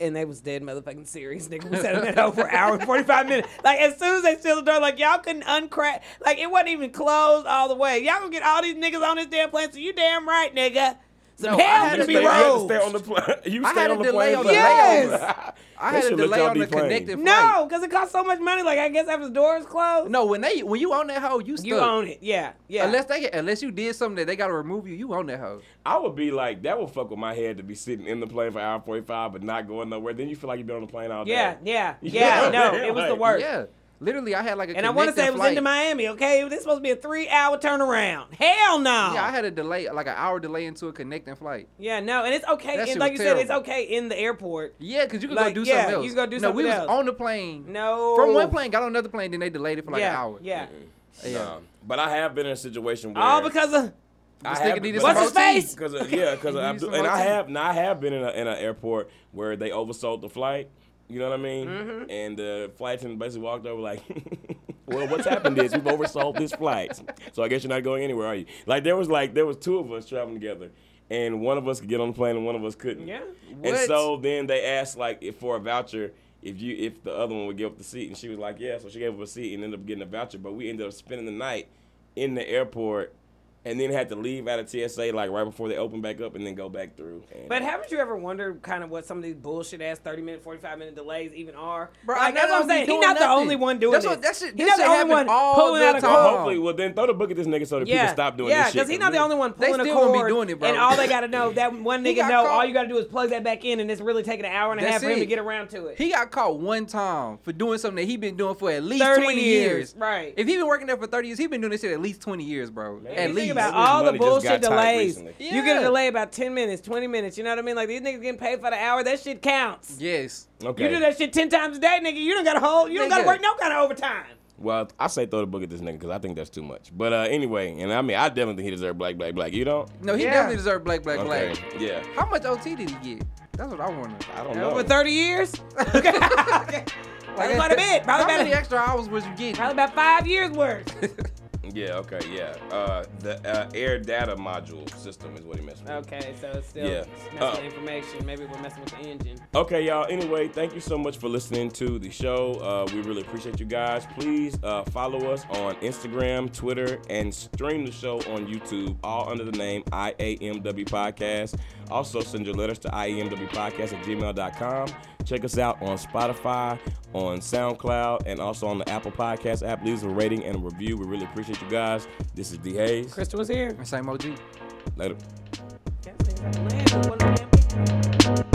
Speaker 2: And they was dead motherfucking serious, nigga. We sat in that hole for an hour and forty five minutes. Like as soon as they sealed the door, like y'all couldn't uncrack. Like it wasn't even closed all the way. Y'all gonna get all these niggas on this damn plane? So you damn right, nigga. Some
Speaker 3: No, I
Speaker 2: hell
Speaker 3: had
Speaker 1: You
Speaker 2: to
Speaker 3: a
Speaker 1: stay,
Speaker 2: be
Speaker 1: you had to
Speaker 2: rolled.
Speaker 1: stay on the plane. You
Speaker 3: I
Speaker 1: stay
Speaker 3: had
Speaker 1: on
Speaker 3: a
Speaker 1: the
Speaker 3: delay
Speaker 1: plane.
Speaker 3: on
Speaker 1: for
Speaker 3: the
Speaker 2: Yes!
Speaker 1: layover.
Speaker 3: I
Speaker 1: They
Speaker 3: had a
Speaker 1: should let
Speaker 3: delay
Speaker 1: y'all
Speaker 3: on
Speaker 1: be
Speaker 3: the
Speaker 1: playing.
Speaker 3: connected flight.
Speaker 2: No, because it costs so much money. Like I guess after the doors closed,
Speaker 3: No, when they when you on that hoe, you stuck.
Speaker 2: you own it. Yeah, yeah.
Speaker 3: Unless they unless you did something that they gotta remove you, you own that hoe.
Speaker 1: I would be like, that would fuck with my head to be sitting in the plane for hour 45 but not going nowhere. Then you feel like you've been on the plane all day.
Speaker 2: yeah, yeah, yeah.
Speaker 1: Yeah,
Speaker 2: no,
Speaker 1: man,
Speaker 2: it was the
Speaker 1: like-
Speaker 2: worst.
Speaker 3: Yeah, literally, I had like a
Speaker 2: And I want to say it
Speaker 3: connecting
Speaker 2: was
Speaker 3: flight.
Speaker 2: into Miami. Okay, this is supposed to be a three-hour turnaround. Hell no.
Speaker 3: Yeah, I had a delay, like an hour delay into a connecting flight.
Speaker 2: Yeah, no, and it's okay.
Speaker 3: That
Speaker 2: And
Speaker 3: shit
Speaker 2: like you
Speaker 3: was
Speaker 2: said, it's
Speaker 3: terrible.
Speaker 2: okay in the airport.
Speaker 3: Yeah, cause you could
Speaker 2: Like,
Speaker 3: go do
Speaker 2: yeah,
Speaker 3: something else.
Speaker 2: you could go do
Speaker 3: no,
Speaker 2: something
Speaker 3: we was
Speaker 2: else.
Speaker 3: on the plane.
Speaker 2: No,
Speaker 3: From one plane, got on another plane, then they delayed it for like
Speaker 2: yeah,
Speaker 3: an hour.
Speaker 2: Yeah,
Speaker 1: No. But I have been in a situation where.
Speaker 2: all because of
Speaker 1: I
Speaker 3: This
Speaker 1: have
Speaker 3: nigga needed
Speaker 1: but-
Speaker 2: some What's his OT. face?
Speaker 1: Cause of, yeah, because
Speaker 3: He
Speaker 1: I
Speaker 3: needed
Speaker 1: do,
Speaker 3: some
Speaker 1: and I
Speaker 3: OT.
Speaker 1: have now I have been in a, in an airport where they oversold the flight. You know what I mean?
Speaker 3: Mm-hmm.
Speaker 1: And the flight attendant basically walked over like, "Well, what's happened is we've oversold this flight, so I guess you're not going anywhere, are you?" Like there was like there was two of us traveling together, and one of us could get on the plane and one of us couldn't.
Speaker 2: Yeah.
Speaker 1: And
Speaker 3: What?
Speaker 1: so then they asked like if for a voucher. If you if the other one would give up the seat and she was like yeah so she gave up a seat and ended up getting a voucher but we ended up spending the night in the airport and then had to leave out of TSA like right before they open back up and then go back through. And- uh,
Speaker 2: But haven't you ever wondered kind of what some of these bullshit ass thirty minute, forty five minute delays even are?
Speaker 3: Bro, I
Speaker 2: like, that's
Speaker 3: know
Speaker 2: what I'm
Speaker 3: they
Speaker 2: saying.
Speaker 3: be
Speaker 2: He's not
Speaker 3: doing
Speaker 2: the only
Speaker 3: nothing.
Speaker 2: one doing
Speaker 3: That's
Speaker 2: this.
Speaker 3: what- that shit-
Speaker 2: He's
Speaker 3: this
Speaker 2: not the
Speaker 3: shit
Speaker 2: only one
Speaker 3: happen all
Speaker 2: pulling
Speaker 3: the
Speaker 2: out a
Speaker 3: time.
Speaker 1: Well,
Speaker 2: cord.
Speaker 1: hopefully, well then throw the book at this nigga so that people stop doing
Speaker 2: yeah,
Speaker 1: this shit.
Speaker 2: because he's not the only one
Speaker 3: They
Speaker 2: pulling a
Speaker 3: still gonna be
Speaker 2: cord,
Speaker 3: doing it, bro.
Speaker 2: and all they gotta know that one
Speaker 3: He
Speaker 2: nigga
Speaker 3: got
Speaker 2: know. All
Speaker 3: caught.
Speaker 2: you gotta do is plug that back in, and it's really taking an hour and a
Speaker 3: That's
Speaker 2: half for him
Speaker 3: it.
Speaker 2: to get around to it.
Speaker 3: He got caught one time for doing something that he been doing for at least
Speaker 2: 30
Speaker 3: twenty
Speaker 2: years,
Speaker 3: years.
Speaker 2: right.
Speaker 3: If he been working there for thirty years, he been doing this shit at least twenty years, bro.
Speaker 1: Man,
Speaker 3: at
Speaker 2: you
Speaker 1: you
Speaker 3: least.
Speaker 2: think about
Speaker 1: Niggas'
Speaker 2: all the
Speaker 1: money just
Speaker 2: bullshit
Speaker 1: got tight
Speaker 2: delays.
Speaker 1: recently.
Speaker 2: You get a
Speaker 3: Yeah.
Speaker 2: delay about ten minutes, twenty minutes. You know what I mean? Like these niggas getting paid for the hour. That shit counts.
Speaker 3: yes.
Speaker 1: Okay.
Speaker 2: You do that shit ten times a day, nigga. You don't got to hold. You don't got to
Speaker 3: Nigga.
Speaker 2: work no kind of overtime.
Speaker 1: Well, I say throw the book at this nigga because I think that's too much. But uh, anyway, and I mean, I definitely think he deserved black, black, black. You don't?
Speaker 3: No, he
Speaker 2: Yeah.
Speaker 3: definitely deserved black, black,
Speaker 1: Okay.
Speaker 3: black.
Speaker 1: Yeah.
Speaker 3: How much OT did he get? That's what I want to.
Speaker 1: I don't know.
Speaker 2: Over thirty years. Okay. That's quite a bit.
Speaker 3: How
Speaker 2: Probably about
Speaker 3: many
Speaker 2: a-
Speaker 3: extra hours was you getting?
Speaker 2: probably about five years worth.
Speaker 1: Yeah. Okay. Yeah. Uh, the uh, air data module system is what he messed with.
Speaker 2: Okay, so it's still
Speaker 1: Yeah.
Speaker 2: messing
Speaker 1: Uh,
Speaker 2: with information. Maybe we're messing with the engine.
Speaker 1: Okay, y'all. Anyway, thank you so much for listening to the show. Uh, we really appreciate you guys. Please uh, follow us on Instagram, Twitter, and stream the show on YouTube, all under the name IAMW Podcast. Also, send your letters to IAMWpodcast at gmail.com. Check us out on Spotify, on SoundCloud, and also on the Apple Podcast app. Leave us a rating and a review. We really appreciate you guys. This is D. Hayes.
Speaker 2: Crystal was here.
Speaker 3: Same OG.
Speaker 1: Later.
Speaker 2: Yes, they have land. What a land.